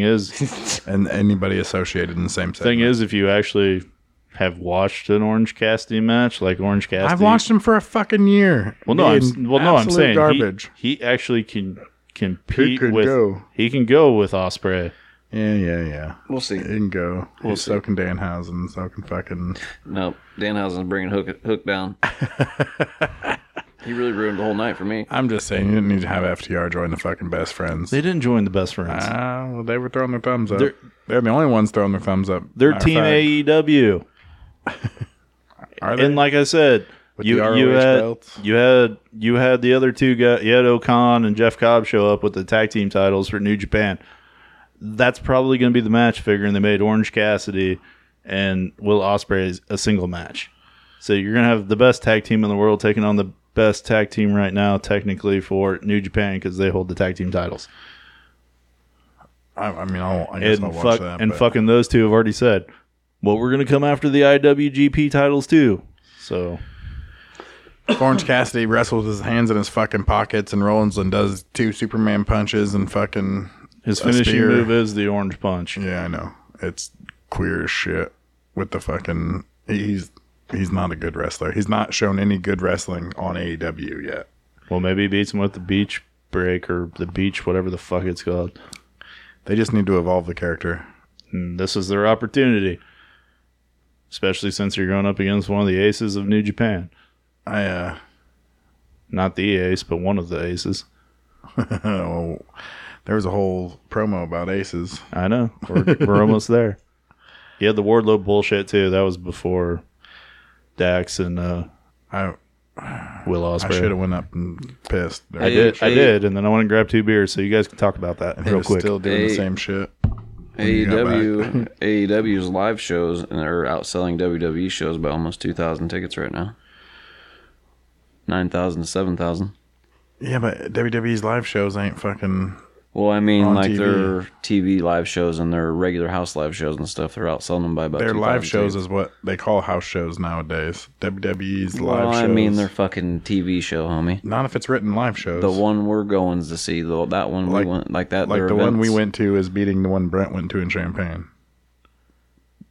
Speaker 1: (laughs)
Speaker 2: is,
Speaker 1: And anybody associated in the same
Speaker 2: thing
Speaker 1: thing.
Speaker 2: is, if you actually have watched an Orange Cassidy match, like Orange Cassidy,
Speaker 1: I've watched him for a fucking year.
Speaker 2: Well, no, I'm,
Speaker 1: He is
Speaker 2: s- well, no, I'm
Speaker 1: absolute
Speaker 2: saying he-
Speaker 1: garbage.
Speaker 2: He, actually can compete
Speaker 1: could
Speaker 2: with.
Speaker 1: go.
Speaker 2: He can go with Osprey.
Speaker 1: Yeah, yeah, yeah.
Speaker 4: We'll see.
Speaker 1: It can go. Well, so can Danhausen. So can fucking.
Speaker 4: No, Danhausen's bringing Hook Hook
Speaker 1: (laughs)
Speaker 4: down. he really ruined the whole night for me.
Speaker 1: I'm just saying, you didn't need to have FTR join the fucking best friends.
Speaker 2: They didn't join the best friends.
Speaker 1: Ah, well, they were throwing their thumbs up. They're,
Speaker 2: They're-
Speaker 1: the only ones throwing their thumbs up.
Speaker 2: They're
Speaker 1: Matter of
Speaker 2: Team
Speaker 1: fact,
Speaker 2: AEW,
Speaker 1: Are they?
Speaker 2: and like I said,
Speaker 1: With
Speaker 2: you
Speaker 1: the ROH
Speaker 2: you had
Speaker 1: belts?
Speaker 2: you had you had the other two guys. You had Okan and Jeff Cobb show up with the tag team titles for New Japan. That's probably going to be the match. Figuring they made Orange Cassidy and Will Ospreay a single match. So you're gonna have the best tag team in the world taking on the best tag team right now, technically for New Japan because they hold the tag team titles.
Speaker 1: I, I mean, I'll, I guess I'll
Speaker 2: And
Speaker 1: watch
Speaker 2: fuck,
Speaker 1: that.
Speaker 2: and
Speaker 1: but
Speaker 2: fucking those two have already said, well, we're gonna come after the IWGP titles too. So
Speaker 1: Orange Cassidy wrestles with his hands in his fucking pockets, and Rollins and does two Superman punches and fucking.
Speaker 2: his
Speaker 1: A
Speaker 2: finishing
Speaker 1: spear.
Speaker 2: move is the orange punch.
Speaker 1: Yeah, I know. It's queer as shit with the fucking. He's he's not a good wrestler. He's not shown any good wrestling on AEW yet.
Speaker 2: Well, maybe he beats him with the beach break or the beach, whatever the fuck it's called.
Speaker 1: They just need to evolve the character.
Speaker 2: And this is their opportunity, especially since you're going up against one of the aces of New Japan.
Speaker 1: I uh,
Speaker 2: Not the ace, but one of the aces.
Speaker 1: oh, there was a whole promo about aces.
Speaker 2: I know. We're, we're almost there. You had the Wardlow bullshit too. That was before Dax and uh,
Speaker 1: I
Speaker 2: Will
Speaker 1: I
Speaker 2: Ospreay.
Speaker 1: should have went up and pissed.
Speaker 2: I
Speaker 1: They're
Speaker 2: did. I
Speaker 4: Hey.
Speaker 2: did, and then I went and grabbed two beers, so you guys can talk about that real quick.
Speaker 1: Still doing the
Speaker 4: Hey.
Speaker 1: same shit. you got
Speaker 4: (laughs) AEW AEW's E live shows are outselling WWE shows by almost two thousand tickets right now. Nine thousand to seven thousand.
Speaker 1: Yeah, but WWE's live shows ain't fucking.
Speaker 4: Well, I mean,
Speaker 1: On
Speaker 4: like
Speaker 1: TV.
Speaker 4: their TV live shows and their regular house live shows and stuff, they're outselling them by about.
Speaker 1: Their
Speaker 4: 2,000
Speaker 1: live shows
Speaker 4: tickets.
Speaker 1: is what they call house shows nowadays. WWE's live
Speaker 4: Well,
Speaker 1: shows.
Speaker 4: I mean, their fucking TV show, homie.
Speaker 1: not if it's written live shows.
Speaker 4: The one we're going to see, the that one
Speaker 1: Like-
Speaker 4: we went like that.
Speaker 1: like
Speaker 4: their
Speaker 1: the one we
Speaker 4: events.
Speaker 1: went to is beating the one Brent went to in Champagne.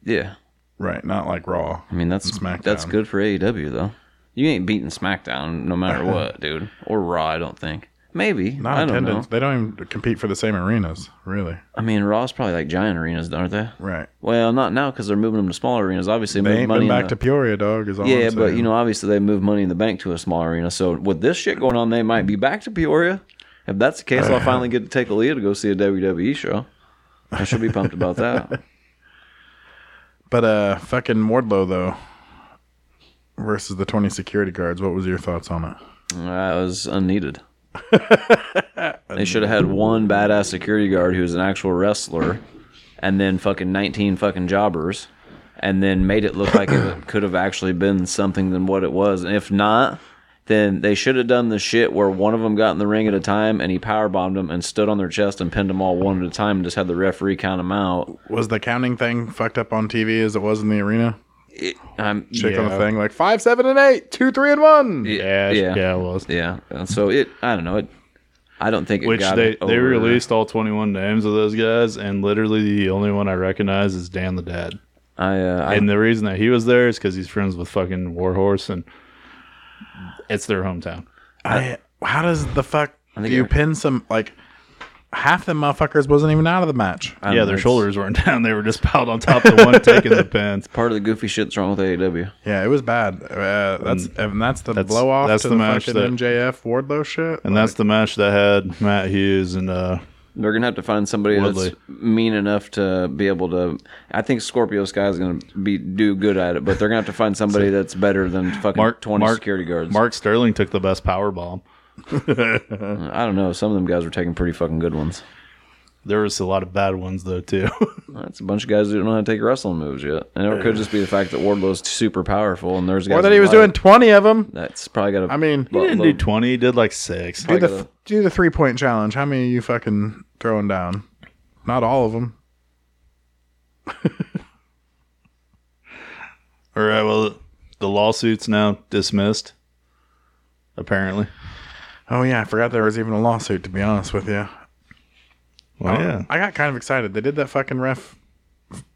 Speaker 4: Yeah,
Speaker 1: Right, not like Raw.
Speaker 4: I mean that's
Speaker 1: SmackDown.
Speaker 4: that's good for AEW though. You ain't beating SmackDown no matter what, (laughs) dude, or Raw. I don't think. Maybe
Speaker 1: Not
Speaker 4: I don't
Speaker 1: attendance.
Speaker 4: know.
Speaker 1: They don't even compete for the same arenas, really.
Speaker 4: I mean, Raw's probably like giant arenas, aren't they?
Speaker 1: Right.
Speaker 4: Well, not now because they're moving them to smaller arenas. Obviously,
Speaker 1: They
Speaker 4: moved
Speaker 1: ain't
Speaker 4: money
Speaker 1: been
Speaker 4: in
Speaker 1: back to
Speaker 4: the-
Speaker 1: Peoria, dog. Is all
Speaker 4: Yeah,
Speaker 1: I'm
Speaker 4: but
Speaker 1: saying.
Speaker 4: you know, obviously they moved money in the bank to a small arena. So with this shit going on, they might be back to Peoria. If that's
Speaker 1: (laughs)
Speaker 4: the case, I'll finally get to take Aaliyah to go see a WWE show. I should be pumped about that.
Speaker 1: But uh, fucking Wardlow though, versus the twenty security guards. What was your thoughts on it?
Speaker 4: That
Speaker 2: (laughs)
Speaker 4: was unneeded. they should have had one badass security guard who's an actual wrestler, and then fucking nineteen fucking jobbers, and then made it look like
Speaker 2: (coughs)
Speaker 4: it could have actually been something than what it was. And if not, then they should have done the shit where one of them got in the ring at a time and he power bombed them and stood on their chest and pinned them all one at a time and just had the referee count them out.
Speaker 1: Was the counting thing fucked up on TV as it was in the arena?
Speaker 4: I'm
Speaker 1: Check on the thing like five, seven, and eight, two, three, and one.
Speaker 2: yeah, yeah,
Speaker 4: yeah,
Speaker 2: yeah, it was.
Speaker 4: yeah. And so it, I don't know it. I don't think it
Speaker 2: Which
Speaker 4: got
Speaker 2: they,
Speaker 4: it
Speaker 2: they
Speaker 4: over-
Speaker 2: released all 21 names of those guys, and literally the only one I recognize is Dan the Dad.
Speaker 4: I, uh, I
Speaker 2: and the reason that he was there is because he's friends with fucking Warhorse, and it's their hometown.
Speaker 1: I, how does the fuck do
Speaker 3: think
Speaker 1: you
Speaker 3: I-
Speaker 1: pin some like half the motherfuckers wasn't even out of the match?
Speaker 4: I don't
Speaker 2: yeah,
Speaker 4: know,
Speaker 2: their
Speaker 4: it's
Speaker 2: shoulders weren't (laughs) down; they were just piled on top of the
Speaker 4: (laughs)
Speaker 2: one taking the pins.
Speaker 4: Part of the goofy shit that's wrong with E AEW.
Speaker 1: Yeah, it was bad. Uh, that's and that's the
Speaker 2: that's-
Speaker 1: blow off
Speaker 2: that's
Speaker 1: to
Speaker 2: the
Speaker 1: the,
Speaker 2: match
Speaker 1: fucking
Speaker 2: that-
Speaker 1: MJF Wardlow shit.
Speaker 2: And that's the match that had Matt Hughes and uh,
Speaker 4: They're gonna have to find somebody
Speaker 2: Woodley.
Speaker 4: that's mean enough to be able to. I think Scorpio Sky is gonna be do good at it, but they're gonna have to
Speaker 2: (laughs)
Speaker 4: find somebody that's better than fucking
Speaker 2: Mark
Speaker 4: twenty
Speaker 2: Mark,
Speaker 4: security guards.
Speaker 2: Mark Sterling took the best power bomb.
Speaker 4: I don't know. Some of them guys were taking pretty fucking good ones.
Speaker 2: There was a lot of bad ones though too. (laughs)
Speaker 4: That's a bunch of guys who don't know how to take wrestling moves yet, and it could just be the fact that Wardlow's super powerful, and there's guys
Speaker 1: or that
Speaker 4: that
Speaker 1: he was
Speaker 4: like-
Speaker 1: doing twenty of them.
Speaker 4: That's probably got.
Speaker 1: I mean,
Speaker 2: he
Speaker 1: do
Speaker 2: didn't do twenty; he did like six.
Speaker 1: the
Speaker 4: gotta-
Speaker 1: do the three point challenge. How many are you fucking throwing down? Not all of them.
Speaker 2: All right. Well, the lawsuit's now dismissed. Apparently.
Speaker 1: Oh yeah, I forgot there was even a lawsuit. To be honest with you, Oh,
Speaker 4: Oh,
Speaker 2: Well, yeah.
Speaker 1: I got kind of excited. They did that fucking ref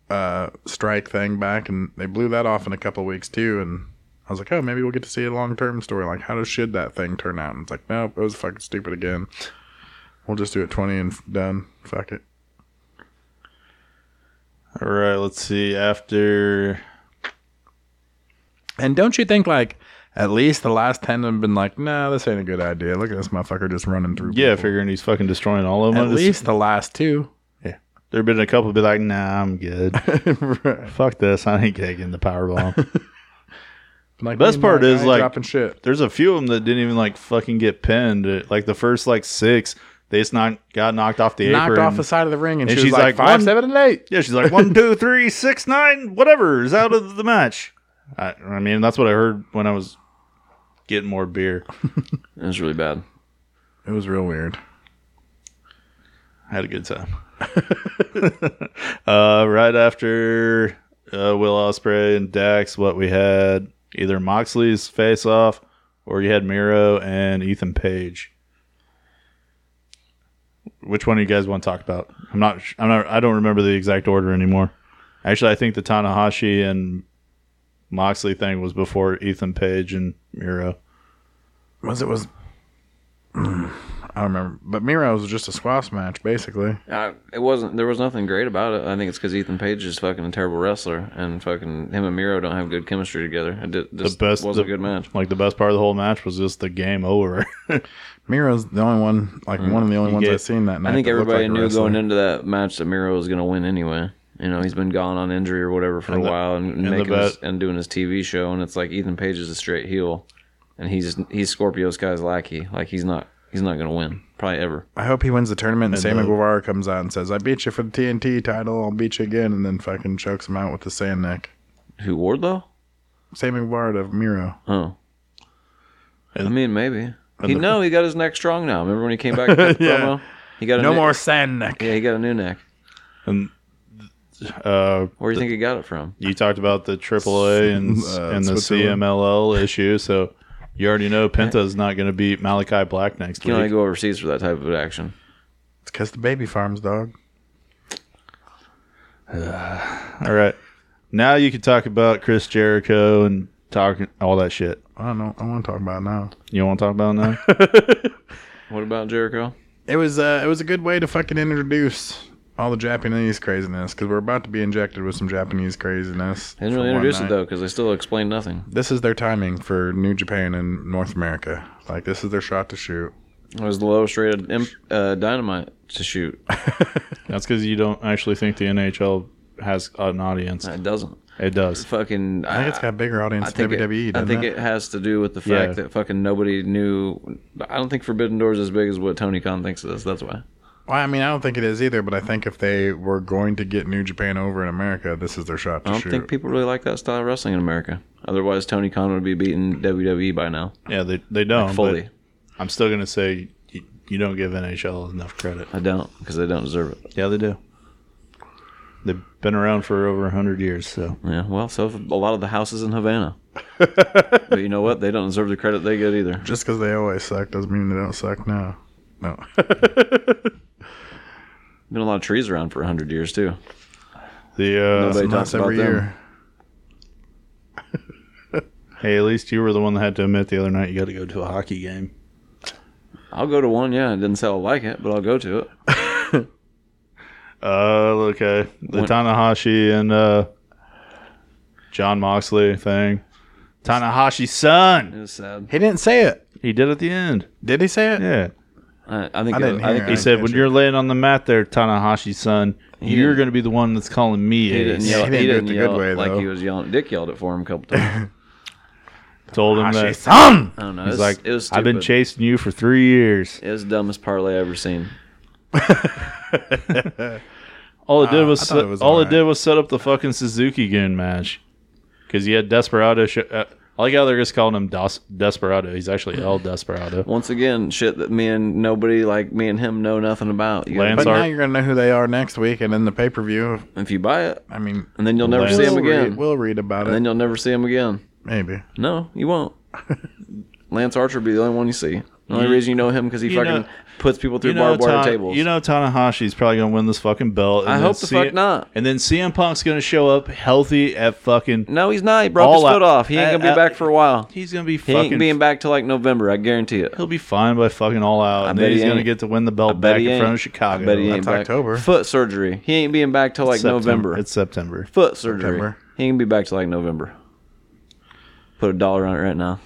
Speaker 1: uh, strike thing back, and they blew that off in a couple weeks too. And I was like, oh, maybe we'll get to see a long term story. Like, how does should that thing turn out? And it's like, nope, it was fucking stupid again. We'll just do it twenty and f- done. Fuck it.
Speaker 2: All right. Let's see. After
Speaker 1: And don't you think like at least the last ten have been like, nah, this ain't a good idea. Look at this motherfucker just running through.
Speaker 2: yeah,
Speaker 1: people."
Speaker 2: figuring he's fucking destroying all of them.
Speaker 1: at least the last two.
Speaker 2: there've been a couple be like, nah, I'm good.
Speaker 1: (laughs) Right.
Speaker 2: Fuck this. I ain't taking the power bomb.
Speaker 1: (laughs) Like,
Speaker 2: Best
Speaker 1: me and
Speaker 2: part
Speaker 1: Mark, I
Speaker 2: is,
Speaker 1: ain't
Speaker 2: like-
Speaker 1: dropping shit.
Speaker 2: there's a few of them that didn't even like fucking get pinned. It- Like the first like six, they just not got knocked off the
Speaker 1: Knocked
Speaker 2: apron.
Speaker 1: off the side of the ring, and,
Speaker 2: and
Speaker 1: she was
Speaker 2: she's like,
Speaker 1: like, five,
Speaker 2: one-
Speaker 1: seven, and eight.
Speaker 2: yeah, she's like
Speaker 1: (laughs)
Speaker 2: one, two, three, six, nine, whatever is out of the match. I, I mean, that's what I heard when I was getting more beer.
Speaker 4: It was really bad.
Speaker 1: It was real weird.
Speaker 2: I had a good time. (laughs) uh, right after uh, Will Osprey and Dax, what we had either Moxley's face off, or you had Miro and Ethan Page. Which one do you guys want to talk about? I'm not. sh- I'm not. I don't remember the exact order anymore. Actually, I think the Tanahashi and Moxley thing was before Ethan Page and Miro.
Speaker 1: was it was mm, I don't remember, but Miro was just a squash match basically.
Speaker 4: I, it wasn't. There was nothing great about it. I think it's because Ethan Page is fucking a terrible wrestler, and fucking him and Miro don't have good chemistry together. It did,
Speaker 2: The
Speaker 4: just
Speaker 2: best
Speaker 4: was
Speaker 2: the-
Speaker 4: a good match.
Speaker 2: Like the best part of the whole match was just the game over. (laughs)
Speaker 1: Miro's the only one, like one of the only
Speaker 2: You
Speaker 1: ones
Speaker 2: get-
Speaker 1: I've seen that night.
Speaker 4: I think
Speaker 1: that looked
Speaker 4: everybody
Speaker 1: like a
Speaker 4: knew
Speaker 1: wrestler.
Speaker 4: going into that match that Miro was going to win anyway. You know, he's been gone on injury or whatever for
Speaker 2: And
Speaker 4: a
Speaker 2: the-
Speaker 4: while, and
Speaker 2: the
Speaker 4: making his,
Speaker 2: bet-
Speaker 4: and doing his TV show, and it's like Ethan Page is a straight heel, and he's he's Scorpio Sky's lackey. Like he's not he's not going to win probably ever.
Speaker 1: I hope he wins the tournament and, Sammy
Speaker 2: the-
Speaker 1: Guevara comes out and says, "I beat you for the TNT title. I'll beat you again," and then fucking chokes him out with the sand neck.
Speaker 4: Who Wardlow?
Speaker 1: Sammy Guevara to Miro.
Speaker 4: Oh. I
Speaker 2: And-
Speaker 4: mean, maybe. He, no, he got his neck strong now. Remember when he came
Speaker 1: (laughs)
Speaker 4: back? To
Speaker 1: Yeah.
Speaker 4: promo? He got a
Speaker 1: No
Speaker 4: new-
Speaker 1: more sand neck.
Speaker 4: (laughs) Yeah, he got a new neck.
Speaker 2: and uh,
Speaker 4: Where do you think he got it from?
Speaker 2: You talked about the AAA and
Speaker 1: Uh,
Speaker 2: and the
Speaker 1: Switzerland. (laughs)
Speaker 2: CMLL issue, so you already know Penta's not going to beat Malachi Black next
Speaker 4: You can only
Speaker 2: week.
Speaker 4: go overseas for that type of action.
Speaker 1: It's because the baby farms, dog.
Speaker 2: All right, now you can talk about Chris Jericho and talking all that shit.
Speaker 1: I don't know. I want to talk about it now.
Speaker 2: You want to talk about it now?
Speaker 1: (laughs)
Speaker 4: What about Jericho?
Speaker 1: It was uh, it was a good way to fucking introduce all the Japanese craziness because we're about to be injected with some Japanese craziness.
Speaker 4: They didn't
Speaker 1: for
Speaker 4: really
Speaker 1: one
Speaker 4: introduce
Speaker 1: night.
Speaker 4: it though, because they still explained nothing.
Speaker 1: this is their timing for New Japan and North America. Like this is their shot to shoot.
Speaker 4: It was the lowest rated imp, uh, dynamite to shoot.
Speaker 2: That's because you don't actually think the NHL has an audience.
Speaker 1: (laughs)
Speaker 4: It doesn't.
Speaker 2: It does.
Speaker 4: Fucking.
Speaker 1: I think it's got a bigger audience than
Speaker 4: it-
Speaker 1: WWE.
Speaker 4: Uh, I
Speaker 1: E, doesn't
Speaker 4: think
Speaker 1: it?
Speaker 4: it? has to do with the fact
Speaker 2: Yeah.
Speaker 4: that fucking nobody knew. I don't think Forbidden Door is as big as what Tony Khan thinks it is. That's why.
Speaker 1: Well, I mean, I don't think it is either. But I think if they were going to get New Japan over in America, this is their shot to
Speaker 4: I don't
Speaker 1: shoot.
Speaker 4: think people really like that style of wrestling in America. Otherwise, Tony Khan would be beating WWE by now
Speaker 2: Yeah, they they don't.
Speaker 4: fully.
Speaker 2: But I'm still going to say you, you don't give NHL enough credit.
Speaker 4: I don't because they don't deserve it.
Speaker 2: Yeah, they do. They've been around for over hundred years, so
Speaker 4: Yeah, well, so have a lot of the houses in
Speaker 1: (laughs)
Speaker 4: Havana. but you know what? They don't deserve the credit they get either.
Speaker 1: Just because they always suck doesn't mean they don't suck now. No, (laughs)
Speaker 4: Been a lot of trees around for hundred years too.
Speaker 2: The uh,
Speaker 4: Nobody-
Speaker 1: Unless
Speaker 4: talks about
Speaker 1: every
Speaker 4: them.
Speaker 1: year.
Speaker 2: hey, at least you were the one that had to admit the other night you got to go to a hockey game.
Speaker 4: I'll go to one. Yeah, it didn't sound like it, but I'll go to it.
Speaker 2: Oh, okay. The
Speaker 4: When-
Speaker 2: Tanahashi and uh, John Moxley thing. Tanahashi's son.
Speaker 4: It was sad.
Speaker 1: He didn't say it.
Speaker 2: He did at the end.
Speaker 1: Did he say it?
Speaker 2: Yeah.
Speaker 4: I, I think.
Speaker 1: I
Speaker 4: it-
Speaker 1: didn't
Speaker 4: I
Speaker 1: hear
Speaker 4: think
Speaker 1: it.
Speaker 2: He
Speaker 4: he,
Speaker 2: said, when
Speaker 1: catch
Speaker 2: you're laying on the mat there, Tanahashi's son, you're
Speaker 4: didn't-
Speaker 2: going to be the one that's calling me
Speaker 4: he
Speaker 2: ace.
Speaker 4: didn't
Speaker 1: Yeah,
Speaker 4: yell.
Speaker 1: he
Speaker 4: He
Speaker 1: didn't
Speaker 4: didn't,
Speaker 1: do it the good
Speaker 4: yell
Speaker 1: way,
Speaker 4: like
Speaker 1: though.
Speaker 4: he was yelling. Dick yelled it for him a
Speaker 1: (laughs)
Speaker 4: couple times.
Speaker 2: Told him
Speaker 1: Hashi
Speaker 2: that.
Speaker 1: Ah, son.
Speaker 4: I don't know.
Speaker 2: He's
Speaker 4: it was,
Speaker 2: like,
Speaker 4: it was
Speaker 2: I've been
Speaker 4: stupid.
Speaker 2: chasing you for three years.
Speaker 4: It was the dumbest parlay I ever seen.
Speaker 2: All it did
Speaker 1: Ah,
Speaker 2: was,
Speaker 1: I thought
Speaker 2: set,
Speaker 1: it was
Speaker 2: all
Speaker 1: alright.
Speaker 2: it did was set up the fucking Suzuki Gun match because you had Desperado. Sh- uh, I like how they're just calling him Dos- Desperado. He's actually El
Speaker 4: (laughs)
Speaker 2: Desperado.
Speaker 4: Once again, shit that me and nobody like me and him know nothing about. You
Speaker 2: Lance
Speaker 1: But
Speaker 4: gotta-
Speaker 2: Ar-
Speaker 1: now you're gonna know who they are next week, and in the pay per view,
Speaker 4: if you buy it,
Speaker 1: I mean,
Speaker 4: and then you'll never
Speaker 2: Lance-
Speaker 4: see him
Speaker 1: we'll
Speaker 4: again.
Speaker 1: Read, we'll read about
Speaker 4: and then
Speaker 1: it.
Speaker 4: you'll never see him again.
Speaker 1: Maybe.
Speaker 4: No, you won't.
Speaker 2: (laughs)
Speaker 4: Lance Archer will be the only one you see. The only reason you know him because he
Speaker 2: You
Speaker 4: fucking
Speaker 2: know-
Speaker 4: puts people through
Speaker 2: You know,
Speaker 4: barbed wire
Speaker 2: Ta-
Speaker 4: tables.
Speaker 2: you know Tanahashi's probably gonna win this fucking belt. and
Speaker 4: I
Speaker 2: then
Speaker 4: hope the fuck not.
Speaker 2: And then CM Punk's gonna show up healthy at fucking.
Speaker 4: no, he's not. He broke his
Speaker 2: All I-
Speaker 4: foot off. He ain't gonna
Speaker 2: I-
Speaker 4: be
Speaker 2: I-
Speaker 4: back for a while.
Speaker 2: He's gonna be
Speaker 4: He
Speaker 2: fucking.
Speaker 4: ain't being back till like November. I guarantee it.
Speaker 2: He'll be fine by fucking all out. and
Speaker 4: bet
Speaker 2: then
Speaker 4: he
Speaker 2: he's gonna
Speaker 4: ain't.
Speaker 2: get to win the belt
Speaker 4: bet
Speaker 2: back
Speaker 4: he
Speaker 2: in front
Speaker 4: ain't.
Speaker 2: of Chicago.
Speaker 4: I bet he ain't
Speaker 1: That's
Speaker 4: back.
Speaker 1: October.
Speaker 4: Foot surgery. He ain't being back till like
Speaker 2: September.
Speaker 4: November.
Speaker 2: It's September.
Speaker 4: foot surgery.
Speaker 1: September.
Speaker 4: He ain't gonna be back till like November. Put a dollar on it right now.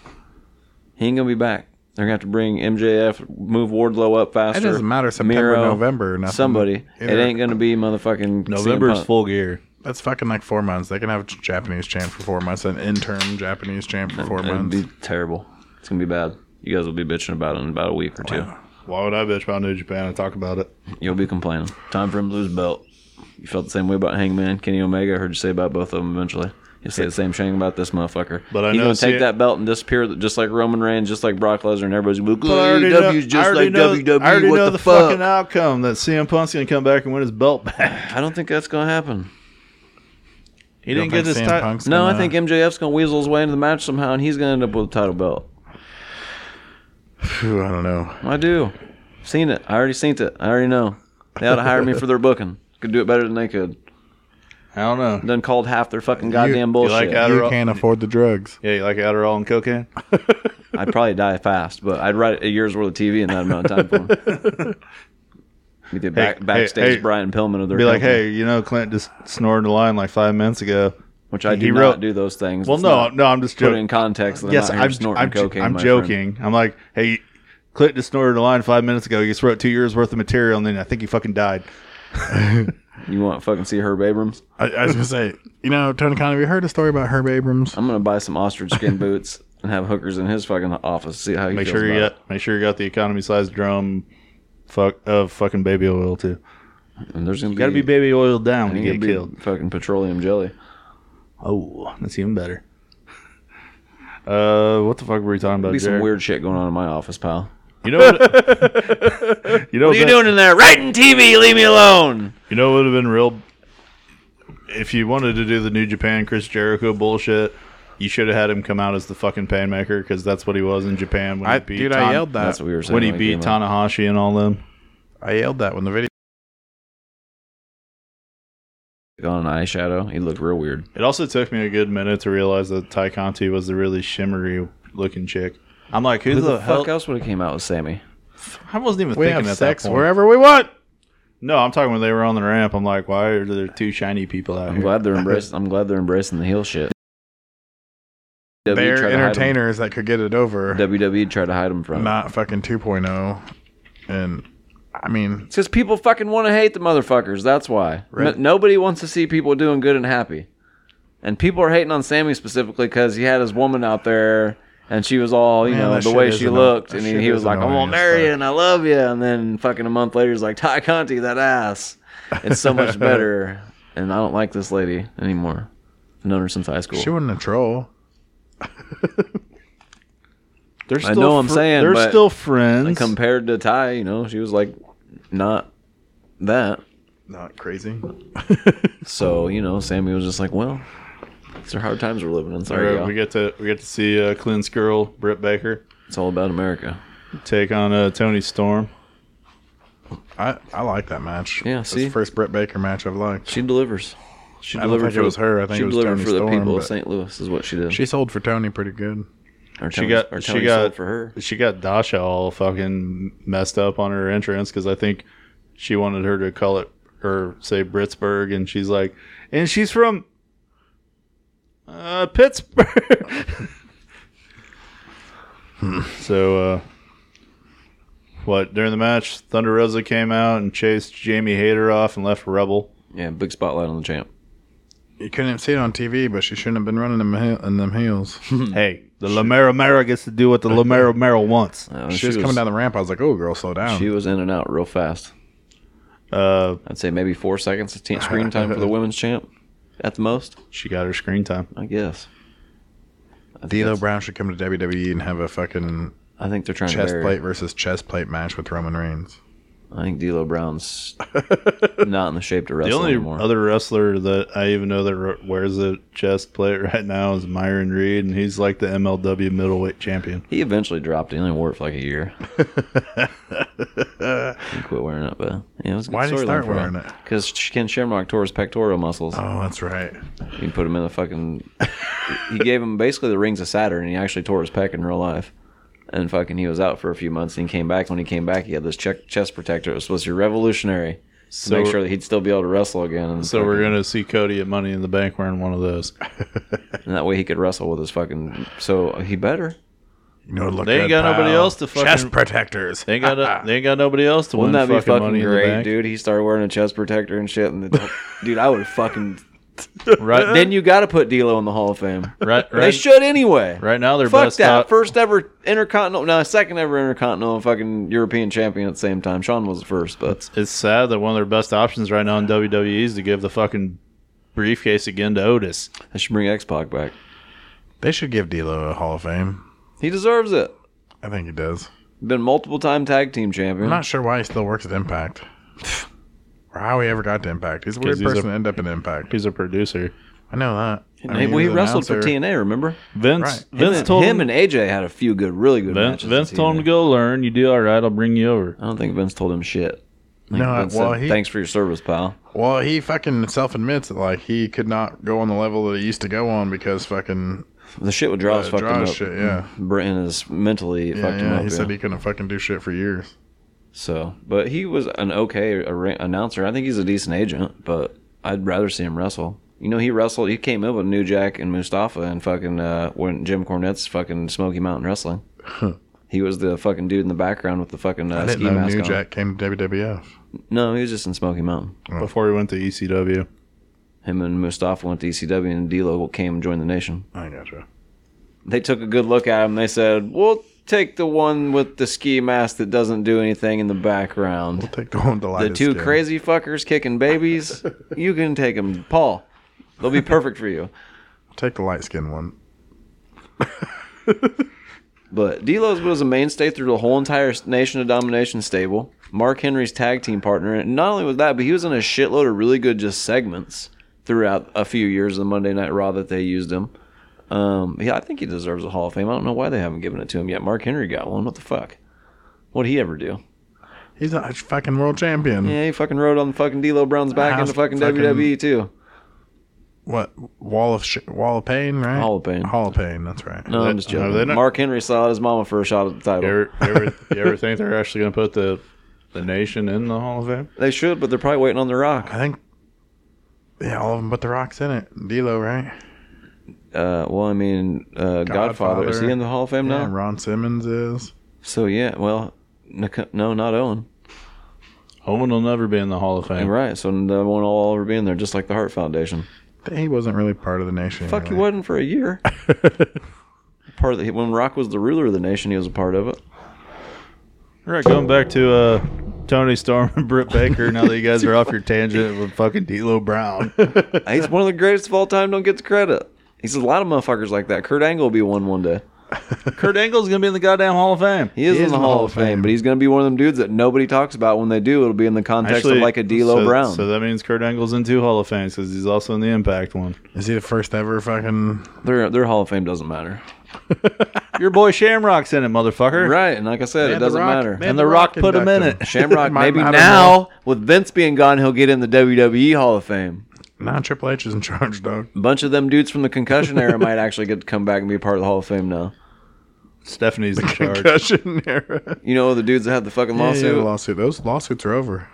Speaker 4: He ain't gonna be back. They're gonna have to bring MJF, move Wardlow up faster.
Speaker 1: It doesn't matter September,
Speaker 4: Miro,
Speaker 1: November, or nothing.
Speaker 4: Somebody.
Speaker 1: Either.
Speaker 4: It ain't gonna be motherfucking CM
Speaker 2: November's
Speaker 4: Punk.
Speaker 2: full gear.
Speaker 1: That's fucking like four months. They can have a Japanese champ for four months, an interim Japanese champ for four
Speaker 4: It'd
Speaker 1: months.
Speaker 4: be terrible. It's gonna be bad. You guys will be bitching about it in about a week or two.
Speaker 2: Why would I bitch about New Japan and talk about it?
Speaker 4: You'll be complaining. Time for him to lose belt. You felt the same way about Hangman, Kenny Omega. I heard you say about both of them eventually. You'll say the same thing about this motherfucker.
Speaker 2: But I
Speaker 4: He's
Speaker 2: know-
Speaker 4: gonna
Speaker 2: see-
Speaker 4: take that belt and disappear, just like Roman Reigns, just like Brock Lesnar, and everybody's like,
Speaker 2: I already know-
Speaker 4: AEW is
Speaker 2: I
Speaker 4: just
Speaker 2: already
Speaker 4: like
Speaker 2: know-
Speaker 4: WWE.
Speaker 2: I already
Speaker 4: what
Speaker 2: know
Speaker 4: the,
Speaker 2: the,
Speaker 4: fuck?
Speaker 2: fucking outcome that CM Punk's gonna come back and win his belt back.
Speaker 4: I don't think that's gonna happen.
Speaker 2: He
Speaker 1: You don't
Speaker 2: didn't get
Speaker 1: think
Speaker 2: his
Speaker 1: CM
Speaker 2: title.
Speaker 1: Punk's
Speaker 4: No, I
Speaker 1: gonna-
Speaker 4: think MJF's gonna weasel his way into the match somehow, and he's gonna end up with a title belt.
Speaker 1: Phew, I don't know.
Speaker 4: I do. Seen it. I already seen it. I already know. They ought to hire me for their booking. Could do it better than they could.
Speaker 2: I don't know.
Speaker 4: Done called half their fucking goddamn
Speaker 2: you
Speaker 4: bullshit.
Speaker 2: like
Speaker 1: You
Speaker 2: Adderall-
Speaker 1: can't afford the drugs.
Speaker 2: Yeah, you like Adderall and cocaine?
Speaker 4: I'd probably die fast, but I'd write a year's worth of TV in that amount of time. For him.
Speaker 2: (laughs)
Speaker 4: Be the back,
Speaker 2: hey,
Speaker 4: backstage
Speaker 2: hey.
Speaker 4: Brian Pillman of their
Speaker 2: Be like,
Speaker 4: company,
Speaker 2: hey, you know, Clint just snorted a line like five minutes ago.
Speaker 4: which I
Speaker 2: he
Speaker 4: do not
Speaker 2: wrote-
Speaker 4: do those things.
Speaker 2: Well,
Speaker 4: Let's
Speaker 2: no,
Speaker 4: not
Speaker 2: no, I'm just
Speaker 4: put it in
Speaker 2: joking.
Speaker 4: context. That
Speaker 2: Yes,
Speaker 4: I'm, not here
Speaker 2: I'm,
Speaker 4: snorting
Speaker 2: I'm,
Speaker 4: cocaine.
Speaker 2: I'm
Speaker 4: my Friend.
Speaker 2: joking. I'm like, hey, Clint just snorted a line five minutes ago. He just wrote two years worth of material, and then I think he fucking died.
Speaker 4: You want to fucking see Herb Abrams?
Speaker 1: I, I was gonna say, you know, Tony Khan, have you heard a story about Herb Abrams?
Speaker 4: I'm gonna buy some
Speaker 2: (laughs)
Speaker 4: ostrich skin boots and have hookers in his fucking office. See how he
Speaker 2: Make
Speaker 4: feels
Speaker 2: sure you
Speaker 4: about
Speaker 2: got, make sure you got the economy size drum, fuck of fucking baby oil too.
Speaker 4: it. And there's gonna
Speaker 2: Got to uh, be baby oiled down when
Speaker 4: there's
Speaker 2: you get
Speaker 4: gonna be
Speaker 2: killed.
Speaker 4: Fucking petroleum jelly.
Speaker 2: Oh, that's even better. Uh, what the fuck were we talking about?
Speaker 4: Be some
Speaker 2: Jared?
Speaker 4: weird shit going on in my office, pal.
Speaker 2: You know what? you know what, that-
Speaker 4: in there? Writing TV. Leave me alone.
Speaker 2: You know what would have been real if you wanted to do the New Japan Chris Jericho bullshit. You should have had him come out as the fucking painmaker because that's what he was in Japan when
Speaker 1: I,
Speaker 2: he beat
Speaker 1: dude,
Speaker 2: Tan-
Speaker 1: I yelled that.
Speaker 4: That's what we were saying.
Speaker 2: Uh, when he
Speaker 4: when
Speaker 2: beat
Speaker 4: came out.
Speaker 2: Tanahashi and all them.
Speaker 1: I yelled that when the video.
Speaker 4: on an eyeshadow, he looked real weird.
Speaker 2: It also took me a good minute to realize that Ty Conti was the really shimmery looking chick. I'm like, who,
Speaker 4: Who
Speaker 2: the,
Speaker 4: the
Speaker 2: hell?
Speaker 4: fuck else would have came out with Sammy?
Speaker 2: I wasn't even
Speaker 1: We
Speaker 2: thinking
Speaker 1: have
Speaker 2: at
Speaker 1: sex
Speaker 2: that point.
Speaker 1: wherever we want.
Speaker 2: No, I'm talking when they were on the ramp. I'm like, why are there two shiny people out
Speaker 4: I'm
Speaker 2: here?
Speaker 4: glad they're embracing. I'm glad they're embracing the heel shit. WWE
Speaker 1: They're
Speaker 4: tried to hide 'em.
Speaker 1: entertainers that could get it over,
Speaker 4: WWE tried to hide them from. it.
Speaker 1: not fucking 2.0. And I mean,
Speaker 4: It's because people fucking want to hate the motherfuckers. That's why.
Speaker 1: Right.
Speaker 4: N- nobody wants to see people doing good and happy. And people are hating on Sammy specifically because he had his woman out there and she was all, you
Speaker 1: Man,
Speaker 4: know,
Speaker 1: that
Speaker 4: the
Speaker 1: shit
Speaker 4: way
Speaker 1: is
Speaker 4: she
Speaker 1: anno-
Speaker 4: looked.
Speaker 1: that
Speaker 4: And
Speaker 1: shit
Speaker 4: he, he was
Speaker 1: is
Speaker 4: like, I'm
Speaker 1: annoying
Speaker 4: going to
Speaker 1: as
Speaker 4: marry you
Speaker 1: fuck.
Speaker 4: and I love you. And then fucking a month later, he's like, Ty Conti, that ass. It's so
Speaker 1: (laughs)
Speaker 4: much better. And I don't like this lady anymore. I've known her since high school.
Speaker 1: she wasn't a troll.
Speaker 2: They're
Speaker 4: I know I'm saying,
Speaker 2: They're
Speaker 4: but-
Speaker 2: still friends.
Speaker 4: And compared to Ty, you know, she was like not that.
Speaker 1: Not crazy.
Speaker 4: So, you know, Sammy was just like, well, these are hard times we're living in.
Speaker 2: All
Speaker 4: Sorry,
Speaker 2: right,
Speaker 4: y'all.
Speaker 2: we get to we get to see uh, Clint's girl Britt Baker
Speaker 4: It's all about America.
Speaker 2: take on uh, Tony Storm.
Speaker 1: I, I like that match.
Speaker 4: Yeah,
Speaker 1: It's
Speaker 4: see?
Speaker 1: the first Brett Baker match I've liked.
Speaker 4: She delivers. She
Speaker 1: I don't
Speaker 4: delivered
Speaker 1: think
Speaker 4: for
Speaker 1: it was
Speaker 4: the-
Speaker 1: her. I think
Speaker 4: She
Speaker 1: it was
Speaker 4: delivered
Speaker 1: Tony
Speaker 4: for the
Speaker 1: Storm,
Speaker 4: people of
Speaker 1: but-
Speaker 4: St. Louis, is what she did.
Speaker 1: She sold for Tony pretty good.
Speaker 4: or
Speaker 2: She
Speaker 4: Tony-
Speaker 2: got-
Speaker 4: or
Speaker 2: she
Speaker 4: Tony
Speaker 2: got-
Speaker 4: sold for her.
Speaker 2: She got Dasha all fucking messed up on her entrance because I think she wanted her to call it or say Britsburg, and she's like, and she's from uh, Pittsburgh. (laughs) so, uh, what during the match, Thunder Rosa came out and chased Jamie Hayter off and left Rebel.
Speaker 4: Yeah, big spotlight on the champ.
Speaker 1: You couldn't see it on TV, but she shouldn't have been running them heel- in them heels. (laughs)
Speaker 4: Mm-hmm.
Speaker 2: hey, the Lamera Mara gets to do what the Lamera Mara wants.
Speaker 4: Uh,
Speaker 1: she, was, coming down the ramp. I was like, "Oh, girl, slow down."
Speaker 4: She was in and out real fast.
Speaker 2: Uh,
Speaker 4: I'd say maybe four seconds of t-
Speaker 1: (laughs)
Speaker 4: screen time for the women's champ, at the most.
Speaker 2: she got her screen time.
Speaker 4: I guess. I think,
Speaker 1: D'Lo
Speaker 4: that's-
Speaker 1: Brown should come to WWE and have a fucking
Speaker 4: I think they're trying
Speaker 1: chest
Speaker 4: to. Bury,
Speaker 1: plate versus chest plate match with Roman Reigns.
Speaker 4: I think D'Lo
Speaker 1: (laughs)
Speaker 4: Brown's not in the shape to
Speaker 2: The
Speaker 4: wrestle
Speaker 2: only
Speaker 4: anymore.
Speaker 2: other wrestler that I even know that re- wears a chest plate (laughs) right now is Myron Reed, and he's like the MLW middleweight champion.
Speaker 4: he eventually dropped it. He only wore it for like a
Speaker 1: (laughs)
Speaker 4: year. he quit wearing it, but yeah, it was a good
Speaker 1: Why did he
Speaker 4: storyline
Speaker 1: start
Speaker 4: for
Speaker 1: wearing
Speaker 4: him.
Speaker 1: it?
Speaker 4: Because Ken Shamrock tore his pectoral muscles.
Speaker 1: Oh, that's right.
Speaker 4: He put him in the fucking. he gave him basically the rings of Saturn, and he actually tore his pec in real life. And fucking, he was out for a few months, and he came back. When he came back, he had this check, chest protector. It was supposed to be revolutionary
Speaker 2: So-
Speaker 4: to make sure that he'd still be able to wrestle again. And,
Speaker 2: So we're
Speaker 4: fucking-
Speaker 2: gonna see Cody at Money in the Bank wearing one of those.
Speaker 4: and that way he could wrestle with his fucking. So he better.
Speaker 1: You know, look
Speaker 2: They ain't
Speaker 1: good,
Speaker 2: got nobody
Speaker 1: pal.
Speaker 2: else to fucking-
Speaker 1: chest protectors.
Speaker 2: They ain't got a,
Speaker 4: (laughs)
Speaker 2: they ain't got nobody else to
Speaker 4: Wouldn't
Speaker 2: win
Speaker 4: that be
Speaker 2: fucking,
Speaker 4: fucking
Speaker 2: Money in the
Speaker 4: great,
Speaker 2: Bank,
Speaker 4: dude? He started wearing a chest protector and shit,
Speaker 2: (laughs)
Speaker 4: and the, dude, I would have fucking. (laughs) Right then, you got to put D'Lo in the Hall of Fame.
Speaker 2: Right,
Speaker 4: They
Speaker 2: right,
Speaker 4: should anyway.
Speaker 2: right now they're
Speaker 4: Fuck
Speaker 2: best.
Speaker 4: that!
Speaker 2: Out,
Speaker 4: First ever intercontinental, no, second ever intercontinental fucking European champion at the same time. Sean was the first, but
Speaker 2: it's sad that one of their best options right now in WWE is to give the fucking briefcase again to Otis.
Speaker 4: I should bring X Pac back.
Speaker 1: (laughs) They should give D'Lo a Hall of Fame.
Speaker 4: He deserves it.
Speaker 1: I think he does.
Speaker 4: Been multiple time tag team champion.
Speaker 1: I'm not sure why he still works at Impact. (sighs) or how he ever got to Impact. He's a weird
Speaker 2: he's a-
Speaker 1: person to end up in Impact.
Speaker 2: He's a producer.
Speaker 1: I know that. I
Speaker 4: Hey,
Speaker 1: mean,
Speaker 4: well, he
Speaker 1: was an
Speaker 4: wrestled for
Speaker 1: announcer.
Speaker 4: TNA. Remember?
Speaker 2: Vince
Speaker 1: Right.
Speaker 2: Vince
Speaker 4: him,
Speaker 2: told
Speaker 4: him and AJ had a few good, really good
Speaker 2: Vince,
Speaker 4: matches. in
Speaker 2: Vince told him
Speaker 4: TNA.
Speaker 2: to go learn. You do all right. I'll bring you over.
Speaker 4: I don't think Vince told him shit. I think
Speaker 1: No,
Speaker 4: Vince
Speaker 1: well,
Speaker 4: said,
Speaker 1: he-
Speaker 4: thanks for your service, pal.
Speaker 1: Well, he fucking self admits that like he could not go on the level that he used to go on because fucking
Speaker 4: The shit with Draws
Speaker 1: uh,
Speaker 4: fucked him
Speaker 1: draw
Speaker 4: up.
Speaker 1: shit. Yeah,
Speaker 4: Brent is mentally it
Speaker 1: yeah,
Speaker 4: fucked him
Speaker 1: yeah.
Speaker 4: up.
Speaker 1: He
Speaker 4: yeah.
Speaker 1: said he couldn't fucking do shit for years.
Speaker 4: So, but he was an okay ar- announcer. I think he's a decent agent, but I'd rather see him wrestle. You know, he wrestled. He came up with New Jack and Mustafa and fucking uh, when Jim Cornette's fucking Smoky Mountain Wrestling. he was the fucking dude in the background with the fucking uh,
Speaker 1: I
Speaker 4: ski
Speaker 1: didn't know
Speaker 4: mask
Speaker 1: New
Speaker 4: on.
Speaker 1: Jack came to WWF.
Speaker 4: No, he was just in Smoky Mountain.
Speaker 2: Before he went to E ECW.
Speaker 4: Him and Mustafa went to ECW, and D'Lo came and joined the Nation.
Speaker 1: I gotcha.
Speaker 4: They took a good look at him. They said, "We'll take the one with the ski mask that doesn't do anything in the background."
Speaker 1: Take the one to light
Speaker 4: the
Speaker 1: his
Speaker 4: two
Speaker 1: skin.
Speaker 4: crazy fuckers kicking babies, you can take them, Paul. They'll be perfect for you.
Speaker 1: Take the light skin one.
Speaker 4: But D'Lo was a mainstay through the whole entire Nation of Domination stable. Mark Henry's tag team partner, and not only was that, but he was in a shitload of really good just segments throughout a few years of Monday Night Raw that they used him. Um, yeah, I think he deserves a Hall of Fame. I don't know why they haven't given it to him yet. Mark Henry got one. What the fuck? What'd he ever do?
Speaker 1: He's a fucking world champion.
Speaker 4: Yeah, he fucking rode on fucking D'Lo Brown's back
Speaker 1: How's
Speaker 4: into fucking,
Speaker 1: fucking-
Speaker 4: WWE too.
Speaker 1: What wall of sh- wall of pain? Right.
Speaker 4: Hall of Pain.
Speaker 1: Hall of pain. That's right.
Speaker 4: No, I'm
Speaker 2: They-
Speaker 4: just
Speaker 2: are
Speaker 4: joking.
Speaker 2: they not-
Speaker 4: Mark Henry saw his mama for a shot at the title.
Speaker 2: You (laughs) ever, you ever, you ever think they're actually going to put the the nation in the Hall of Fame?
Speaker 4: They should, but they're probably waiting on The Rock.
Speaker 1: I think. Yeah, all of them but the rocks in it. D'Lo, right?
Speaker 4: Uh, well, I mean, uh, Godfather. Is he in the Hall of Fame
Speaker 1: Yeah,
Speaker 4: now?
Speaker 1: and Ron Simmons is.
Speaker 4: So yeah, well, Nic- no, not Owen.
Speaker 2: Owen will never be in the Hall of Fame.
Speaker 4: Right. So they won't all ever be in there, just like the Hart Foundation.
Speaker 1: He wasn't really part of the nation.
Speaker 4: Fuck, he
Speaker 1: really.
Speaker 4: wasn't for a year. part of the, when Rock was the ruler of the nation, he was a part of it.
Speaker 2: All right, going back to uh, Tony Storm and Britt Baker. Now that you guys are off your tangent with fucking D'Lo Brown,
Speaker 4: He's one of the greatest of all time. Don't get the credit. He's a lot of motherfuckers like that. Kurt Angle will be one one day.
Speaker 2: (laughs) Kurt Angle's going to be in the goddamn Hall of Fame.
Speaker 4: He is, in the Hall, of Fame, but he's going to be one of them dudes that nobody talks about. When they do, it'll be in the context of like a D'Lo
Speaker 2: so,
Speaker 4: Brown.
Speaker 2: So that means Kurt Angle's in two Hall of Fames because he's also in the Impact one.
Speaker 1: Is he the first ever fucking?
Speaker 4: Their their Hall of Fame doesn't matter.
Speaker 2: Your boy Shamrock's in it, motherfucker.
Speaker 4: Right, and like I said,
Speaker 1: Man,
Speaker 4: it
Speaker 1: The
Speaker 4: doesn't
Speaker 1: Rock-
Speaker 4: matter.
Speaker 1: man,
Speaker 2: And The Rock, put him
Speaker 1: (laughs)
Speaker 2: in
Speaker 1: inducted
Speaker 2: it.
Speaker 4: Shamrock,
Speaker 1: Might
Speaker 4: maybe
Speaker 1: matter
Speaker 4: now with Vince being gone, he'll get in the WWE E Hall of Fame.
Speaker 1: Nah, Triple H is in charge, dog.
Speaker 4: A bunch of them dudes from the concussion era might actually get to come back and be part of the Hall of Fame now.
Speaker 1: (laughs)
Speaker 2: Stephanie's (laughs) in charge.
Speaker 1: Concussion era.
Speaker 4: You know the dudes that had the fucking lawsuit.
Speaker 1: Yeah,
Speaker 4: Yeah,
Speaker 1: lawsuit. Those lawsuits are over.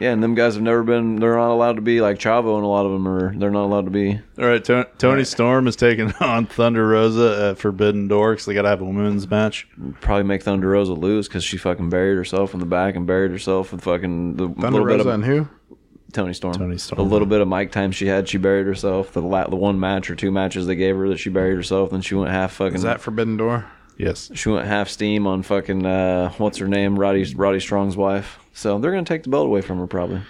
Speaker 4: and them guys have never been. They're not allowed to be like Chavo, and a lot of them are. They're not allowed to be.
Speaker 2: All right, Tony, Tony Storm is taking (laughs) on Thunder Rosa at Forbidden Door because they got to have a women's match.
Speaker 4: Probably make Thunder Rosa lose because she fucking buried herself in the back and buried herself with fucking the
Speaker 1: Thunder
Speaker 4: little
Speaker 1: Rosa
Speaker 4: bit of
Speaker 1: and who?
Speaker 4: Tony Storm.
Speaker 2: Tony Storm.
Speaker 4: The little bit of mic time she had, she buried herself. The la- the one match or two matches they gave her that she buried herself. Then she went half fucking.
Speaker 1: Is that Forbidden Door?
Speaker 2: Yes.
Speaker 4: She went half steam on fucking uh, what's her name, Roddy Roddy Strong's wife. So they're gonna take the belt away from her probably,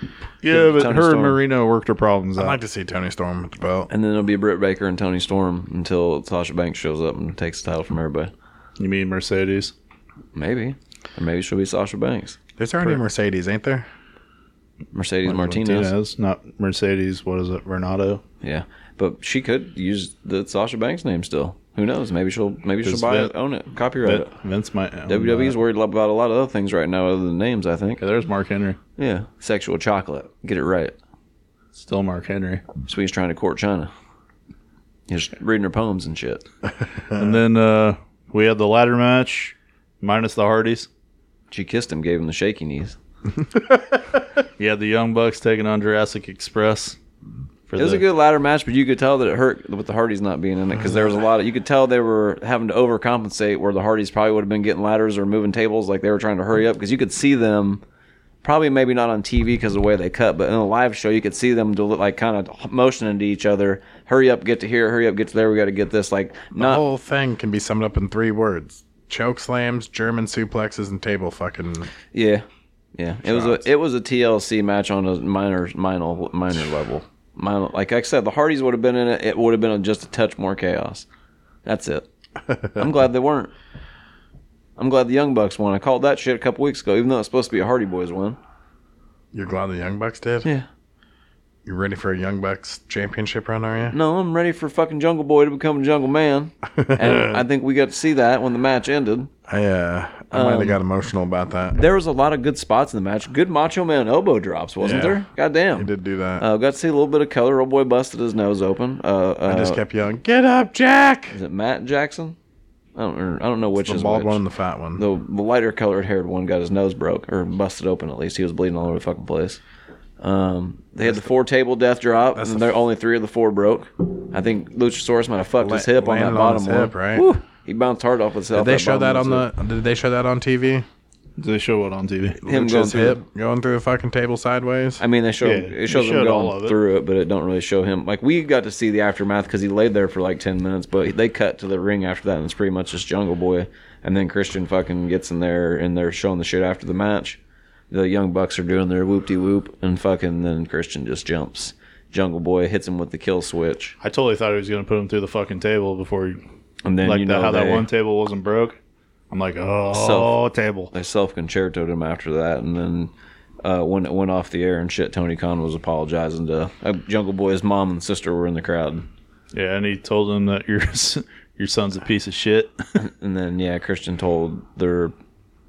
Speaker 2: Yeah, but
Speaker 4: Tony
Speaker 2: her
Speaker 4: Storm.
Speaker 2: and Marino worked her problems
Speaker 1: I'd
Speaker 2: out.
Speaker 1: like to see Tony Storm with the belt.
Speaker 4: and then it'll be Britt Baker and Tony Storm until Sasha Banks shows up and takes the title from everybody.
Speaker 2: you mean Mercedes?
Speaker 4: Maybe, or maybe she'll be Sasha Banks,
Speaker 1: There's already Mercedes, ain't there?
Speaker 4: Mercedes Martinez.
Speaker 2: not Mercedes. What is it, Renato?
Speaker 4: Yeah, but she could use the Sasha Banks name still. Who knows? Maybe she'll maybe she'll
Speaker 2: Does
Speaker 4: buy
Speaker 2: Vin-
Speaker 4: it, own it, copyright
Speaker 2: Vin- Vince might. own
Speaker 4: it. WWE's
Speaker 2: that.
Speaker 4: worried about a lot of other things right now other than names. I think.
Speaker 2: Yeah, there's Mark Henry.
Speaker 4: Yeah, sexual chocolate. Get it right.
Speaker 2: Still Mark Henry.
Speaker 4: So he's trying to court China. He's reading her poems and shit.
Speaker 2: and then uh, we had the ladder match, minus the Hardys.
Speaker 4: She kissed him, gave him the shaky knees.
Speaker 2: You had the Young Bucks taking on Jurassic Express. For
Speaker 4: It was a good ladder match, but you could tell that it hurt with the Hardys not being in it because there
Speaker 1: Mm.
Speaker 4: was a lot of. You could tell they were having to overcompensate where the Hardys probably would have been getting ladders or moving tables like they were trying to hurry up because you could see them. Probably maybe not on TV because of the way they cut, but in a live show you could see them do like kind of motioning to each other, hurry up, get to here, hurry up, get to there, we got to get this. Like
Speaker 1: The
Speaker 4: not
Speaker 1: whole thing can be summed up in three words: choke slams, German suplexes, and table fucking.
Speaker 4: Yeah, yeah. It was a it was a TLC match on a minor minor minor level. Minor, like I said, the Hardys would have been in it. It would have been just a touch more chaos.
Speaker 1: (laughs)
Speaker 4: That's it. I'm glad they weren't. I'm glad the Young Bucks won. I called that shit a couple weeks ago, even though it's supposed to be a Hardy Boys win.
Speaker 1: You're glad the Young Bucks did.
Speaker 4: Yeah.
Speaker 1: You ready for a Young Bucks championship run? Are you?
Speaker 4: No, I'm ready for fucking Jungle Boy to become Jungle Man,
Speaker 1: (laughs)
Speaker 4: and I think we got to see that when the match ended.
Speaker 1: I uh, I might have got emotional about that.
Speaker 4: There was a lot of good spots in the match. Good Macho Man elbow drops, wasn't
Speaker 1: Yeah.
Speaker 4: there? God damn.
Speaker 1: I did do that.
Speaker 4: Uh, got to see a little bit of color. Old boy busted his nose open. Uh, uh,
Speaker 1: I just kept yelling, "Get up, Jack!"
Speaker 4: Is it Matt Jackson? I don't. Or, I don't know which
Speaker 1: The
Speaker 4: is
Speaker 1: bald
Speaker 4: which.
Speaker 1: one and the fat one.
Speaker 4: The the lighter colored haired one got his nose broke or busted open. At least he was bleeding all over the fucking place. Um, they had the four table death drop, and there only three of the four broke. I think Luchasaurus might have fucked his hip on that
Speaker 1: landed on
Speaker 4: bottom
Speaker 1: his
Speaker 4: one.
Speaker 1: hip, right?
Speaker 4: Woo! he bounced hard off his hip.
Speaker 1: did they show that on the? Did they show that on TV?
Speaker 2: Did they show it on TV?
Speaker 4: him going
Speaker 1: Lucha's
Speaker 4: through?
Speaker 1: hip going through the fucking table sideways.
Speaker 4: I mean, they show
Speaker 2: Yeah,
Speaker 4: it shows
Speaker 2: they
Speaker 4: him
Speaker 2: showed all
Speaker 4: going
Speaker 2: of it.
Speaker 4: through it, but it don't really show him. Like we got to see the aftermath because he laid there for like ten minutes, but they cut to the ring after that, and it's pretty much just Jungle Boy, and then Christian fucking gets in there and they're showing the shit after the match. The young bucks are doing their whoop de whoop, and fucking then Christian just jumps. Jungle Boy hits him with the kill switch,
Speaker 2: I totally thought he was going to put him through the fucking table before, he,
Speaker 4: and then
Speaker 2: like
Speaker 4: you
Speaker 2: that,
Speaker 4: know
Speaker 2: how
Speaker 4: they,
Speaker 2: that one table wasn't broke. I'm like, oh,
Speaker 4: So-
Speaker 2: table.
Speaker 4: they self concertoed him after that, and then. Uh, when it went off the air and shit, Tony Khan was apologizing to uh, Jungle Boy's mom and sister were in the crowd.
Speaker 2: Yeah, and he told him that your (laughs) s- your son's a piece of shit.
Speaker 4: and then yeah, Christian told their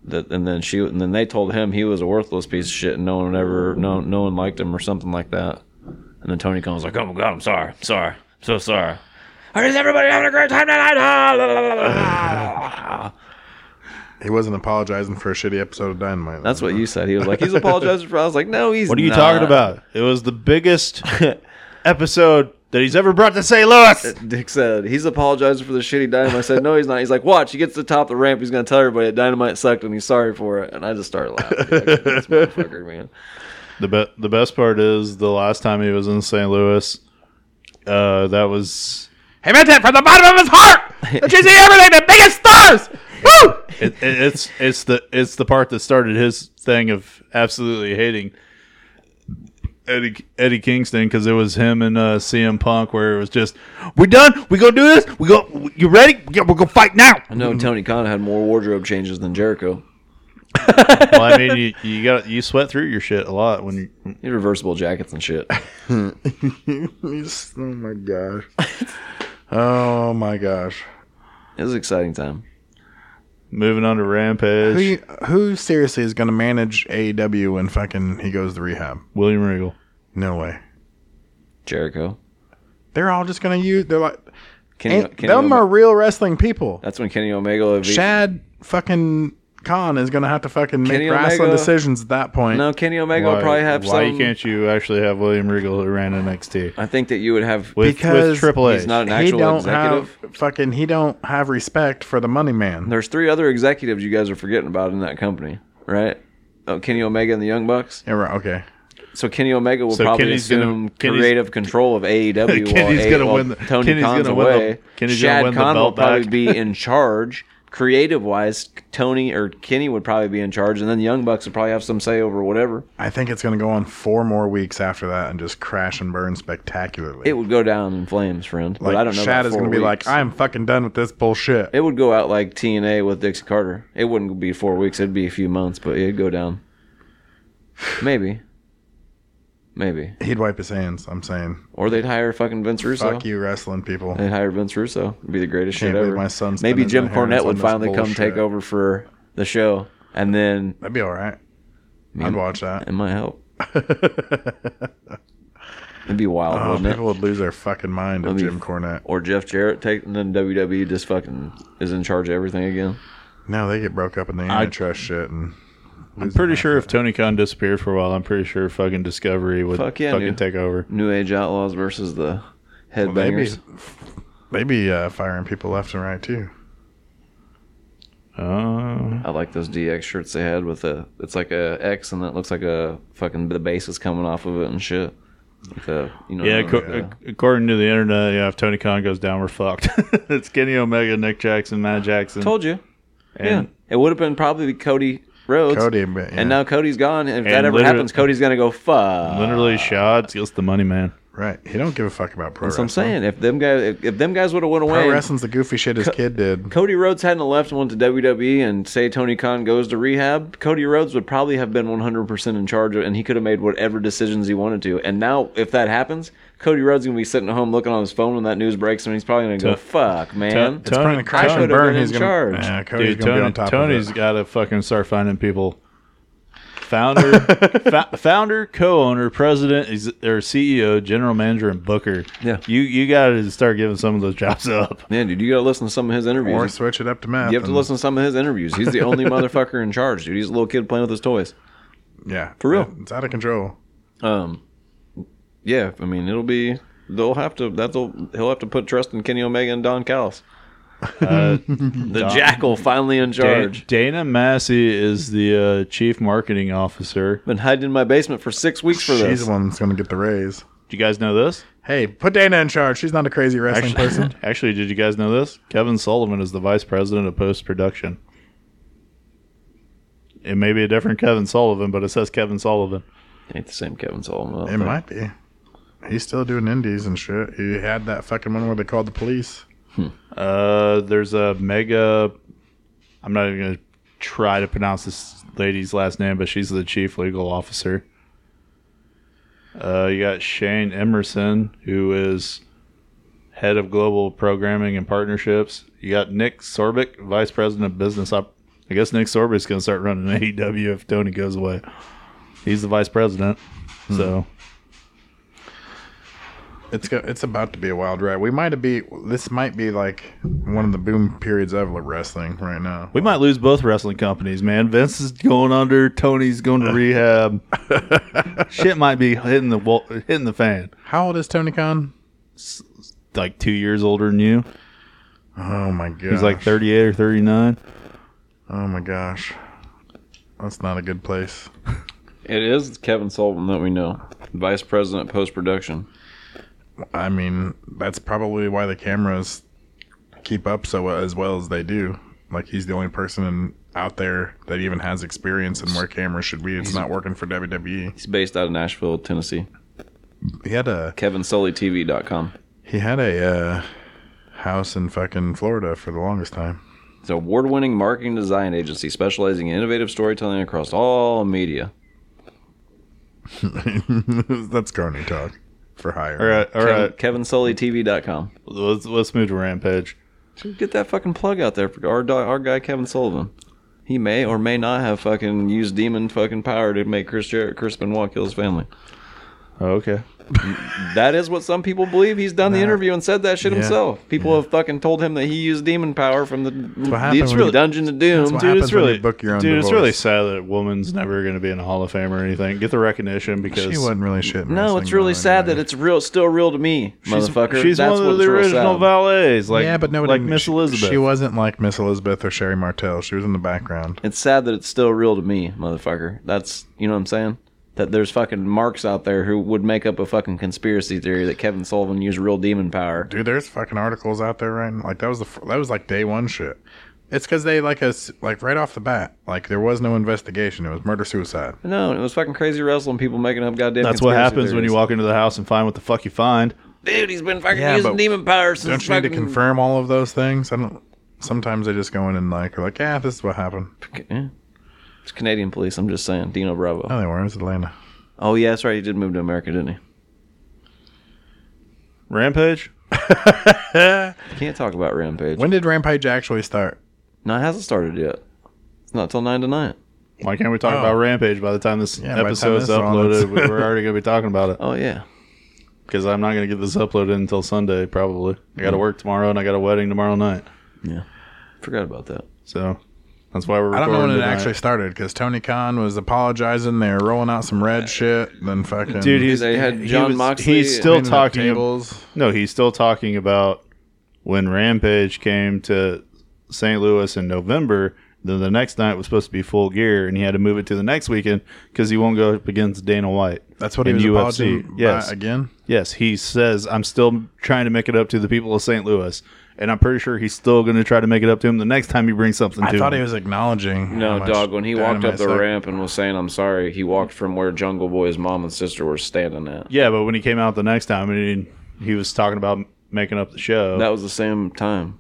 Speaker 4: that, and then she and then they told him he was a worthless piece of shit, and no one ever no no one liked him or something like that. And then Tony Khan was like, "Oh my god, I'm sorry, I'm sorry, I'm so sorry." Or is everybody having a great time tonight? (laughs) Ah, la, la, la, la, la."
Speaker 1: he wasn't apologizing for a shitty episode of Dynamite.
Speaker 4: That's what you said. He was like, "He's apologizing for." I was like, "No, he's."
Speaker 2: What are you (laughs)
Speaker 4: not."
Speaker 2: talking about? It was the biggest episode that he's ever brought to St. Louis.
Speaker 4: Dick said he's apologizing for the shitty dynamite. I said, "No, he's not." He's like, "Watch, he gets to the top of the ramp. He's gonna tell everybody that dynamite sucked and he's sorry for it." And I just started laughing. Like, this motherfucker, man.
Speaker 2: The be- the best part is the last time he was in St. Louis, uh, that was
Speaker 1: He meant it from the bottom of his
Speaker 4: (laughs)
Speaker 1: heart. Did you see everything? The biggest stars. Woo!
Speaker 2: it, it, it's (laughs) it's the it's the part that started his thing of absolutely hating Eddie Eddie Kingston because it was him and uh, CM Punk where it was just we done we gonna do this we go you ready yeah we're gonna fight now.
Speaker 4: I know Tony Khan had more wardrobe changes than Jericho.
Speaker 2: well, I mean you, you got you sweat through your shit a lot when you
Speaker 4: He had reversible jackets and shit.
Speaker 1: (laughs)
Speaker 4: (laughs)
Speaker 1: He's- oh my gosh. Oh my gosh.
Speaker 4: It was an exciting time.
Speaker 2: moving on to Rampage.
Speaker 1: Who who seriously is going to E manage AEW when fucking he goes to rehab?
Speaker 2: William Regal.
Speaker 1: No way.
Speaker 4: Jericho.
Speaker 1: They're all just gonna use. They're like,
Speaker 4: Kenny,
Speaker 1: ain't-
Speaker 4: Kenny
Speaker 1: them
Speaker 4: Omega-
Speaker 1: are real wrestling people.
Speaker 4: That's when Kenny Omega. will be-
Speaker 1: Shad fucking Khan is gonna have to fucking make
Speaker 4: Kenny
Speaker 1: wrestling
Speaker 4: Omega-
Speaker 1: decisions at that point.
Speaker 4: No, Kenny Omega
Speaker 2: Why-
Speaker 4: will probably have
Speaker 2: Why
Speaker 4: some.
Speaker 2: can't you actually have William Regal who ran NXT
Speaker 4: I think that you would have.
Speaker 2: with,
Speaker 1: Because
Speaker 2: with Triple H?
Speaker 4: he's not an
Speaker 1: he
Speaker 4: actual
Speaker 1: don't
Speaker 4: executive.
Speaker 1: have fucking. He don't have respect for the money man.
Speaker 4: There's three other executives you guys are forgetting about in that company, right? Oh, Kenny Omega and the Young Bucks.
Speaker 1: Yeah, right, okay.
Speaker 4: So Kenny Omega will
Speaker 2: So
Speaker 4: probably
Speaker 2: Kenny's gonna-
Speaker 4: assume
Speaker 2: Kenny's-
Speaker 4: creative control of AEW.
Speaker 2: (laughs)
Speaker 4: while
Speaker 2: Kenny's
Speaker 4: A-
Speaker 2: gonna
Speaker 4: while
Speaker 2: win the-
Speaker 4: Tony
Speaker 2: Kenny's
Speaker 4: Khan's
Speaker 2: gonna win the-
Speaker 4: away.
Speaker 2: Kenny's gonna
Speaker 4: Shad
Speaker 2: win the
Speaker 4: Khan will
Speaker 2: belt
Speaker 4: probably
Speaker 2: back.
Speaker 4: be in charge. Creative wise, Tony or Kenny would probably be in charge, and then the Young Bucks would probably have some say over whatever.
Speaker 1: I think it's gonna go on four more weeks after that and just crash and burn spectacularly.
Speaker 4: It would go down in flames, friend.
Speaker 1: like
Speaker 4: but I don't know.
Speaker 1: Shad
Speaker 4: about
Speaker 1: is gonna
Speaker 4: four
Speaker 1: be like,
Speaker 4: weeks.
Speaker 1: I'm fucking done with this bullshit.
Speaker 4: It would go out like TNA with Dixie Carter. It wouldn't be four weeks. It'd be a few months, but it'd go down. Maybe. Maybe.
Speaker 1: He'd wipe his hands. I'm saying,
Speaker 4: Or they'd hire fucking Vince Russo.
Speaker 1: fuck you, wrestling people.
Speaker 4: They'd hire Vince Russo. It'd be the greatest
Speaker 1: Can't
Speaker 4: shit
Speaker 1: believe
Speaker 4: ever.
Speaker 1: my son's
Speaker 4: Maybe
Speaker 1: spending
Speaker 4: Jim
Speaker 1: his inheritance
Speaker 4: Cornette
Speaker 1: on
Speaker 4: would
Speaker 1: this
Speaker 4: finally come
Speaker 1: bullshit.
Speaker 4: take over for the show. And then
Speaker 1: That'd be all right. I'd watch that.
Speaker 4: it might help.
Speaker 1: (laughs)
Speaker 4: It'd be wild,
Speaker 1: Oh,
Speaker 4: wouldn't it?
Speaker 1: people would lose their fucking mind if
Speaker 4: That'd be
Speaker 1: Jim Cornette.
Speaker 4: Or Jeff Jarrett taking then WWE just fucking is in charge of everything again.
Speaker 1: No, they get broke up in the antitrust shit, and
Speaker 2: I'm pretty sure if Tony Khan disappeared for a while, I'm pretty sure fucking Discovery would
Speaker 4: Fuck yeah,
Speaker 2: fucking
Speaker 4: dude.
Speaker 2: take over.
Speaker 4: New Age Outlaws versus the
Speaker 1: they be,
Speaker 4: Headbangers.
Speaker 1: they be uh, firing people left and right too.
Speaker 2: Uh,
Speaker 4: I like those DX shirts they had with a. It's like a X, and it looks like a fucking the base is coming off of it and shit. Like the, you know,
Speaker 2: yeah,
Speaker 4: the-
Speaker 2: co- ac- according to the internet, yeah, if Tony Khan goes down, we're fucked. (laughs) it's Kenny Omega, Nick Jackson, Matt Jackson.
Speaker 4: told you. yeah,
Speaker 2: and
Speaker 4: it would have been probably Cody Rhodes.
Speaker 1: Cody, but, yeah,
Speaker 4: and now Cody's gone. And if that ever
Speaker 2: literally-
Speaker 4: happens, Cody's gonna go fuck.
Speaker 2: literally, Shad's gets the money, man.
Speaker 1: right, he don't give a fuck about pro
Speaker 4: That's what I'm
Speaker 1: wrestling.
Speaker 4: saying. If them guys, if, if them guys would have went away,
Speaker 1: Pro
Speaker 4: and
Speaker 1: wrestling's the goofy shit his kid did.
Speaker 4: Cody Rhodes hadn't left and went to WWE, and say Tony Khan goes to rehab, Cody Rhodes would probably have been 100% in charge, of, and he could have made whatever decisions he wanted to. And now, if that happens, Cody Rhodes gonna be sitting at home looking on his phone when that news breaks, and he's probably gonna go,
Speaker 2: T-
Speaker 4: "Fuck, man."
Speaker 2: t-
Speaker 1: It's
Speaker 2: Tony-
Speaker 1: going to crash
Speaker 4: Tony
Speaker 1: and
Speaker 4: would've
Speaker 1: burn.
Speaker 4: been in
Speaker 1: He's going
Speaker 4: charge.
Speaker 1: Yeah, Cody's
Speaker 2: Dude,
Speaker 1: going to be on top
Speaker 2: Tony, Tony's
Speaker 1: of it.
Speaker 2: got to fucking start finding people. Founder, (laughs) fa- founder, co-owner, president, ex- or CEO, general manager, and booker.
Speaker 4: Yeah.
Speaker 2: you you got to start giving some of those jobs (laughs) up.
Speaker 4: Man, dude, you gotta listen to some of his interviews.
Speaker 1: Or switch it up to math.
Speaker 4: you have to
Speaker 1: and-
Speaker 4: listen to some of his interviews. He's
Speaker 1: (laughs)
Speaker 4: the only motherfucker in charge, dude. He's a little kid playing with his toys.
Speaker 1: Yeah,
Speaker 4: For real.
Speaker 1: It's out of control.
Speaker 4: Um, yeah, I mean, it'll be. They'll have to. That'll. He'll have to put trust in Kenny Omega and Don Callis.
Speaker 1: (laughs)
Speaker 2: Uh,
Speaker 4: The jackal finally in
Speaker 2: Da-
Speaker 4: charge.
Speaker 2: Dana Massey is the uh, chief marketing officer.
Speaker 4: Been hiding in my basement for six weeks for
Speaker 1: She's
Speaker 4: this.
Speaker 1: the one that's going to get the raise.
Speaker 2: Do you guys know this?
Speaker 1: Hey, put Dana in charge. She's not a crazy wrestling
Speaker 4: (laughs)
Speaker 1: person.
Speaker 2: Actually, (laughs) did you guys know this? Kevin Sullivan is the vice president of post production. It may be a different Kevin Sullivan, but it says Kevin Sullivan.
Speaker 4: Ain't the same Kevin Sullivan. I don't
Speaker 1: It
Speaker 4: think.
Speaker 1: might be. He's still doing indies and shit. He had that fucking one where they called the police.
Speaker 2: Uh, there's a mega. I'm not even gonna try to pronounce this lady's last name, but she's the chief legal officer. Uh, you got Shane Emerson, who is head of global programming and partnerships. You got Nick Sorbick, vice president of business. Op- I guess Nick Sorbick's gonna start running AEW if Tony goes away. He's the vice president, so
Speaker 1: It's go- it's about to be a wild ride. We might be this might be like one of the boom periods of wrestling right now.
Speaker 2: we might lose both wrestling companies. Man, Vince is going under. Tony's going
Speaker 1: (laughs)
Speaker 2: to rehab. shit might be hitting the wall, hitting the fan.
Speaker 1: How old is Tony Khan?
Speaker 2: Like two years older than you.
Speaker 1: Oh my god.
Speaker 2: He's like thirty eight or thirty nine.
Speaker 1: Oh my gosh. That's not a good place.
Speaker 4: It is Kevin Sullivan that we know, vice president post production.
Speaker 1: I mean, that's probably why the cameras keep up so as well as they do. Like he's the only person in, out there that even has experience in where cameras should be. It's not working for WWE.
Speaker 4: He's based out of Nashville, Tennessee.
Speaker 1: He had a
Speaker 4: KevinSullyTV.com.
Speaker 1: He had a uh, house in fucking Florida for the longest time.
Speaker 4: It's an award-winning marketing design agency specializing in innovative storytelling across all media.
Speaker 1: (laughs) That's carny talk for hire.
Speaker 2: All right, all
Speaker 4: Kevin,
Speaker 2: right.
Speaker 4: KevinSullyTV.com.
Speaker 2: Let's let's move to Rampage.
Speaker 4: Get that fucking plug out there for our do- our guy Kevin Sullivan. He may or may not have fucking used demon fucking power to make Chris Jer- Chris Benoit kill his family.
Speaker 1: Oh,
Speaker 2: Okay.
Speaker 4: That is what some people believe. He's done the interview and said that shit
Speaker 1: Yeah.
Speaker 4: himself. People have fucking told him that he used demon power from the,
Speaker 1: what happened
Speaker 4: it's
Speaker 1: when
Speaker 4: really
Speaker 1: you-
Speaker 4: Dungeon of
Speaker 1: That's
Speaker 4: Doom.
Speaker 1: what
Speaker 4: dude.
Speaker 2: Dude,
Speaker 1: happens
Speaker 2: it's
Speaker 1: when you
Speaker 2: really
Speaker 1: book your own
Speaker 2: dude. It's really
Speaker 1: divorce.
Speaker 2: sad that a woman's never going to be in a Hall of Fame or anything. Get the recognition because
Speaker 1: She wasn't really shit. in
Speaker 4: No,
Speaker 1: wrestling,
Speaker 4: it's really
Speaker 1: though,
Speaker 4: sad
Speaker 1: anyway.
Speaker 4: that it's real, still real to me, motherfucker.
Speaker 2: She's
Speaker 4: That's
Speaker 2: one of
Speaker 4: what's
Speaker 2: the
Speaker 4: real
Speaker 2: original
Speaker 4: sad.
Speaker 2: valets, like
Speaker 1: yeah, but nobody.
Speaker 2: like Miss
Speaker 1: she-
Speaker 2: Elizabeth.
Speaker 1: She wasn't like Miss Elizabeth or Sherry Martell. She was in the background.
Speaker 4: It's sad that it's still real to me, motherfucker. That's you know what I'm saying. That there's fucking marks out there who would make up a fucking conspiracy theory that Kevin Sullivan used real demon power.
Speaker 1: Dude, there's fucking articles out there right now. Like that was the fir- that was like day one shit. It's because they like us like right off the bat. Like there was no investigation. It was murder suicide.
Speaker 4: No, it was fucking crazy wrestling people making up goddamn.
Speaker 2: That's what
Speaker 4: conspiracy
Speaker 2: happens when
Speaker 4: theories.
Speaker 2: you walk into the house and find what the fuck you find.
Speaker 4: Dude, he's been fucking
Speaker 1: Yeah,
Speaker 4: using
Speaker 1: but
Speaker 4: demon power
Speaker 1: Don't
Speaker 4: since.
Speaker 1: you need to
Speaker 4: fucking-
Speaker 1: confirm all of those things? I don't. Sometimes they just go in and like are like, yeah, this is what happened.
Speaker 4: Yeah. It's Canadian police. I'm just saying, Dino Bravo.
Speaker 1: No, they weren't. It was Atlanta.
Speaker 4: Oh yeah, that's right. He did move to America, didn't he?
Speaker 2: Rampage.
Speaker 4: Can't talk about Rampage.
Speaker 1: When did Rampage actually start?
Speaker 4: No, it hasn't started yet. It's not till nine tonight.
Speaker 2: Why can't we talk
Speaker 1: Oh.
Speaker 2: about Rampage by the time this
Speaker 1: Yeah, by the time
Speaker 2: episode's
Speaker 1: this is on,
Speaker 2: uploaded?
Speaker 1: it's- (laughs)
Speaker 2: we- we're already going to be talking about it
Speaker 4: Oh yeah.
Speaker 2: because I'm not going to get this uploaded until Sunday probably. I got to work tomorrow and I got a wedding tomorrow night,
Speaker 4: Forgot about that.
Speaker 2: so that's why we're.
Speaker 1: I don't know when
Speaker 2: recording
Speaker 1: it
Speaker 2: tonight.
Speaker 1: actually started because Tony Khan was apologizing. They were rolling out some red shit. Then fucking
Speaker 2: Dude, he's
Speaker 4: They had
Speaker 2: he
Speaker 4: John
Speaker 2: was-
Speaker 4: Moxley
Speaker 2: He's still
Speaker 1: cleaning up
Speaker 2: talking. ab-
Speaker 1: tables.
Speaker 2: No, he's still talking about when Rampage came to St. Louis in November. Then the next night was supposed to be full gear, and he had to move it to the next weekend because he won't go up against Dana White.
Speaker 1: That's what he
Speaker 2: in
Speaker 1: was
Speaker 2: UFC.
Speaker 1: apologizing
Speaker 2: Yes,
Speaker 1: by again.
Speaker 2: yes, he says I'm still trying to make it up to the people of St. Louis, and I'm pretty sure he's still going to try to make it up to him the next time he brings something.
Speaker 1: I
Speaker 2: to
Speaker 1: thought
Speaker 2: him.
Speaker 1: he was acknowledging.
Speaker 4: No,
Speaker 1: how much
Speaker 4: dog. When he walked up
Speaker 1: Dynamite's
Speaker 4: the
Speaker 1: like-
Speaker 4: ramp and was saying "I'm sorry," he walked from where Jungle Boy's mom and sister were standing at.
Speaker 2: Yeah, but when he came out the next time, I mean, he was talking about making up the show.
Speaker 4: That was the same time.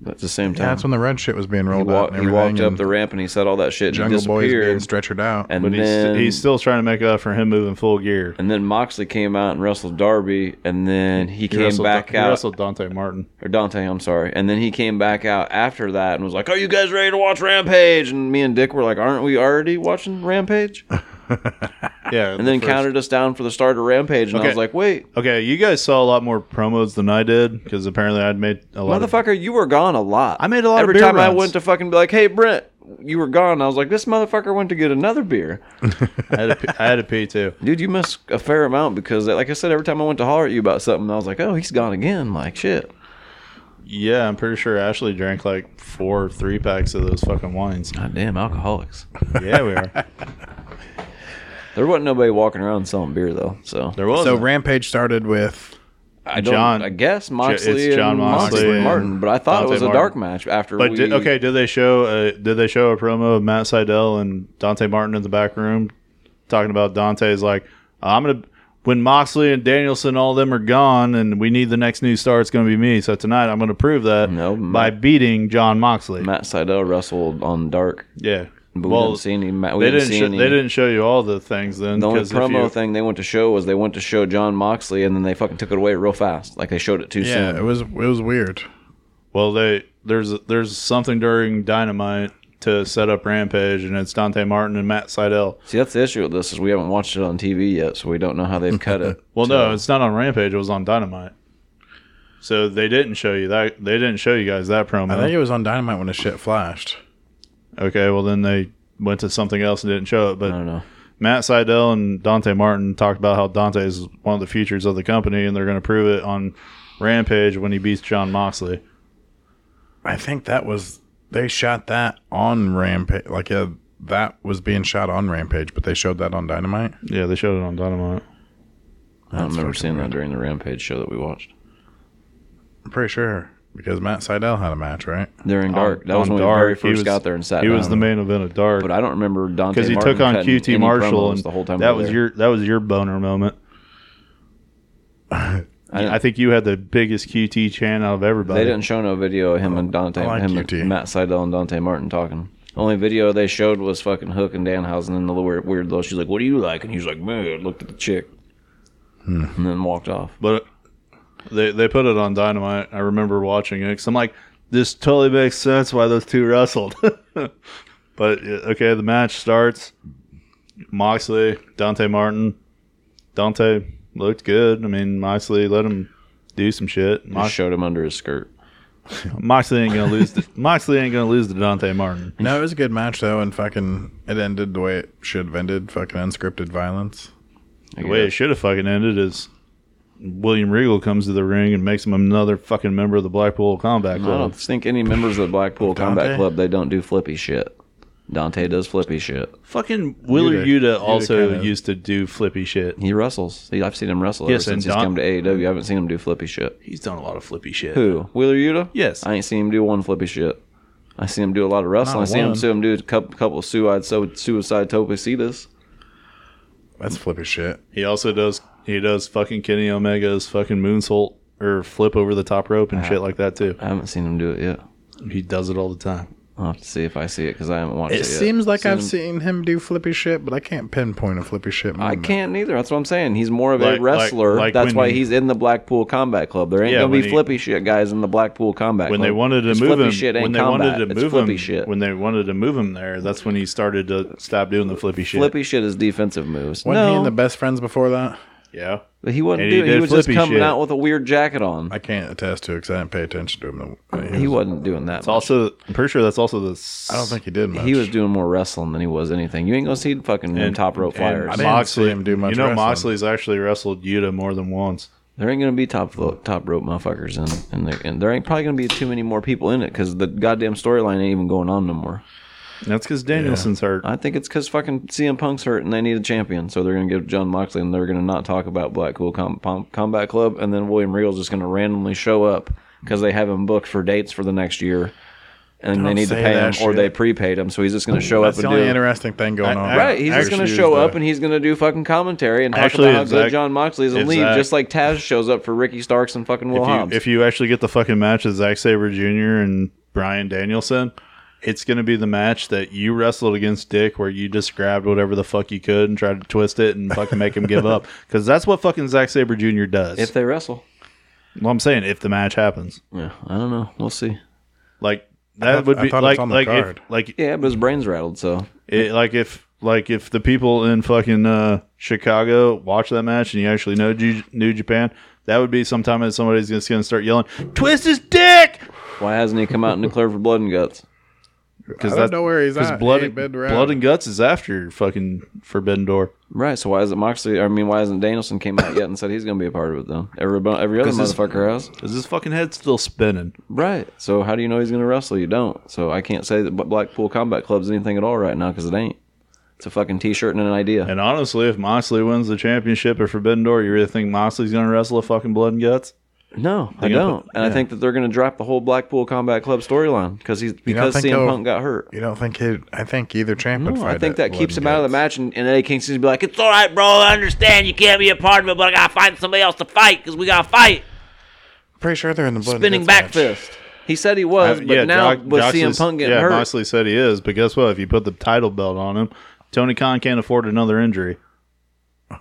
Speaker 4: That's the same
Speaker 1: Yeah,
Speaker 4: time.
Speaker 1: that's when the red shit was being
Speaker 4: he,
Speaker 1: rolled out.
Speaker 4: walked,
Speaker 1: And
Speaker 4: he
Speaker 1: everything,
Speaker 4: walked up
Speaker 1: and
Speaker 4: the ramp and he said all that shit. and
Speaker 1: Jungle Boys being
Speaker 4: disappeared.
Speaker 1: stretchered out.
Speaker 4: and
Speaker 2: but he's,
Speaker 4: then
Speaker 2: he's still trying to make up for him moving full gear.
Speaker 4: and then Moxley came out and wrestled Darby, and then he
Speaker 2: He
Speaker 4: came
Speaker 2: wrestled-
Speaker 4: back
Speaker 2: he
Speaker 4: out
Speaker 2: wrestled Dante Martin.
Speaker 4: or Dante. I'm sorry, and then he came back out after that and was like, "Are you guys ready to watch Rampage?" And me and Dick were like, "Aren't we already watching
Speaker 2: (laughs)
Speaker 4: Rampage?"
Speaker 2: Yeah,
Speaker 4: And then counted us down for the start of Rampage, and I
Speaker 2: Okay.
Speaker 4: was like, "Wait,
Speaker 2: Okay, you guys saw a lot more promos than I did because apparently I'd made a lot. Of,
Speaker 4: Motherfucker, you were gone a lot.
Speaker 2: I made a lot of
Speaker 4: Every
Speaker 2: beer
Speaker 4: time I
Speaker 2: runs.
Speaker 4: went to fucking be like, hey Brent, you were gone. I was like, this motherfucker went to get
Speaker 2: (laughs)
Speaker 4: another beer.
Speaker 2: I had a p- I had a pee too.
Speaker 4: Dude, you missed a fair amount because like I said, every time I went to holler at you about something, I was like, oh, he's gone again. Like shit.
Speaker 2: Yeah, I'm pretty sure Ashley drank like four three packs of those fucking wines.
Speaker 4: God damn alcoholics.
Speaker 2: Yeah, we are.
Speaker 4: There wasn't nobody walking around selling beer though, so
Speaker 2: There was
Speaker 1: So Rampage started with
Speaker 4: I don't
Speaker 2: John-
Speaker 4: I guess Moxley
Speaker 2: it's John
Speaker 4: and
Speaker 2: Moxley
Speaker 4: Moxley,
Speaker 2: and
Speaker 4: and Martin, but I thought
Speaker 2: Dante
Speaker 4: it was a
Speaker 2: Martin.
Speaker 4: dark match after
Speaker 2: But
Speaker 4: we
Speaker 2: did, okay, did they show a, did they show a promo of Matt Seidel and Dante Martin in the back room talking about Dante's like I'm gonna when Moxley and Danielson and all them are gone and we need the next new star it's gonna be me so tonight I'm gonna prove that
Speaker 4: No,
Speaker 2: by beating John Moxley
Speaker 4: Matt Seidel wrestled on dark.
Speaker 2: yeah
Speaker 4: But we didn't see any Matt we
Speaker 2: they
Speaker 4: didn't,
Speaker 2: didn't
Speaker 4: see
Speaker 2: sho-
Speaker 4: any
Speaker 2: they didn't show you all the things then
Speaker 4: The only
Speaker 2: 'cause if
Speaker 4: promo
Speaker 2: you-
Speaker 4: thing they went to show was they went to show John Moxley and then they fucking took it away real fast. Like they showed it too
Speaker 1: yeah,
Speaker 4: soon.
Speaker 1: it was it was weird.
Speaker 2: well they there's there's something during Dynamite to set up Rampage and it's Dante Martin and Matt Seidel
Speaker 4: See, that's the issue with this is we haven't watched it on TV yet, so we don't know
Speaker 2: (laughs)
Speaker 4: how they've cut it.
Speaker 2: Well, no, it's not on Rampage. It was on Dynamite. So they didn't show you that. They didn't show you guys that promo.
Speaker 1: I think it was on Dynamite when the shit flashed.
Speaker 2: okay, well then they went to something else and didn't show it.
Speaker 4: I don't
Speaker 2: But
Speaker 4: know.
Speaker 2: Matt Seidel and Dante Martin talked about how Dante is one of the futures of the company, and they're going to prove it on Rampage when he beats John Moxley.
Speaker 1: I think that was they shot that on Rampage. Like uh that was being shot on Rampage, but they showed that on Dynamite.
Speaker 2: Yeah, they showed it on Dynamite.
Speaker 4: I don't
Speaker 1: fucking
Speaker 4: remember seeing that during the Rampage show that we watched.
Speaker 1: I'm pretty sure because Matt Seidel had a match, right?
Speaker 4: During Dark. that was
Speaker 2: On
Speaker 4: when we very
Speaker 2: Dark, he
Speaker 4: first
Speaker 2: was-
Speaker 4: got there and sat
Speaker 2: He
Speaker 4: down.
Speaker 2: was the main event of Dark
Speaker 4: But I don't remember Dante
Speaker 2: because he
Speaker 4: Martin
Speaker 2: took on
Speaker 4: cutting any
Speaker 2: QT Marshall,
Speaker 4: promos
Speaker 2: and
Speaker 4: the whole time we
Speaker 2: that
Speaker 4: were
Speaker 2: was
Speaker 4: there.
Speaker 2: your that was your boner moment.
Speaker 4: didn't-
Speaker 2: I think you had the biggest QT chant out of everybody.
Speaker 4: They didn't show no video of
Speaker 2: Oh,
Speaker 4: him and Dante,
Speaker 1: I like
Speaker 4: him
Speaker 1: QT.
Speaker 4: and Matt Seidel and Dante Martin talking. Only video they showed was fucking Hook and Danhausen and the weird, weird little. She's like, "What do you like?" And he's like, "Man," looked at the chick,
Speaker 2: Hmm.
Speaker 4: and then walked off.
Speaker 2: But they they put it on Dynamite. I remember watching it 'cause I'm like, this totally makes sense why those two wrestled. (laughs) but yeah, okay, the match starts. Moxley, Dante Martin, Dante looked good. I mean, Moxley let him do some shit.
Speaker 4: I
Speaker 2: Mox-
Speaker 4: showed him under his skirt.
Speaker 2: Moxley ain't gonna lose. To, Moxley ain't gonna lose to Dante Martin.
Speaker 1: (laughs) No, it was a good match though, and fucking it ended the way it should have ended. Fucking unscripted violence.
Speaker 4: I
Speaker 2: The way it
Speaker 4: guess.
Speaker 2: should have fucking ended is William Regal comes to the ring and makes him another fucking member of the Blackpool Combat
Speaker 4: I don't
Speaker 2: Club.
Speaker 4: think any members of the Blackpool
Speaker 1: Dante?
Speaker 4: Combat Club they don't do flippy shit. Dante does flippy shit.
Speaker 2: Fucking Wheeler
Speaker 1: Yuta-
Speaker 2: Yuta
Speaker 1: Yuta
Speaker 2: also
Speaker 1: kinda-
Speaker 2: used to do flippy shit.
Speaker 4: He wrestles. He, I've seen him wrestle
Speaker 2: Yes,
Speaker 4: ever
Speaker 2: and
Speaker 4: since he's
Speaker 2: Don-
Speaker 4: come to AEW. I haven't seen him do flippy shit.
Speaker 2: He's done a lot of flippy shit.
Speaker 4: Who? Wheeler Yuta?
Speaker 2: Yes.
Speaker 4: I ain't seen him do one flippy shit. I seen him do a lot of wrestling. I
Speaker 1: Not
Speaker 4: seen him,
Speaker 1: one.
Speaker 4: see him do a couple, couple of suicide, so, suicide topicitas.
Speaker 1: That's flippy shit.
Speaker 2: He also does. He does fucking Kenny Omega's fucking moonsault or flip over the top rope and
Speaker 4: Uh-huh.
Speaker 2: shit like that too.
Speaker 4: I haven't seen him do it yet.
Speaker 2: He does it all the time.
Speaker 4: I'll have to see if I see it because I haven't watched it.
Speaker 1: It
Speaker 4: yet.
Speaker 1: seems like
Speaker 4: Seen
Speaker 1: I've
Speaker 4: him-
Speaker 1: seen him do flippy shit, but I can't pinpoint a flippy shit
Speaker 4: I
Speaker 1: moment.
Speaker 4: can't neither. That's what I'm saying. He's more of
Speaker 2: Like- like-
Speaker 4: a wrestler.
Speaker 2: like
Speaker 4: That's
Speaker 2: when-
Speaker 4: why he's in the Blackpool Combat Club. There ain't
Speaker 2: Yeah,
Speaker 4: gonna
Speaker 2: when
Speaker 4: be
Speaker 2: he-
Speaker 4: flippy shit guys in the Blackpool Combat
Speaker 2: When
Speaker 4: Club.
Speaker 2: they wanted to
Speaker 4: It's
Speaker 2: move
Speaker 4: flippy
Speaker 2: him,
Speaker 4: shit ain't
Speaker 2: when they
Speaker 4: combat.
Speaker 2: wanted to
Speaker 4: It's
Speaker 2: move
Speaker 4: flippy
Speaker 2: him,
Speaker 4: shit.
Speaker 2: when they wanted to move him there, that's when he started to stop doing the flippy shit.
Speaker 4: flippy shit is defensive moves.
Speaker 1: Wasn't
Speaker 4: no,
Speaker 1: he and the best friends before that?
Speaker 2: Yeah,
Speaker 4: but he wasn't
Speaker 2: And he
Speaker 4: doing. He,
Speaker 2: did
Speaker 4: was just
Speaker 2: flippy
Speaker 4: coming
Speaker 2: shit.
Speaker 4: out with a weird jacket on.
Speaker 1: I can't attest to it because I didn't pay attention to him. He,
Speaker 4: he
Speaker 1: was,
Speaker 4: wasn't doing that.
Speaker 2: it's also. I'm pretty sure that's also the. s-
Speaker 1: I don't think he did much.
Speaker 4: He was doing more wrestling than he was anything. You ain't gonna see fucking them top rope flyers.
Speaker 1: I didn't
Speaker 2: Moxley
Speaker 1: see him do much
Speaker 2: You know,
Speaker 1: wrestling.
Speaker 2: Moxley's actually wrestled Yuta more than once.
Speaker 4: there ain't gonna be top lo- top rope motherfuckers in, in there, and there ain't probably gonna be too many more people in it because the goddamn storyline ain't even going on no more.
Speaker 2: That's because Danielson's hurt.
Speaker 4: I think it's because fucking CM Punk's hurt and they need a champion, so they're gonna give John Moxley and they're gonna not talk about Blackpool Com- Pom- Combat Club, and then William Regal's just gonna randomly show up because they have him booked for dates for the next year, and they
Speaker 1: Don't
Speaker 4: need to
Speaker 1: say
Speaker 4: pay him
Speaker 1: that
Speaker 4: or
Speaker 1: shit.
Speaker 4: they prepaid him, so he's just gonna show
Speaker 1: That's
Speaker 4: up
Speaker 1: the
Speaker 4: and
Speaker 1: only
Speaker 4: do.
Speaker 1: interesting thing going on.
Speaker 2: I-
Speaker 4: Right, he's just gonna
Speaker 1: Actually,
Speaker 4: show
Speaker 1: is
Speaker 4: up
Speaker 1: the-
Speaker 4: and he's gonna do fucking commentary and talk
Speaker 2: Actually,
Speaker 4: about how
Speaker 2: exact-
Speaker 4: good John Moxley's and leave,
Speaker 2: exact-
Speaker 4: just like Taz shows up for Ricky Starks and fucking Will
Speaker 2: if
Speaker 4: Hobbs.
Speaker 2: you, if you actually get the fucking match of Zack Saber Jr. and Brian Danielson, it's going to be the match that you wrestled against Dick, where you just grabbed whatever the fuck you could and tried to twist it and fucking make him
Speaker 1: (laughs)
Speaker 2: give up, because that's what fucking Zack Saber Jr. does.
Speaker 4: if they wrestle,
Speaker 2: well, I'm saying if the match happens,
Speaker 4: yeah, I don't know, we'll see.
Speaker 2: like that
Speaker 1: thought-
Speaker 2: would
Speaker 1: I
Speaker 2: be
Speaker 1: thought it's
Speaker 2: like
Speaker 1: on the
Speaker 2: like if,
Speaker 1: card.
Speaker 2: like
Speaker 4: Yeah, but his brain's rattled, so
Speaker 2: it, like if like if the people in fucking uh, Chicago watch that match and you actually know Ju- New Japan. That would be sometime that somebody's just going to start yelling, "Twist his dick!"
Speaker 4: why hasn't he come out and declared for blood and guts?
Speaker 2: Because
Speaker 1: I don't know where he's at.
Speaker 2: Blood,
Speaker 1: He ain't
Speaker 2: and,
Speaker 1: been around.
Speaker 2: blood and guts is after fucking Forbidden Door.
Speaker 4: Right. So why isn't Moxley? I mean, why isn't Danielson came out yet and said he's going to be a part of it though? Every every other
Speaker 2: 'Cause his-
Speaker 4: motherfucker has.
Speaker 2: Is his fucking head still spinning?
Speaker 4: Right. So how do you know he's going to wrestle? You don't. So I can't say that B- Blackpool Combat Club's anything at all right now because it ain't. It's a fucking t-shirt and an idea.
Speaker 2: And honestly, if Moxley wins the championship at Forbidden Door, you really think Moxley's gonna wrestle a fucking blood and guts?
Speaker 4: no, I
Speaker 2: gonna
Speaker 4: don't.
Speaker 2: put-
Speaker 4: and
Speaker 2: yeah.
Speaker 4: I think that they're going to drop the whole Blackpool Combat Club storyline because he's because
Speaker 1: think
Speaker 4: CM
Speaker 1: they'll-
Speaker 4: Punk got hurt.
Speaker 1: You don't think he? I think either champ would
Speaker 4: No,
Speaker 1: fight
Speaker 4: I think
Speaker 1: it,
Speaker 4: that
Speaker 1: blood
Speaker 4: keeps
Speaker 1: and
Speaker 4: him out of the
Speaker 1: guts.
Speaker 4: match, and, and Eddie Kingston's be like, "It's
Speaker 5: It's all right, bro. I understand you can't be a part of it, but I gotta find somebody else to fight because we gotta fight.
Speaker 1: Pretty sure they're in the blood
Speaker 4: spinning
Speaker 1: and
Speaker 4: back
Speaker 1: guts match.
Speaker 4: fist." He said he was,
Speaker 2: Uh,
Speaker 4: but now with CM Punk getting
Speaker 2: yeah,
Speaker 4: hurt,
Speaker 2: Moxley said he is. But guess what? If you put the title belt on him, Tony Khan can't afford another injury.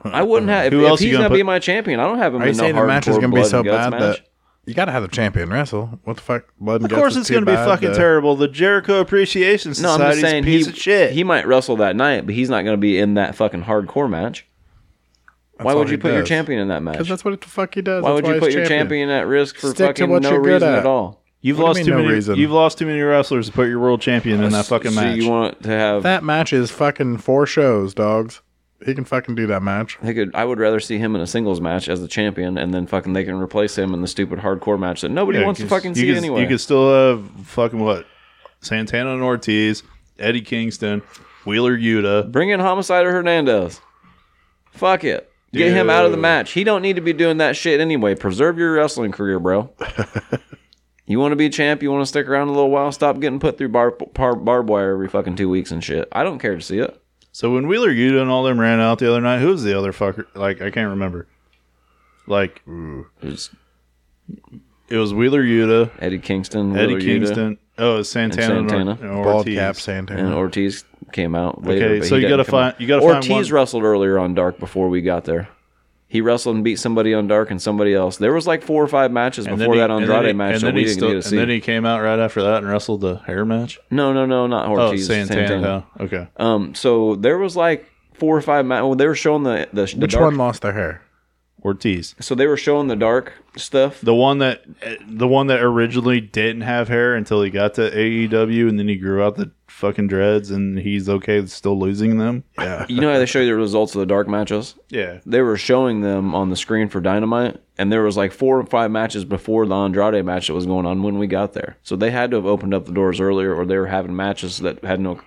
Speaker 4: I wouldn't have. If,
Speaker 2: Who
Speaker 4: if
Speaker 2: else you
Speaker 4: he's
Speaker 2: gonna
Speaker 4: gonna
Speaker 2: put-
Speaker 4: be my champion, I don't have him.
Speaker 1: Are you
Speaker 4: in no
Speaker 1: saying the match is
Speaker 4: hardcore
Speaker 1: going to be
Speaker 4: blood
Speaker 1: so
Speaker 4: and
Speaker 1: bad
Speaker 4: guts match.
Speaker 1: that you got to have the champion wrestle? What the fuck? Blood and
Speaker 2: Of course, it's gonna be fucking terrible. The Jericho Appreciation
Speaker 4: No, I'm just
Speaker 2: Society's
Speaker 4: saying
Speaker 2: piece
Speaker 4: he,
Speaker 2: of shit.
Speaker 4: he might wrestle that night, but he's not gonna be in that fucking hardcore match. why would you put your champion in that match?
Speaker 1: Because that's what the fuck he does.
Speaker 4: Why
Speaker 1: That's
Speaker 4: would you
Speaker 1: he's
Speaker 4: put your champion at risk for
Speaker 1: Stick to
Speaker 4: fucking
Speaker 1: what
Speaker 4: no
Speaker 1: you're good
Speaker 4: reason
Speaker 1: at.
Speaker 4: at all?
Speaker 2: you've
Speaker 1: What do you
Speaker 2: lost
Speaker 1: mean
Speaker 2: too
Speaker 1: no
Speaker 2: many.
Speaker 1: reason?
Speaker 2: You've lost too many wrestlers to put your world champion in that fucking
Speaker 4: so
Speaker 2: match.
Speaker 4: you want to have?
Speaker 1: That match is fucking four shows, dogs. He can fucking do that match.
Speaker 4: They could. I would rather see him in a singles match as the champion, and then fucking they can replace him in the stupid hardcore match that nobody
Speaker 2: Yeah,
Speaker 4: wants to
Speaker 2: 'cause
Speaker 4: fucking
Speaker 2: you
Speaker 4: see
Speaker 2: could-
Speaker 4: anyway.
Speaker 2: You could still have fucking what? Santana and Ortiz, Eddie Kingston, Wheeler Yuta.
Speaker 4: Bring in Homicide or Hernandez. Fuck it. Get him out of the
Speaker 2: Dude.
Speaker 4: match. He don't need to be doing that shit anyway. Preserve your wrestling
Speaker 2: (laughs)
Speaker 4: career, bro. you want to be champ? You want to stick around a little while? Stop getting put through bar, bar, barbed wire every fucking two weeks and shit. I don't care to see it.
Speaker 2: So when Wheeler Yuta and all them ran out the other night, who was the other fucker? Like I can't remember. Like
Speaker 4: It's
Speaker 2: it was Wheeler Yuta,
Speaker 4: Eddie Kingston,
Speaker 2: Eddie
Speaker 4: Wheeler Yuta,
Speaker 2: Kingston. Oh, it was Santana and,
Speaker 4: Santana.
Speaker 2: Or- and
Speaker 1: Bald
Speaker 2: Ortiz.
Speaker 1: cap Santana.
Speaker 4: and Ortiz came out later.
Speaker 2: Uh-huh. Okay,
Speaker 4: but
Speaker 2: so
Speaker 4: he
Speaker 2: you gotta
Speaker 4: didn't come
Speaker 2: find-
Speaker 4: out.
Speaker 2: you gotta find
Speaker 4: Ortiz
Speaker 2: one-
Speaker 4: wrestled earlier on Dark before we got there. He wrestled and beat somebody on Dark and somebody else. There was like four or five matches
Speaker 2: And then
Speaker 4: before
Speaker 2: he-
Speaker 4: that
Speaker 2: and
Speaker 4: Andrade
Speaker 2: then he-
Speaker 4: match
Speaker 2: and
Speaker 4: that
Speaker 2: then
Speaker 4: we
Speaker 2: he
Speaker 4: didn't
Speaker 2: still-
Speaker 4: get to see.
Speaker 2: And then he came out right after that and wrestled the hair match.
Speaker 4: no, no, no, not
Speaker 2: Oh,
Speaker 4: Ortiz.
Speaker 2: Santana.
Speaker 4: Santana.
Speaker 2: Okay,
Speaker 4: Um, so there was like four or five matches. Well, they were showing the the, the
Speaker 1: Which
Speaker 4: dark.
Speaker 1: one lost their hair?
Speaker 2: Ortiz.
Speaker 4: So they were showing the dark stuff.
Speaker 2: (laughs) The one that the one that originally didn't have hair until he got to AEW and then he grew out the fucking dreads and he's okay with still losing them. Yeah.
Speaker 4: you know how they show you the results of the dark matches?
Speaker 2: yeah.
Speaker 4: They were showing them on the screen for Dynamite, and there was like four or five matches before the Andrade match that was going on when we got there. So they had to have opened up the doors earlier, or they were having matches that had no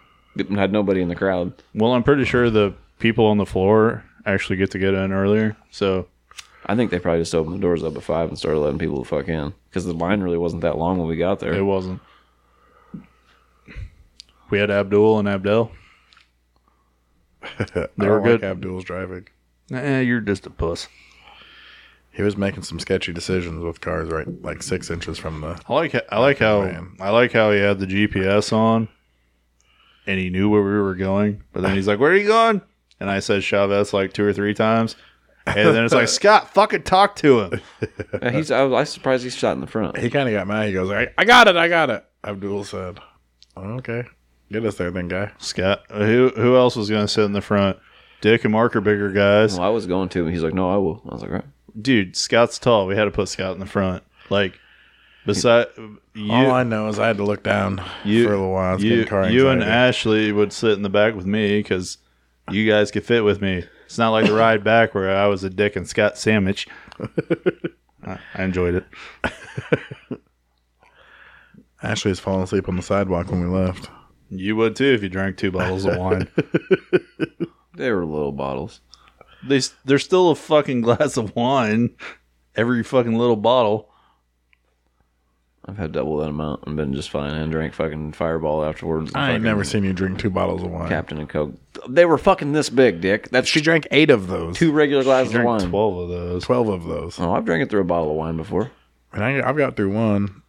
Speaker 4: had nobody in the crowd.
Speaker 2: Well, I'm pretty sure the people on the floor actually get to get in earlier. So
Speaker 4: I think they probably just opened the doors up at five and started letting people the fuck in because the line really wasn't that long when we got there.
Speaker 2: it wasn't. We had Abdul and Abdel.
Speaker 1: They
Speaker 2: were good.
Speaker 1: Like Abdul's driving.
Speaker 2: Eh, you're just a puss.
Speaker 1: He was making some sketchy decisions with cars right like six inches from the.
Speaker 2: I like I like how
Speaker 1: Man.
Speaker 2: I like how he had the GPS on, and he knew where we were going. But then he's like, "Where are you going?" And I said Chavez like two or three times, and then it's like Scott, fucking talk to him.
Speaker 4: Yeah, he's, I was, I was surprised he shot in the front.
Speaker 1: He kind of got mad. He goes, I, "I got it, I got it." Abdul said, "Okay, get us there, then, guy."
Speaker 2: Scott, who who else was gonna sit in the front? Dick and Mark are bigger guys,
Speaker 4: Well, I was going to, and he's like, "No, I will." I was like, "All "Right."
Speaker 2: dude. Scott's tall. We had to put Scott in the front. Like, beside you,
Speaker 1: All I know is I had to look down
Speaker 2: you,
Speaker 1: for a little while. I was
Speaker 2: you,
Speaker 1: getting car
Speaker 2: you and
Speaker 1: anxiety.
Speaker 2: Ashley would sit in the back with me because you guys could fit with me. It's not like the ride back where I was a Dick and Scott (laughs) sandwich. I I enjoyed it.
Speaker 1: Ashley was falling asleep on the sidewalk when we left.
Speaker 2: You would too if you drank two bottles of wine.
Speaker 4: They were little bottles.
Speaker 2: they, s- there's still a fucking (laughs) glass of wine every fucking little bottle.
Speaker 4: I've had double that amount and been just fine, and drank fucking Fireball afterwards.
Speaker 1: (laughs)
Speaker 4: and
Speaker 1: I ain't
Speaker 4: fucking
Speaker 1: never seen you drink two bottles of wine.
Speaker 4: Captain and Coke. They were fucking this big, Dick. That's
Speaker 1: She drank eight of those.
Speaker 4: two regular glasses of
Speaker 2: Drank
Speaker 4: wine.
Speaker 2: twelve of those.
Speaker 1: Twelve of those.
Speaker 4: Oh, I've drank it through a bottle of wine before.
Speaker 1: And I, I've got through one.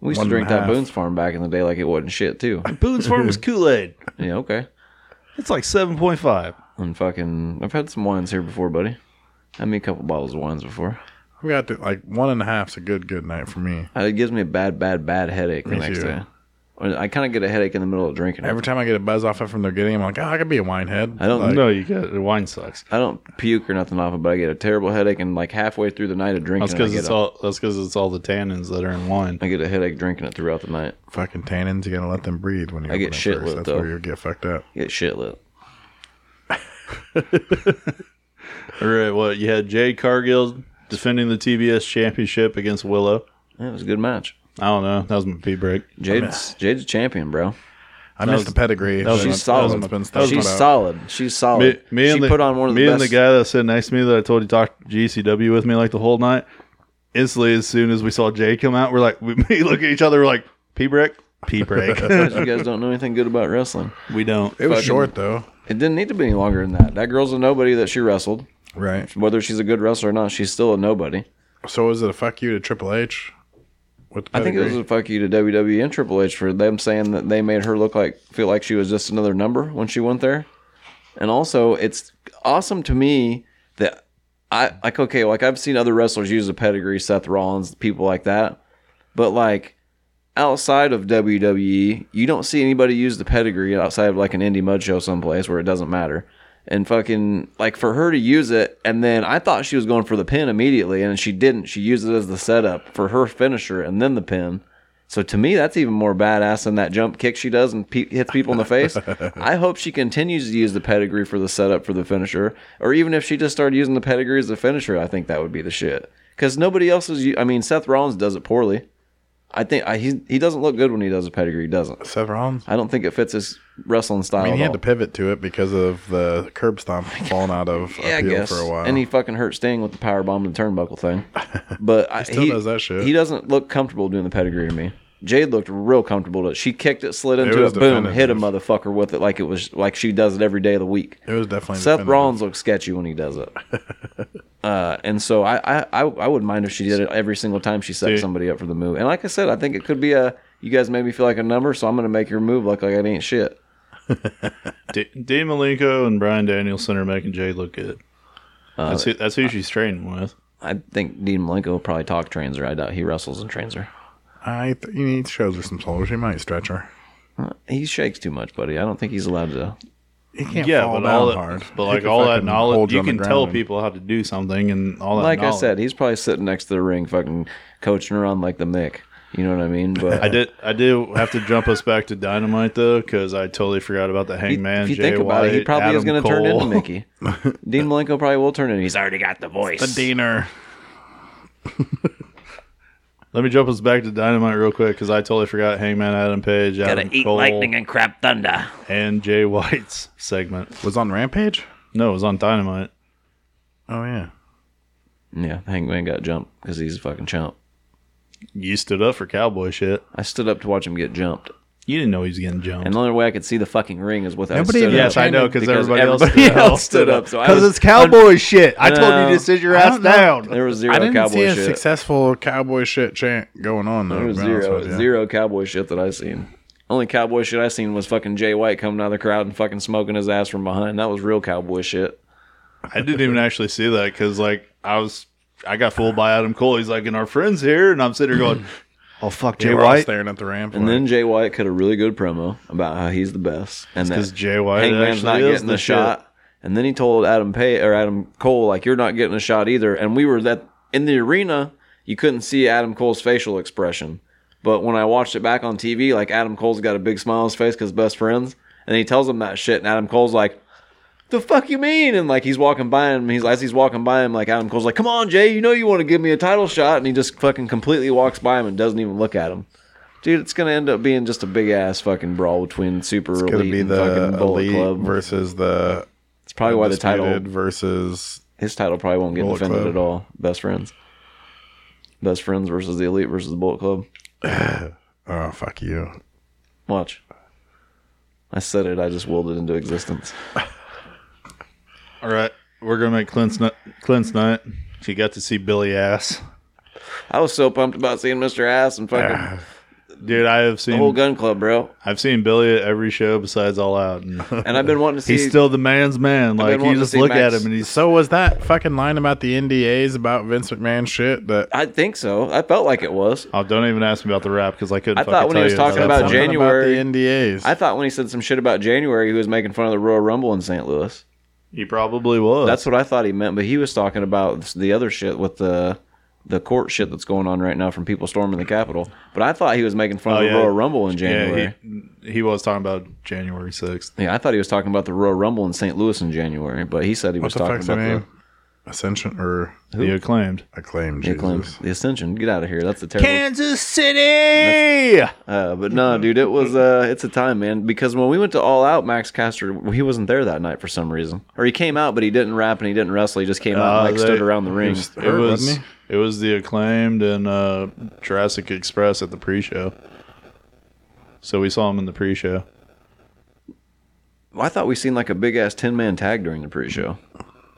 Speaker 4: We used
Speaker 1: One
Speaker 4: to
Speaker 1: and
Speaker 4: drink
Speaker 1: a
Speaker 4: that
Speaker 1: half.
Speaker 4: Boone's Farm back in the day like it wasn't shit
Speaker 1: (laughs)
Speaker 4: too.
Speaker 2: Boone's (laughs) Farms Kool Aid.
Speaker 4: yeah, okay.
Speaker 2: It's like seven point five.
Speaker 4: And fucking, I've had some wines here before, buddy. I mean, a couple bottles of wines before.
Speaker 1: I've got through, like one and a half's a good good night for me.
Speaker 4: Uh, It gives me a bad, bad, bad headache the
Speaker 1: Me
Speaker 4: next
Speaker 1: too.
Speaker 4: day. Or I kind of get a headache in the middle of drinking.
Speaker 1: Every time I get a buzz off it from the getting, I'm like, oh, I could be a winehead.
Speaker 4: I don't
Speaker 1: like,
Speaker 2: No, you got the wine sucks.
Speaker 4: I don't puke or nothing off it, but I get a terrible headache, and like halfway through the night of drinking,
Speaker 2: That's because
Speaker 4: I, get
Speaker 2: it's
Speaker 4: a-
Speaker 2: all. That's because it's all the tannins that are in wine.
Speaker 4: I get a headache drinking it throughout the night.
Speaker 1: Fucking tannins, you gotta let them breathe when you
Speaker 4: I get
Speaker 1: open it
Speaker 4: shit
Speaker 1: first.
Speaker 4: lit,
Speaker 1: That's
Speaker 4: though.
Speaker 1: where you get fucked up.
Speaker 4: I get shit lit.
Speaker 2: All right, well, you had Jade Cargill defending the TBS championship against Willow.
Speaker 4: Yeah, it was a good match.
Speaker 2: I don't know. That was my pee break.
Speaker 4: Jade's Jade's a champion, bro.
Speaker 1: I missed the pedigree. That
Speaker 2: was-
Speaker 4: She's solid.
Speaker 1: been stuck
Speaker 4: She's
Speaker 1: about.
Speaker 4: solid. She's
Speaker 2: Me,
Speaker 4: solid.
Speaker 2: me
Speaker 4: she
Speaker 2: and the,
Speaker 4: put on one of the
Speaker 2: me
Speaker 4: best.
Speaker 2: and the guy that sat next to me that I told you talked GCW with me like the whole night. Instantly, as soon as we saw Jade come out, we're like, we (laughs) look at each other, we're like, pee break, pee
Speaker 4: (laughs)
Speaker 2: break. (laughs)
Speaker 4: you guys don't know anything good about wrestling.
Speaker 2: we don't.
Speaker 1: It was short though,
Speaker 4: It didn't need to be any longer than that. That girl's a nobody that she wrestled.
Speaker 1: right?
Speaker 4: Whether she's a good wrestler or not, she's still a nobody.
Speaker 1: So was it a fuck you to Triple H? With the
Speaker 4: I think it was
Speaker 1: pedigree?
Speaker 4: a fuck you to WWE and Triple H for them saying that they made her look like feel like she was just another number when she went there. And also, it's awesome to me that I like okay, like I've seen other wrestlers use a pedigree, Seth Rollins, people like that. But like outside of WWE, you don't see anybody use the pedigree outside of like an indie mud show someplace where it doesn't matter. And fucking like for her to use it, and then I thought she was going for the pin immediately, and she didn't. She used it as the setup for her finisher and then the pin. So to me, that's even more badass than that jump kick she does and pe- hits people in the face. I hope she continues to use the pedigree for the setup for the finisher, or even if she just started using the pedigree as the finisher, I think that would be the shit. Because nobody else is. u- I mean, Seth Rollins does it poorly. I think I, he he doesn't look good when he does a pedigree. He doesn't.
Speaker 1: Seth Rollins.
Speaker 4: I don't think it fits his wrestling style.
Speaker 1: I mean,
Speaker 4: at
Speaker 1: he had
Speaker 4: all.
Speaker 1: to pivot to it because of the curb
Speaker 4: (laughs)
Speaker 1: stomp falling out of
Speaker 4: yeah, I
Speaker 1: appeal
Speaker 4: guess.
Speaker 1: for a while.
Speaker 4: And he fucking hurt Sting with the power bomb and the
Speaker 1: (laughs)
Speaker 4: turnbuckle thing. But I, he
Speaker 1: still does that shit.
Speaker 4: He doesn't look comfortable doing the pedigree to me. Jade looked real comfortable. To it. She kicked it, slid into
Speaker 1: was
Speaker 4: it, boom, hit a
Speaker 1: definitive.
Speaker 4: motherfucker with it like it was like she does it every day of the week.
Speaker 1: it was definitely
Speaker 4: Seth
Speaker 1: definitive.
Speaker 4: Rollins looks sketchy when he
Speaker 2: (laughs)
Speaker 4: does it. uh, and so I, I, I, I wouldn't mind if she did it every single time she set somebody up for the move. And like I said, I think it could be a you guys made me feel like a number, so I'm gonna make your move look like it ain't shit.
Speaker 2: D- Dean Malenko and Brian Danielson are making Jade look good.
Speaker 4: Uh,
Speaker 2: that's, who, that's who she's training with.
Speaker 4: I think Dean Malenko will probably talk trains her. I doubt he wrestles and trains her.
Speaker 1: I th- he needs- shows her some soul. She might stretch her.
Speaker 4: He shakes too much, buddy. I don't think he's allowed to
Speaker 1: he can't
Speaker 2: yeah,
Speaker 1: fall
Speaker 2: but
Speaker 1: down
Speaker 2: all that,
Speaker 1: hard.
Speaker 2: but
Speaker 1: He
Speaker 2: like
Speaker 1: can
Speaker 2: all that
Speaker 1: fucking hold
Speaker 2: knowledge, you
Speaker 1: on the
Speaker 2: can tell
Speaker 1: ground.
Speaker 2: people how to do something, and all that.
Speaker 4: like I
Speaker 2: knowledge.
Speaker 4: said, he's probably sitting next to the ring, fucking coaching around like the Mick. You know what I mean? But
Speaker 2: (laughs) I did. I do have to jump us back to Dynamite though, because I totally forgot about the Hangman.
Speaker 4: if you
Speaker 2: Jay
Speaker 4: think about
Speaker 2: White,
Speaker 4: it, he probably
Speaker 2: Adam
Speaker 4: is going to turn
Speaker 2: Cole. (laughs)
Speaker 4: into Mickey. Dean Malenko probably will turn into. He's already got the voice.
Speaker 1: The Diener.
Speaker 2: Let me jump us back to Dynamite real quick, because I totally forgot Hangman Adam Page,
Speaker 5: Gotta
Speaker 2: Adam
Speaker 5: eat
Speaker 2: Cole,
Speaker 5: lightning and crap thunder.
Speaker 2: and Jay White's segment.
Speaker 1: was on Rampage.
Speaker 2: No, it was on Dynamite.
Speaker 1: Oh yeah,
Speaker 4: yeah, the Hangman got jumped because he's a fucking chump.
Speaker 2: You stood up for cowboy shit.
Speaker 4: I stood up to watch him get jumped,
Speaker 2: You didn't know he was getting jumped.
Speaker 4: and the only way I could see the fucking ring is with
Speaker 1: Nobody
Speaker 4: I stood
Speaker 1: even
Speaker 2: yes,
Speaker 4: up.
Speaker 2: I know, because everybody,
Speaker 4: everybody
Speaker 2: else,
Speaker 4: else stood up.
Speaker 2: (laughs)
Speaker 4: So I
Speaker 2: because
Speaker 4: was-
Speaker 2: it's cowboy shit. I told
Speaker 4: No.
Speaker 2: you to sit your
Speaker 1: I
Speaker 2: ass
Speaker 1: don't know.
Speaker 2: down.
Speaker 4: There was zero
Speaker 1: I didn't
Speaker 4: cowboy
Speaker 1: see a
Speaker 4: shit.
Speaker 1: successful cowboy shit chant going on though.
Speaker 4: There was
Speaker 1: to be honest
Speaker 4: zero,
Speaker 1: with you.
Speaker 4: zero cowboy shit that I seen. Only cowboy shit I seen was fucking Jay White coming out of the crowd and fucking smoking his ass from behind. That was real cowboy shit.
Speaker 2: I didn't even actually see that because like I was, I got fooled by Adam Cole. He's like, and our friends here, and I'm sitting there going, oh fuck,
Speaker 1: They
Speaker 2: Jay
Speaker 1: were all
Speaker 2: White.
Speaker 1: staring at the ramp.
Speaker 4: And then Jay White cut a really good promo about how he's the best and
Speaker 2: Because
Speaker 4: that
Speaker 2: Jay White
Speaker 4: Hangman's
Speaker 2: actually
Speaker 4: not
Speaker 2: is
Speaker 4: getting the,
Speaker 2: the shit.
Speaker 4: shot. And then he told Adam Pay or Adam Cole like you're not getting a shot either. And we were that in the arena, you couldn't see Adam Cole's facial expression. But when I watched it back on TV, like Adam Cole's got a big smile on his face because best friends, and he tells him that shit, and Adam Cole's like, "The fuck you mean?" And like he's walking by him, and he's as he's walking by him, like Adam Cole's like, "Come on, Jay, you know you want to give me a title shot," and he just fucking completely walks by him and doesn't even look at him. Dude, it's gonna end up being just a big ass fucking brawl between Super
Speaker 1: it's gonna
Speaker 4: Elite
Speaker 1: be
Speaker 4: and fucking
Speaker 1: the
Speaker 4: Bullet
Speaker 1: elite
Speaker 4: Club.
Speaker 1: versus the
Speaker 4: It's probably why the title,
Speaker 1: Undisputed versus
Speaker 4: his title probably won't get
Speaker 1: Bullet
Speaker 4: defended
Speaker 1: Club.
Speaker 4: at all. Best friends, best friends versus the elite versus the Bullet Club.
Speaker 1: oh fuck you.
Speaker 4: Watch. I said it. I just willed it into existence.
Speaker 2: All right, we're gonna make Clint's night. Clint's night. She got to see Billy Ass,
Speaker 4: I was so pumped about seeing Mr. Ass and
Speaker 1: Ah,
Speaker 4: fucking
Speaker 2: dude. I have
Speaker 4: the whole
Speaker 2: seen
Speaker 4: Gun Club, bro.
Speaker 2: I've seen Billy at every show besides All Out. And
Speaker 4: And (laughs) I've been wanting to
Speaker 2: (laughs)
Speaker 4: see.
Speaker 2: he's still the man's man. Like you
Speaker 4: wanting to
Speaker 2: just
Speaker 4: see
Speaker 2: look
Speaker 4: Max-
Speaker 2: at him and he's
Speaker 1: So was that fucking line about the NDAs about Vince McMahon shit that
Speaker 4: I think so. I felt like it was.
Speaker 2: Oh, don't even ask me about the rap because I couldn't.
Speaker 4: I
Speaker 2: fucking
Speaker 4: thought when he
Speaker 2: tell
Speaker 4: was
Speaker 2: you
Speaker 4: talking
Speaker 2: that.
Speaker 4: about
Speaker 1: something
Speaker 4: Jane- January-
Speaker 1: about the NDAs?
Speaker 4: I thought when he said some shit about January, he was making fun of the Royal Rumble in St. Louis.
Speaker 2: he probably was.
Speaker 4: That's what I thought he meant, but he was talking about the other shit with the the court shit that's going on right now from people storming the Capitol. But I thought he was making fun
Speaker 2: Oh,
Speaker 4: of the
Speaker 2: yeah.
Speaker 4: Royal Rumble in January.
Speaker 2: yeah.
Speaker 4: Yeah,
Speaker 2: He, he was talking about January sixth.
Speaker 4: I thought he was talking about the Royal Rumble in St. Louis in January, but he said he
Speaker 1: what
Speaker 4: was
Speaker 1: the
Speaker 4: talking
Speaker 1: fuck's the
Speaker 4: about
Speaker 1: name? Ascension or
Speaker 2: He acclaimed
Speaker 1: acclaimed?
Speaker 4: the, the
Speaker 1: Jesus.
Speaker 4: acclaim, the Ascension. Get out of here. That's a terrible.
Speaker 2: Kansas City.
Speaker 4: Uh, but no, dude, it was uh, it's a time, man. Because when we went to All Out, Max Caster he wasn't there that night for some reason, or he came out but he didn't rap and he didn't wrestle. He just came out
Speaker 2: Uh,
Speaker 4: and like stood
Speaker 2: they-
Speaker 4: around the ring.
Speaker 1: was-
Speaker 2: It
Speaker 1: Hurt,
Speaker 2: was
Speaker 1: wasn't
Speaker 2: it was the acclaimed and uh, Jurassic Express at the pre-show. So we saw him in the pre-show.
Speaker 4: I thought we seen like a big ass ten man tag during the pre-show.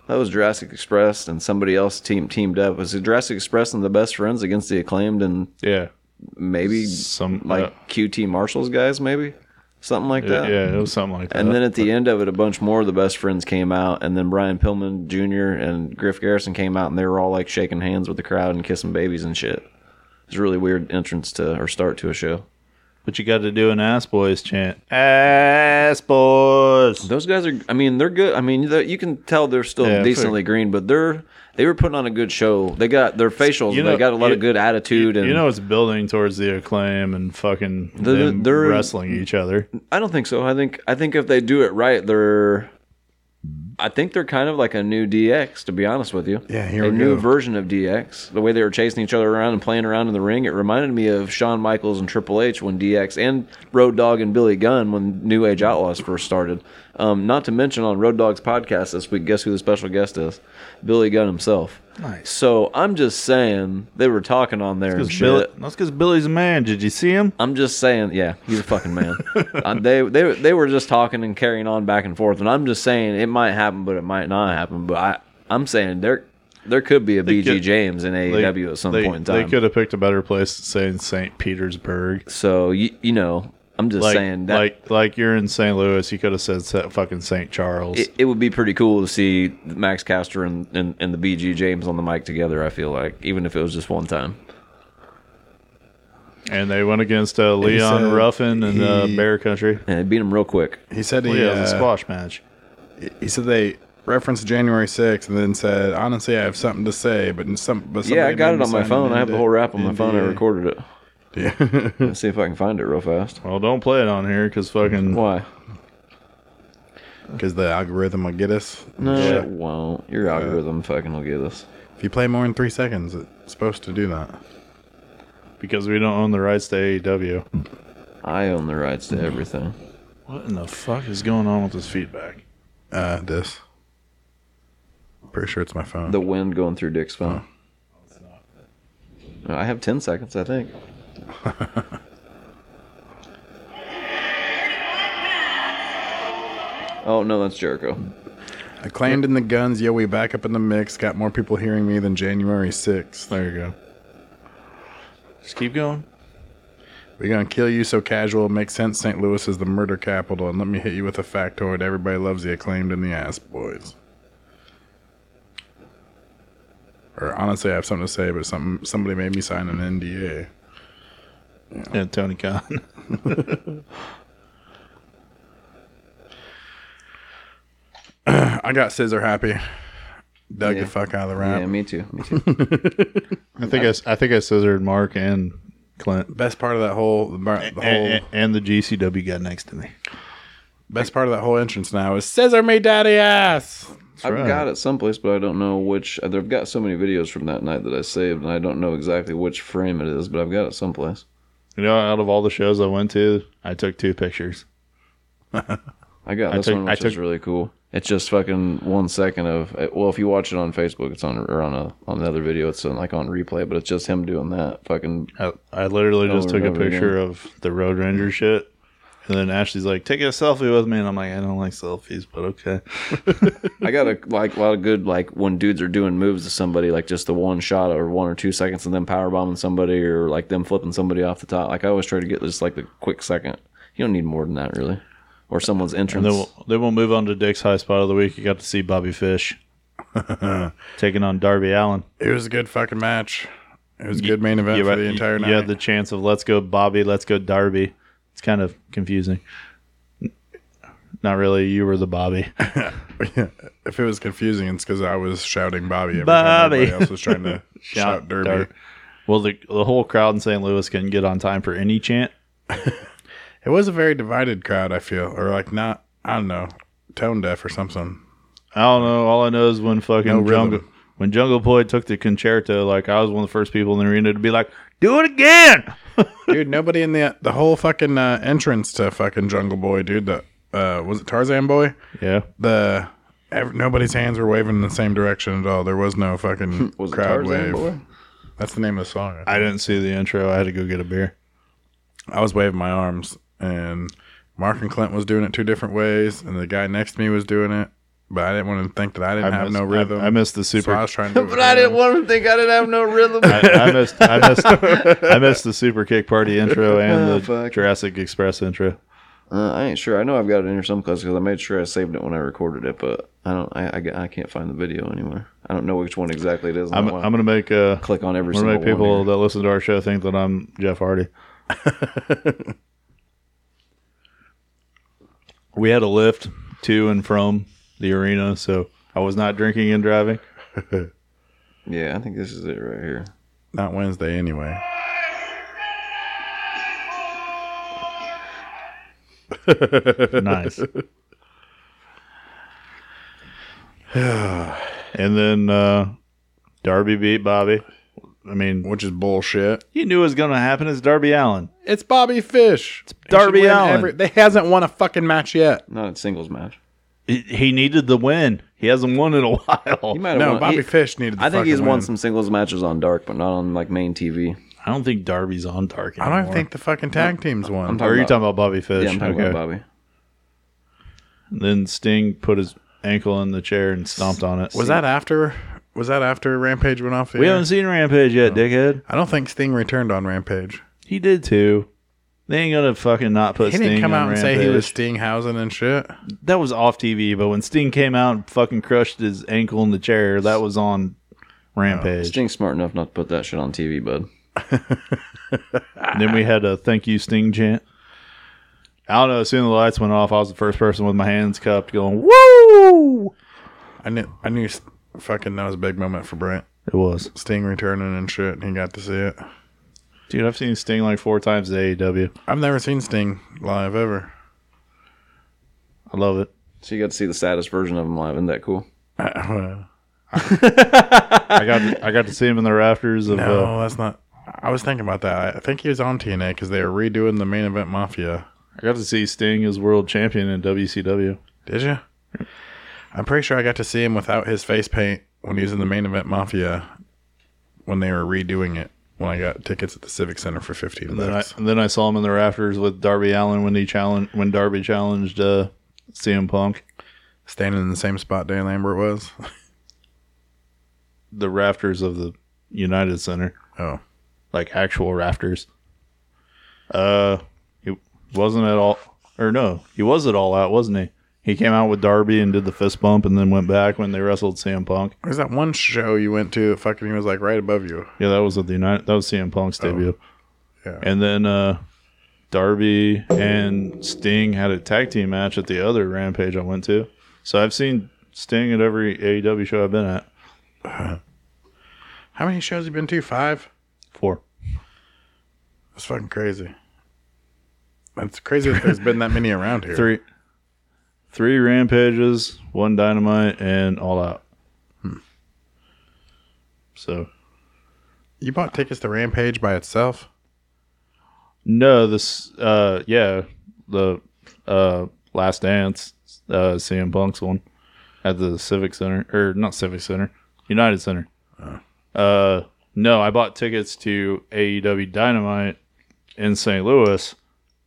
Speaker 4: That was Jurassic Express and somebody else team teamed up. Was it Jurassic Express and the best friends against the acclaimed and
Speaker 2: Yeah,
Speaker 4: maybe
Speaker 2: some
Speaker 4: like
Speaker 2: uh,
Speaker 4: QT Marshall's guys, maybe something like
Speaker 2: yeah,
Speaker 4: that.
Speaker 2: yeah, it was something like that.
Speaker 4: And then at the end of it, a bunch more of the best friends came out, and then Brian Pillman Jr. and Griff Garrison came out, and they were all like shaking hands with the crowd and kissing babies and shit. It's a really weird entrance to or start to a show.
Speaker 2: but you got to do an ass boys chant. Ass boys.
Speaker 4: Those guys are. I mean, they're good. I mean, they're- you can tell they're still
Speaker 2: Yeah,
Speaker 4: decently green, but they're they were putting on a good show. They got their facials.
Speaker 2: You know-
Speaker 4: they got a lot of
Speaker 2: you-
Speaker 4: good attitude, and
Speaker 2: You know it's building towards the acclaim and fucking
Speaker 4: The-
Speaker 2: them
Speaker 4: they're-
Speaker 2: wrestling each other.
Speaker 4: I don't think so. I think I think if they do it right, they're. I think they're kind of like a new DX, to be honest with you.
Speaker 1: Yeah, here
Speaker 4: a
Speaker 1: we
Speaker 4: new
Speaker 1: go.
Speaker 4: version of DX. The way they were chasing each other around and playing around in the ring, it reminded me of Shawn Michaels and Triple H when DX and Road Dogg and Billy Gunn when New Age Outlaws first started. Um, not to mention on Road Dogg's podcast this week, guess who the special guest is? Billy Gunn himself. Nice. So I'm just saying they were talking on there. and
Speaker 2: That's
Speaker 4: shit.
Speaker 2: because Billy's a man. Did you see him?
Speaker 4: I'm just saying, yeah, he's a fucking
Speaker 2: (laughs)
Speaker 4: man. Uh, they they they were just talking and carrying on back and forth, and I'm just saying it might happen, but it might not happen. But I I'm saying there there could be a BG
Speaker 2: could-
Speaker 4: James in
Speaker 2: They-
Speaker 4: AEW at some
Speaker 2: they-
Speaker 4: point in
Speaker 2: They
Speaker 4: time.
Speaker 2: could have picked a better place to say in St. Petersburg.
Speaker 4: so you you know, I'm just
Speaker 2: Like,
Speaker 4: saying that
Speaker 2: like, like you're in St. Louis, you could have said Sa- fucking St. Charles.
Speaker 4: it, it would be pretty cool to see Max Caster and, and and the BG James on the mic together. I feel like even if it was just one time.
Speaker 2: And they went against uh, Leon
Speaker 1: said
Speaker 2: Ruffin and uh,
Speaker 1: he-
Speaker 2: Bear Country.
Speaker 4: And it beat him real quick.
Speaker 1: He said
Speaker 2: Well,
Speaker 1: he,
Speaker 2: yeah, it was a
Speaker 1: uh,
Speaker 2: squash match.
Speaker 1: he said they referenced January 6th and then said, honestly, I have something to say, but some, but
Speaker 4: yeah,
Speaker 1: somebody
Speaker 4: I got it
Speaker 1: didn't
Speaker 4: on my
Speaker 1: sign
Speaker 4: phone.
Speaker 1: an
Speaker 4: I have the
Speaker 1: NDA.
Speaker 4: whole rap on my phone. I
Speaker 1: NDA.
Speaker 4: recorded it.
Speaker 1: Yeah.
Speaker 4: Let's see if I can find it real fast.
Speaker 2: Well, don't play it on here because fucking
Speaker 4: Why?
Speaker 1: Because the algorithm will get us.
Speaker 4: No,
Speaker 1: Shit.
Speaker 4: it won't. Your algorithm fucking will get us.
Speaker 1: If you play more than three seconds, it's supposed to do that.
Speaker 2: because we don't own the rights to E AEW.
Speaker 4: I own the rights to everything.
Speaker 2: What in the fuck is going on with this feedback?
Speaker 1: Uh, this. Pretty sure it's my phone.
Speaker 4: The wind going through Dick's phone. I have 10 seconds, I think. oh, no, that's Jericho.
Speaker 1: Acclaimed in the guns, yo, we back up in the mix. Got more people hearing me than January 6th.
Speaker 2: There you go. Just keep going.
Speaker 1: We gonna kill you so casual. Makes sense. St. Louis is the murder capital. And let me hit you with a factoid. Everybody loves the acclaimed in the ass boys. Or honestly, I have something to say, but something somebody made me sign an NDA.
Speaker 2: And Tony Khan. (laughs)
Speaker 1: I got scissor happy. Dug the fuck out of the rap.
Speaker 4: Yeah, me too. Me too.
Speaker 2: I think I, I think I scissored Mark and Clint.
Speaker 1: Best part of that whole the, bar- the whole
Speaker 2: And, and the GCW guy next to me.
Speaker 1: best part of that whole entrance now is scissor me daddy ass.
Speaker 4: I've
Speaker 2: right.
Speaker 4: got it someplace, but I don't know which. I've got so many videos from that night that I saved, and I don't know exactly which frame it is, but I've got it someplace.
Speaker 2: You know, out of all the shows I went to, I took two pictures.
Speaker 4: I got this
Speaker 2: took-
Speaker 4: one,
Speaker 2: I
Speaker 4: which is
Speaker 2: took-
Speaker 4: really cool. It's just fucking one second of eh, well, if you watch it on Facebook, it's on or on a on another video, it's on, like on replay, but it's just him doing that fucking.
Speaker 2: I, I literally just
Speaker 4: Over
Speaker 2: took
Speaker 4: and
Speaker 2: a
Speaker 4: over again.
Speaker 2: picture of the Road Ranger shit. And then Ashley's like, take a selfie with me. And I'm like, I don't like selfies, but okay.
Speaker 4: I got a (laughs) like a lot of good like when dudes are doing moves to somebody, like just the one shot or one or two seconds, and them power bombing somebody or like them flipping somebody off the top. Like I always try to get just like the quick second. You don't need more than that, really. Or someone's entrance.
Speaker 2: And then we'll, then we'll move on to Dick's high spot of the week. You got to see Bobby
Speaker 1: (laughs)
Speaker 2: Fish taking on Darby Allen.
Speaker 1: It was a good fucking match. It was a good main event
Speaker 2: you
Speaker 1: for
Speaker 2: had-
Speaker 1: the entire night.
Speaker 2: You had the chance of let's go Bobby, let's go Darby. It's kind of confusing. Not really. You were the
Speaker 1: (laughs)
Speaker 2: Bobby.
Speaker 1: if it was confusing, it's because I was shouting Bobby. Every
Speaker 2: Bobby.
Speaker 1: Time everybody else was trying
Speaker 4: (laughs)
Speaker 1: to shout Derby.
Speaker 2: Dar- Well, the the whole crowd in St. Louis couldn't get on time for any chant.
Speaker 1: It was a very divided crowd. I feel, or like not, I don't know, tone deaf or something.
Speaker 2: I don't know. All I know is when fucking
Speaker 1: No rhythm.
Speaker 2: Jungle when Jungle Boy took the concerto, like I was one of the first people in the arena to be like, "Do it again."
Speaker 1: Dude, nobody in the the whole fucking uh, entrance to fucking Jungle Boy, dude. The uh, was it Tarzan Boy?
Speaker 2: Yeah.
Speaker 1: The ev- nobody's hands were waving in the same direction at all. There was no fucking
Speaker 4: (laughs) was it
Speaker 1: crowd
Speaker 4: Tarzan
Speaker 1: wave.
Speaker 4: Boy?
Speaker 1: That's the name of the song. I,
Speaker 2: I didn't see the intro. I had to go get a beer.
Speaker 1: I was waving my arms, and Mark and Clint was doing it two different ways, and the guy next to me was doing it. But I didn't want to think that I didn't
Speaker 2: I
Speaker 1: have
Speaker 2: missed-
Speaker 1: no rhythm.
Speaker 2: I, I missed the
Speaker 1: So
Speaker 2: super.
Speaker 1: I was trying (laughs) to. do it
Speaker 4: But I didn't
Speaker 1: wrong.
Speaker 4: want him to think I didn't have no (laughs) rhythm.
Speaker 2: I, I missed. I
Speaker 1: (laughs)
Speaker 2: missed. I missed the super kick party intro
Speaker 1: Oh,
Speaker 2: and the
Speaker 4: fuck.
Speaker 2: Jurassic Express intro.
Speaker 4: Uh, I ain't sure. I know I've got it in here someplace because I made sure I saved it when I recorded it, but I don't. I, I, I can't find the video anywhere. I don't know which one exactly it is. and
Speaker 2: I'm,
Speaker 4: I wanna
Speaker 2: I'm gonna make uh,
Speaker 4: click on every
Speaker 2: I'm gonna
Speaker 4: single
Speaker 2: make people
Speaker 4: one.
Speaker 2: that listen to our show think that I'm Jeff Hardy. (laughs) we had a lift to and from the arena, so I was not drinking and driving.
Speaker 4: here. Yeah, I think this is it right here.
Speaker 1: Not Wednesday anyway.
Speaker 2: Nice. (sighs) and then uh, Darby beat Bobby. I mean,
Speaker 1: Which is bullshit.
Speaker 2: you knew it was gonna happen. It's Darby Allen.
Speaker 1: It's Bobby Fish. It's
Speaker 2: Darby Allin.
Speaker 1: they hasn't won a fucking match yet.
Speaker 4: Not a singles match.
Speaker 2: He- He needed the win. He hasn't won in a (laughs) while.
Speaker 4: He might have
Speaker 1: no,
Speaker 4: won-
Speaker 1: Bobby
Speaker 4: he-
Speaker 1: Fish needed. The
Speaker 4: I think he's
Speaker 1: fucking
Speaker 4: won
Speaker 1: win.
Speaker 4: some singles matches on Dark, but not on like main TV.
Speaker 2: I don't think Darby's on Dark
Speaker 1: I
Speaker 2: anymore.
Speaker 1: don't think the fucking tag teams won.
Speaker 4: I'm
Speaker 2: Or are you
Speaker 4: about-
Speaker 2: talking about Bobby Fish?
Speaker 4: Yeah, I'm talking about Bobby.
Speaker 2: Then Sting put his ankle in the chair and stomped on it.
Speaker 1: was that after? Was that after Rampage went off? The
Speaker 2: We
Speaker 1: air?
Speaker 2: haven't seen Rampage yet, dickhead.
Speaker 1: I don't think Sting returned on Rampage.
Speaker 2: He did too. They ain't gonna fucking not put
Speaker 1: He
Speaker 2: Sting
Speaker 1: didn't come
Speaker 2: on
Speaker 1: out and
Speaker 2: Rampage.
Speaker 1: say he was Stinghausen and shit.
Speaker 2: That was off TV, but when Sting came out and fucking crushed his ankle in the chair, that was on Rampage.
Speaker 4: Sting's smart enough not to put that shit on TV, bud.
Speaker 1: Oh,
Speaker 2: And then we had a thank you Sting chant. I don't know. As soon as the lights went off, I was the first person with my hands cupped going, woo!
Speaker 1: I knew I knew s- fucking that was a big moment for Brent.
Speaker 2: It was.
Speaker 1: Sting returning and shit, and he got to see it.
Speaker 2: Dude, I've seen Sting like four times E at AEW.
Speaker 1: I've never seen Sting live ever. (laughs)
Speaker 2: I love it.
Speaker 4: So you got to see the saddest version of him live. Isn't that cool?
Speaker 2: I got to, I got to see him in the rafters of uh,
Speaker 1: No, that's not. I was thinking about that. I think he was on TNA because they were redoing the main event Mafia.
Speaker 2: I got to see Sting as world champion in WCW.
Speaker 1: Did you? I'm pretty sure I got to see him without his face paint when he was in the main event Mafia when they were redoing it. When I got tickets at the Civic Center for fifteen
Speaker 2: And then I
Speaker 1: bucks.
Speaker 2: and then I saw him in the rafters with Darby Allen when he challenged when Darby challenged uh, CM Punk.
Speaker 1: Standing in the same spot Dan Lambert was.
Speaker 2: The rafters of the United Center,
Speaker 1: Oh,
Speaker 2: like actual rafters. Uh, he wasn't at all, or no, he was at all out, wasn't he? He came out with Darby and did the fist bump, and then went back when they wrestled CM Punk.
Speaker 1: there's that one show you went to. That fucking he was like right above you.
Speaker 2: Yeah, that was at the United. That was CM Punk's debut.
Speaker 1: yeah.
Speaker 2: And then uh, Darby and Sting had a tag team match at the other Rampage I went to. So I've seen Sting at every AEW show I've been at.
Speaker 1: How many shows you been to? Five.
Speaker 2: Four.
Speaker 1: That's fucking crazy. That's crazy that there's been that many around here.
Speaker 2: (laughs) Three. Three Rampages, one Dynamite, and All Out. So
Speaker 1: You bought tickets to Rampage by itself?
Speaker 2: no, this uh yeah the uh Last Dance uh CM Punk's one at the Civic Center or not Civic Center United Center.
Speaker 1: Oh.
Speaker 2: Uh no, I bought tickets to AEW Dynamite in St. Louis.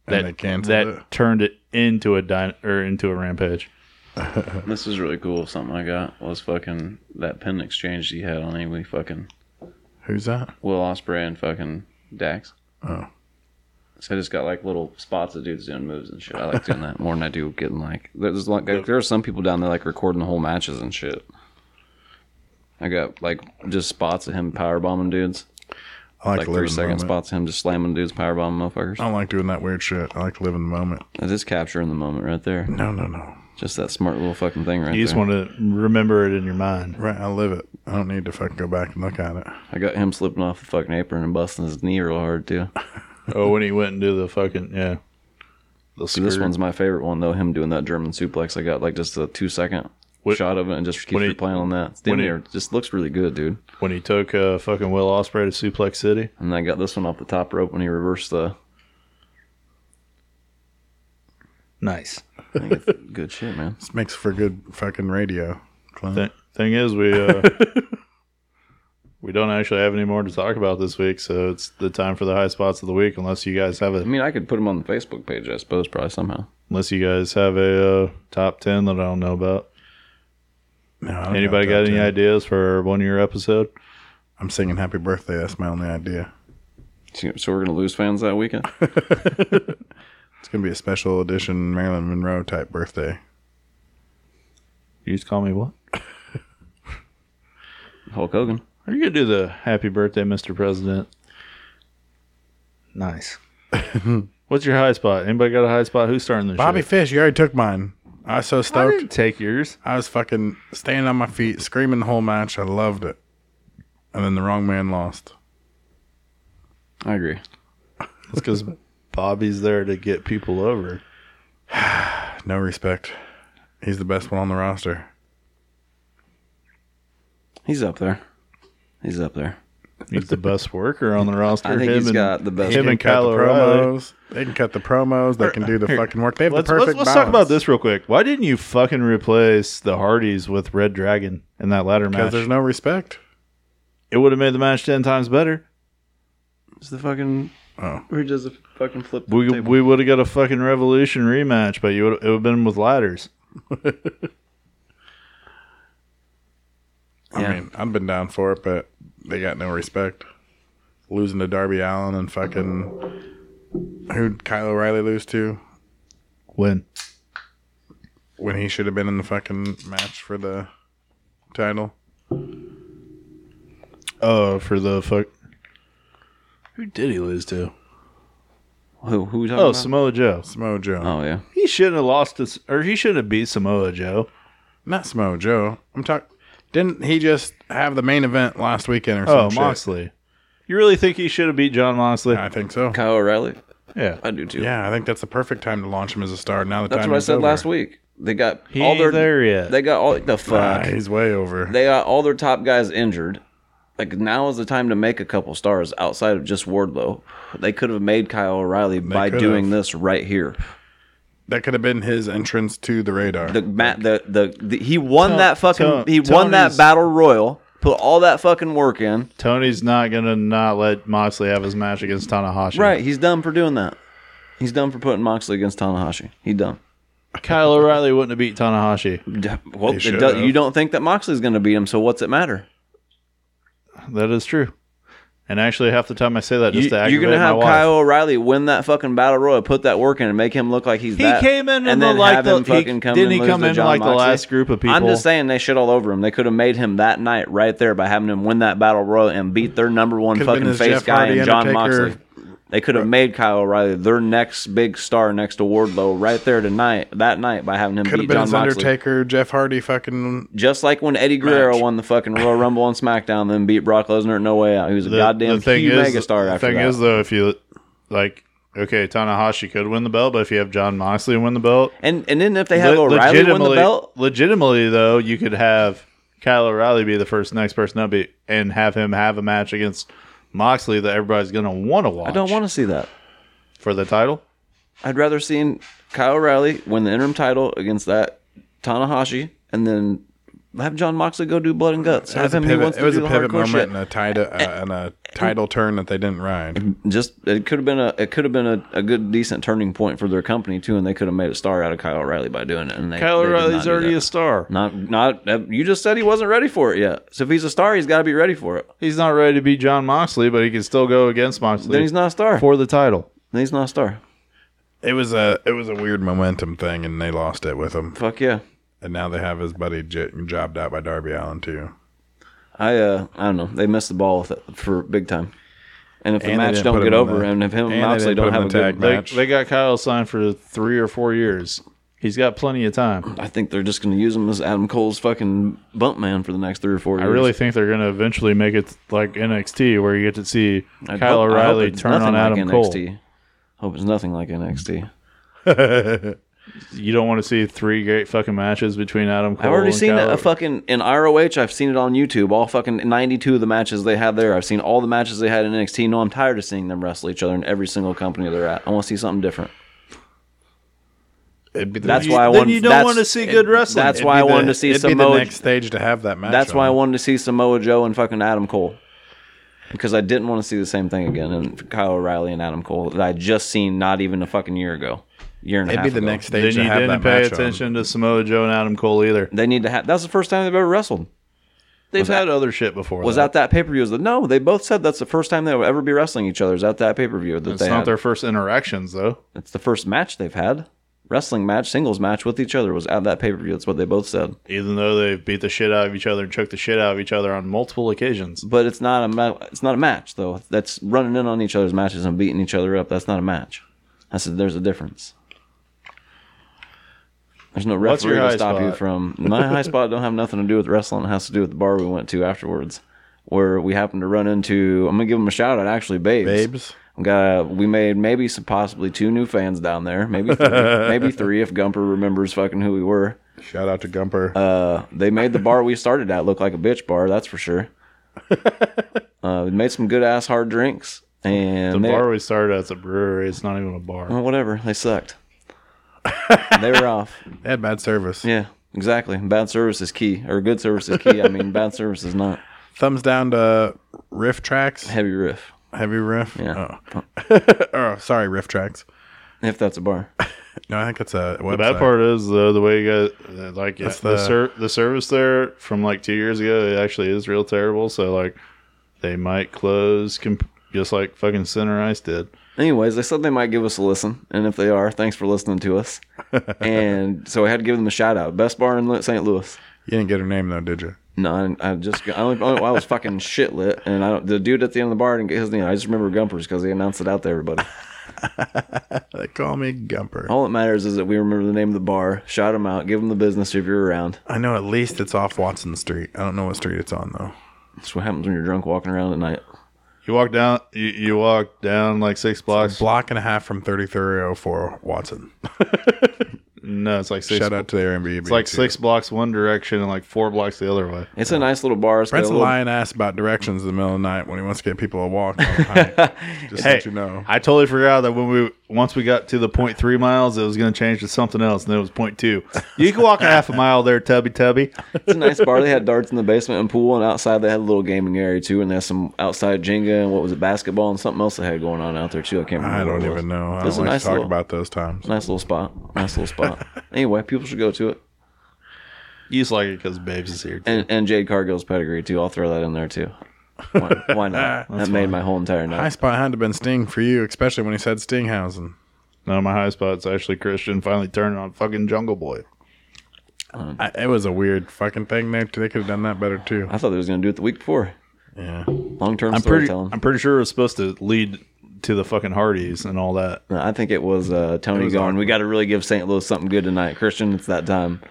Speaker 2: That
Speaker 1: And they canceled
Speaker 2: that
Speaker 1: it?
Speaker 2: turned it into a dyn- or into a rampage.
Speaker 4: This is really cool. Something I got was fucking that pen exchange he had on Amy fucking
Speaker 1: Who's that?
Speaker 4: Will Osprey and fucking Dax.
Speaker 1: Oh.
Speaker 4: So I just got like little spots of dudes doing moves and shit. I like doing that more than I do getting like there's like, like there are some people down there like recording the whole matches and shit. I got like just spots of him power bombing dudes,
Speaker 1: I like,
Speaker 4: like
Speaker 1: to
Speaker 4: three
Speaker 1: live in the
Speaker 4: second
Speaker 1: moment. Oh.
Speaker 4: spots of him just slamming dudes, power bombing motherfuckers.
Speaker 1: I don't like doing that weird shit. I like to live in the moment.
Speaker 4: That is capturing the moment right there.
Speaker 1: No, no, no.
Speaker 4: Just that smart little fucking thing right
Speaker 2: You just
Speaker 4: there.
Speaker 2: want to remember it in your mind.
Speaker 1: Right, I live it. I don't need to fucking go back and look at it.
Speaker 4: I got him slipping off the fucking apron and busting his knee real hard too.
Speaker 2: oh, when he went into the fucking yeah. The
Speaker 4: See, this one's my favorite one though. Him doing that German suplex. I got like just a two second
Speaker 2: What-
Speaker 4: shot of it and just keep
Speaker 2: when he-
Speaker 4: replaying on that. It's damn
Speaker 2: when he-
Speaker 4: near just looks really good, dude.
Speaker 2: when he took uh, fucking Will Osprey to Suplex City.
Speaker 4: And I got this one off the top rope when he reversed the.
Speaker 2: Nice.
Speaker 4: I think it's good shit, man.
Speaker 1: This makes for good fucking radio. Clint.
Speaker 2: Th- thing is, we (laughs) uh, we don't actually have any more to talk about this week, so it's the time for the high spots of the week. Unless you guys have
Speaker 4: I
Speaker 2: a,
Speaker 4: mean, I could put him on the Facebook page, I suppose, probably somehow.
Speaker 2: unless you guys have a uh, top ten that I don't know about.
Speaker 1: No, I don't
Speaker 2: Anybody got
Speaker 1: that
Speaker 2: any
Speaker 1: too.
Speaker 2: ideas for one year episode?
Speaker 1: I'm singing happy birthday. That's my only idea.
Speaker 4: So so we're gonna lose fans that weekend.
Speaker 1: It's going to be a special edition Marilyn Monroe type birthday.
Speaker 2: You just call me what?
Speaker 4: Hulk Hogan.
Speaker 2: Are you gonna do the Happy Birthday, Mr. President? Nice. (laughs) What's your high spot? Anybody got a high spot? Who's starting this?
Speaker 1: Bobby
Speaker 2: shit?
Speaker 1: Fish, you already took mine. I was so
Speaker 2: I
Speaker 1: stoked.
Speaker 2: didn't take yours.
Speaker 1: I was fucking standing on my feet, screaming the whole match. I loved it. And then the wrong man lost.
Speaker 4: I agree.
Speaker 2: It's because Bobby's there to get people over.
Speaker 1: No respect. He's the best one on the roster.
Speaker 4: He's up there. He's up there.
Speaker 2: He's the best worker on the roster.
Speaker 4: I think
Speaker 2: Him
Speaker 4: he's
Speaker 2: and-
Speaker 4: got the best.
Speaker 2: him
Speaker 1: They
Speaker 2: and
Speaker 1: can cut
Speaker 2: Kyle
Speaker 1: the
Speaker 2: O'Reilly.
Speaker 1: promos. They can cut the promos. They can do the fucking work. They have
Speaker 2: Let's,
Speaker 1: the
Speaker 2: let's,
Speaker 1: perfect
Speaker 2: let's talk about
Speaker 1: balance.
Speaker 2: this real quick. Why didn't you fucking replace the Hardys with Red Dragon in that ladder
Speaker 1: because
Speaker 2: match?
Speaker 1: there's no respect.
Speaker 2: it would have made the match ten times better.
Speaker 4: It's the fucking.
Speaker 1: Oh.
Speaker 4: Where he does a fucking flip.
Speaker 2: We
Speaker 4: table.
Speaker 2: we would have got a fucking Revolution rematch, but you would it would have been with ladders.
Speaker 1: I mean, I've been down for it, but they got no respect. Losing to Darby Allen and fucking who'd Kyle O'Reilly lose to
Speaker 2: When
Speaker 1: when he should have been in the fucking match for the title.
Speaker 2: oh for the fuck Who did he lose to?
Speaker 4: Who who we talking
Speaker 2: Oh,
Speaker 4: about?
Speaker 2: Samoa Joe.
Speaker 1: Samoa Joe.
Speaker 4: oh yeah.
Speaker 2: He shouldn't have lost this, or he shouldn't have beat Samoa Joe.
Speaker 1: Not Samoa Joe. I'm talking. Didn't he just have the main event last weekend or
Speaker 2: Oh,
Speaker 1: something?
Speaker 2: Moxley. You really think he should have beat John Moxley?
Speaker 1: I think so.
Speaker 4: Kyle O'Reilly.
Speaker 2: Yeah.
Speaker 4: I do too.
Speaker 1: Yeah, I think that's the perfect time to launch him as a star. Now the
Speaker 4: That's
Speaker 1: time
Speaker 4: what I
Speaker 1: is
Speaker 4: said
Speaker 1: over.
Speaker 4: last week. They got
Speaker 2: He
Speaker 4: all their
Speaker 2: ain't there yet.
Speaker 4: They got all the fuck.
Speaker 1: Ah, he's way over.
Speaker 4: They got all their top guys injured. Like now is the time to make a couple stars outside of just Wardlow. They could have made Kyle O'Reilly by
Speaker 1: could
Speaker 4: doing
Speaker 1: have.
Speaker 4: this right here.
Speaker 1: that could have been his entrance to the radar.
Speaker 4: The Matt, the, the the he won that fucking
Speaker 2: Ton-
Speaker 4: he won that
Speaker 2: Tony's-
Speaker 4: battle royal. Put all that fucking work in.
Speaker 2: Tony's not gonna not let Moxley have his match against Tanahashi.
Speaker 4: Right, he's done for doing that. He's done for putting Moxley against Tanahashi. He done.
Speaker 2: (laughs) Kyle O'Reilly wouldn't have beat Tanahashi.
Speaker 4: D- Well,
Speaker 1: He
Speaker 4: it
Speaker 1: should
Speaker 4: does-
Speaker 1: have.
Speaker 4: you don't think that Moxley's going to beat him, so what's it matter?
Speaker 2: That is true. And actually, half the time I say that just
Speaker 4: You,
Speaker 2: to
Speaker 4: are
Speaker 2: aggravate
Speaker 4: going to have
Speaker 2: my wife.
Speaker 4: Kyle O'Reilly win that fucking battle royal, put that work in, and make him look like he's
Speaker 2: He
Speaker 4: that.
Speaker 2: came in in
Speaker 4: and
Speaker 2: the,
Speaker 4: then
Speaker 2: like,
Speaker 4: have
Speaker 2: the-
Speaker 4: him
Speaker 2: he-
Speaker 4: fucking come
Speaker 2: didn't
Speaker 4: and
Speaker 2: he
Speaker 4: lose
Speaker 2: come
Speaker 4: to
Speaker 2: in,
Speaker 4: John
Speaker 2: like, the
Speaker 4: Moxley.
Speaker 2: last group of
Speaker 4: I'm
Speaker 2: people?
Speaker 4: just saying they shit all over him. They could have made him that night right there by having him win that battle royal and beat their number one
Speaker 1: Could've been
Speaker 4: fucking
Speaker 1: his
Speaker 4: face
Speaker 1: Jeff
Speaker 4: guy
Speaker 1: Hardy,
Speaker 4: and John
Speaker 1: Undertaker.
Speaker 4: Moxley. They could have made Kyle O'Reilly their next big star next to Wardlow right there tonight, that night by having him
Speaker 1: could have
Speaker 4: beat
Speaker 1: been
Speaker 4: John
Speaker 1: his
Speaker 4: Moxley.
Speaker 1: Undertaker, Jeff Hardy, fucking
Speaker 4: Just like when Eddie Guerrero
Speaker 1: Match.
Speaker 4: won the fucking Royal Rumble on SmackDown, then beat Brock Lesnar at No Way Out. He was a
Speaker 2: The-
Speaker 4: goddamn
Speaker 2: the thing
Speaker 4: huge
Speaker 2: is,
Speaker 4: megastar
Speaker 2: the
Speaker 4: after
Speaker 2: thing
Speaker 4: that.
Speaker 2: is though, if you like, okay, Tanahashi could win the belt, but if you have John Moxley win the belt,
Speaker 4: and and then if they have
Speaker 2: le-
Speaker 4: O'Reilly win the belt,
Speaker 2: legitimately though, you could have Kyle O'Reilly be the first next person up be- and have him have a match against Moxley that everybody's gonna want to watch.
Speaker 4: I don't want to see that.
Speaker 2: for the title.
Speaker 4: I'd rather seen Kyle O'Reilly win the interim title against that Tanahashi, and then have John Moxley go do blood and guts.
Speaker 1: It was
Speaker 4: Have
Speaker 1: a
Speaker 4: him. he
Speaker 1: pivot,
Speaker 4: wants
Speaker 1: it
Speaker 4: to
Speaker 1: was
Speaker 4: do
Speaker 1: a
Speaker 4: the
Speaker 1: pivot
Speaker 4: hardcore
Speaker 1: moment
Speaker 4: shit. Eh,
Speaker 1: and a, tide, uh, and a tidal turn that they didn't
Speaker 4: Mm-hmm.
Speaker 1: ride.
Speaker 4: Just it could have been a it could have been a, a good decent turning point for their company too, and they could have made a star out of Kyle O'Reilly by doing it. And they,
Speaker 2: Kyle
Speaker 4: they did
Speaker 2: O'Reilly's
Speaker 4: not do
Speaker 2: already
Speaker 4: that.
Speaker 2: a star.
Speaker 4: Not, not. uh, You just said he wasn't ready for it yet. So if he's a star, he's got to be ready for it.
Speaker 2: He's not ready to beat John Moxley, but he can still go against Moxley.
Speaker 4: Then he's not a star.
Speaker 2: for the title.
Speaker 4: Then he's not a star.
Speaker 1: It was a it was a weird momentum thing, and they lost it with him.
Speaker 4: Fuck yeah.
Speaker 1: And now they have his buddy j- jobbed out by Darby Allen too.
Speaker 4: I uh, I don't know. They missed the ball with it for big time. And if the
Speaker 1: And they
Speaker 4: match
Speaker 1: didn't
Speaker 4: don't
Speaker 1: put
Speaker 4: get
Speaker 1: him in
Speaker 4: over,
Speaker 1: the-
Speaker 4: and if him
Speaker 1: and
Speaker 4: and
Speaker 1: they
Speaker 4: Moxley
Speaker 1: didn't
Speaker 4: don't
Speaker 1: put him
Speaker 4: have a
Speaker 1: in tag
Speaker 4: good,
Speaker 2: They,
Speaker 1: Match.
Speaker 2: they got Kyle signed for three or four years. He's got plenty of time.
Speaker 4: I think they're just going to use him as Adam Cole's fucking bump man for the next three or four
Speaker 2: I
Speaker 4: years.
Speaker 2: really think they're going to eventually make it like NXT, where you get to see
Speaker 4: I
Speaker 2: Kyle
Speaker 4: hope- I hope
Speaker 2: O'Reilly
Speaker 4: it's
Speaker 2: turn
Speaker 4: nothing
Speaker 2: on Adam Cole.
Speaker 4: NXT. Hope it's nothing like NXT.
Speaker 2: You don't want to see three great fucking matches between Adam Cole.
Speaker 4: I've already
Speaker 2: and
Speaker 4: seen
Speaker 2: Kyle.
Speaker 4: it. A fucking in ROH, I've seen it on YouTube. All fucking ninety-two of the matches they have there. I've seen all the matches they had in NXT. No, I'm tired of seeing them wrestle each other in every single company they're at. I want to see something different. That's why I
Speaker 2: then
Speaker 4: want.
Speaker 2: you don't
Speaker 4: that's-
Speaker 2: wanna see good wrestling.
Speaker 4: That's
Speaker 2: It'd
Speaker 4: why I
Speaker 1: It'd be
Speaker 4: wanted
Speaker 1: the-
Speaker 4: to see
Speaker 1: it'd be the
Speaker 4: Samoa.
Speaker 1: next stage to have that match.
Speaker 4: That's
Speaker 1: on.
Speaker 4: why I wanted to see Samoa Joe and fucking Adam Cole. Because I didn't want to see the same thing again and Kyle O'Reilly and Adam Cole that I just seen not even a fucking year ago, year and a
Speaker 1: it'd
Speaker 4: half
Speaker 1: be the
Speaker 4: ago.
Speaker 1: next
Speaker 2: Then you
Speaker 1: stage to have
Speaker 2: didn't
Speaker 1: that
Speaker 2: pay
Speaker 1: match on.
Speaker 2: attention to Samoa Joe and Adam Cole either.
Speaker 4: They need to have. That's the first time they've ever wrestled.
Speaker 2: They've had other shit before.
Speaker 4: Was at that pay per view? No, they both said that's the first time they'll ever be wrestling each other. Is at that pay per view that
Speaker 2: It's
Speaker 4: they
Speaker 2: not
Speaker 4: had.
Speaker 2: their first interactions though.
Speaker 4: It's the first match they've had. Wrestling match, singles match with each other was at that pay per view. That's what they both said.
Speaker 2: Even though they've beat the shit out of each other and choked the shit out of each other on multiple occasions.
Speaker 4: But it's not a ma- it's not a match though. That's running in on each other's matches and beating each other up. That's not a match. I said there's a difference. There's no
Speaker 2: What's your
Speaker 4: referee to
Speaker 2: high
Speaker 4: stop you
Speaker 2: spot?
Speaker 4: from my
Speaker 2: (laughs)
Speaker 4: high spot. Don't have nothing to do with wrestling. It has to do with the bar we went to afterwards, where we happened to run into. I'm gonna give him a shout out. Actually, babes.
Speaker 1: Babes,
Speaker 4: We got a, we made maybe some possibly two new fans down there. Maybe three,
Speaker 2: (laughs)
Speaker 4: maybe three if Gumper remembers fucking who we were.
Speaker 1: shout out to Gumper.
Speaker 4: Uh, they made the bar we started at look like a bitch bar, that's for sure. uh, we made some good ass hard drinks, and
Speaker 2: The
Speaker 4: they, Oh,
Speaker 2: bar we started at's a brewery. It's not even a bar.
Speaker 4: well, whatever they sucked. they were off.
Speaker 1: they had bad service.
Speaker 4: Yeah, exactly. Bad service is key, or good service is key. I mean, bad service is not
Speaker 1: Thumbs down to riff tracks,
Speaker 4: heavy riff,
Speaker 1: heavy riff.
Speaker 4: Yeah.
Speaker 1: Oh. (laughs) oh, sorry, riff tracks.
Speaker 4: if that's a bar.
Speaker 1: No, I think it's a website.
Speaker 2: The bad part is though the way you guys like
Speaker 1: That's
Speaker 2: the
Speaker 1: the-
Speaker 2: ser- the service there from like two years ago it actually is real terrible. So like they might close comp- just like fucking Center Ice did.
Speaker 4: Anyways, they said they might give us a listen, and if they are, thanks for listening to us. and so I had to give them a shout out. Best bar in Lu- St. Louis.
Speaker 1: You didn't get her name though, did you?
Speaker 4: No, I, I just I, only, I was fucking shit lit, and I, don't- the dude at the end of the bar didn't get his name. I just remember Gumpers because he announced it out to everybody.
Speaker 1: They call me Gumper.
Speaker 4: All that matters is that we remember the name of the bar, shout him out, give him the business if you're around.
Speaker 1: I know at least it's off Watson Street. I don't know what street it's on though.
Speaker 4: That's what happens when you're drunk walking around at night.
Speaker 2: You walk down. You, you walk down like six blocks.
Speaker 1: Block and a half from 3304 Watson.
Speaker 2: No, it's like six.
Speaker 1: Shout out to the Airbnb.
Speaker 2: It's like six blocks one direction and like four blocks the other way.
Speaker 4: It's a nice little bar. It's got
Speaker 1: Brent's
Speaker 4: a
Speaker 1: a
Speaker 4: little-
Speaker 1: lying ass about directions in the middle of the night when he wants to get people to walk. All
Speaker 4: (laughs)
Speaker 1: the time. Just let you know.
Speaker 2: I totally forgot that when we once we got to the point three miles, it was going to change to something else, and then it was point two. You can walk a half a mile there, Tubby Tubby.
Speaker 4: It's a nice bar. They had darts in the basement and pool, and outside they had a little gaming area too, and they had some outside Jenga and what was it, basketball and something else they had going on out there too. I can't remember.
Speaker 1: I
Speaker 4: what
Speaker 1: don't
Speaker 4: it was.
Speaker 1: even know. I
Speaker 4: It's
Speaker 1: don't
Speaker 4: a
Speaker 1: like
Speaker 4: nice
Speaker 1: to talk
Speaker 4: little-
Speaker 1: about those times.
Speaker 4: Nice little spot. Nice
Speaker 1: (laughs)
Speaker 4: little spot. anyway, people should go to it.
Speaker 2: You just like it because Babes is here.
Speaker 4: And and Jade Cargill's pedigree too. I'll throw that in there too. Why, why not? that made my whole entire
Speaker 1: High
Speaker 4: night.
Speaker 1: spot had to have been Sting for you, especially when he said Stinghausen.
Speaker 2: No, my high spot's actually Christian finally turning on fucking Jungle Boy.
Speaker 1: I, it was a weird fucking thing there. They could have done that better too.
Speaker 4: Mm. I thought they was gonna do it the week before.
Speaker 1: Yeah.
Speaker 4: Long term
Speaker 2: I'm pretty.
Speaker 4: storytelling.
Speaker 2: I'm pretty sure it was supposed to lead to the fucking Hardys and all that.
Speaker 4: No, I think it was uh, Tony going. We got to really give St. Louis something good tonight, Christian. It's that time.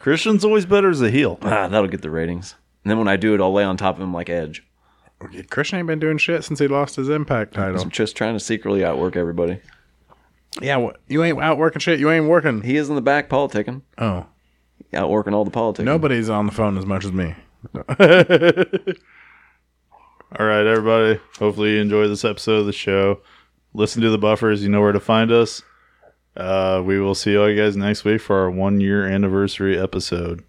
Speaker 2: Christian's always better as a heel.
Speaker 4: Ah, that'll get the ratings. And then when I do it, I'll lay on top of him like Edge.
Speaker 1: Christian ain't been doing shit since he lost his Impact title.
Speaker 4: I'm just trying to secretly outwork everybody.
Speaker 1: Yeah, wha- you ain't out working shit. You ain't working.
Speaker 4: He is in the back politicking,
Speaker 1: Oh,
Speaker 4: outworking all the politics.
Speaker 1: nobody's on the phone as much as me.
Speaker 2: All right, everybody. Hopefully you enjoy this episode of the show. Listen to the buffers. You know where to find us. Uh, we will see all you guys next week for our one year anniversary episode.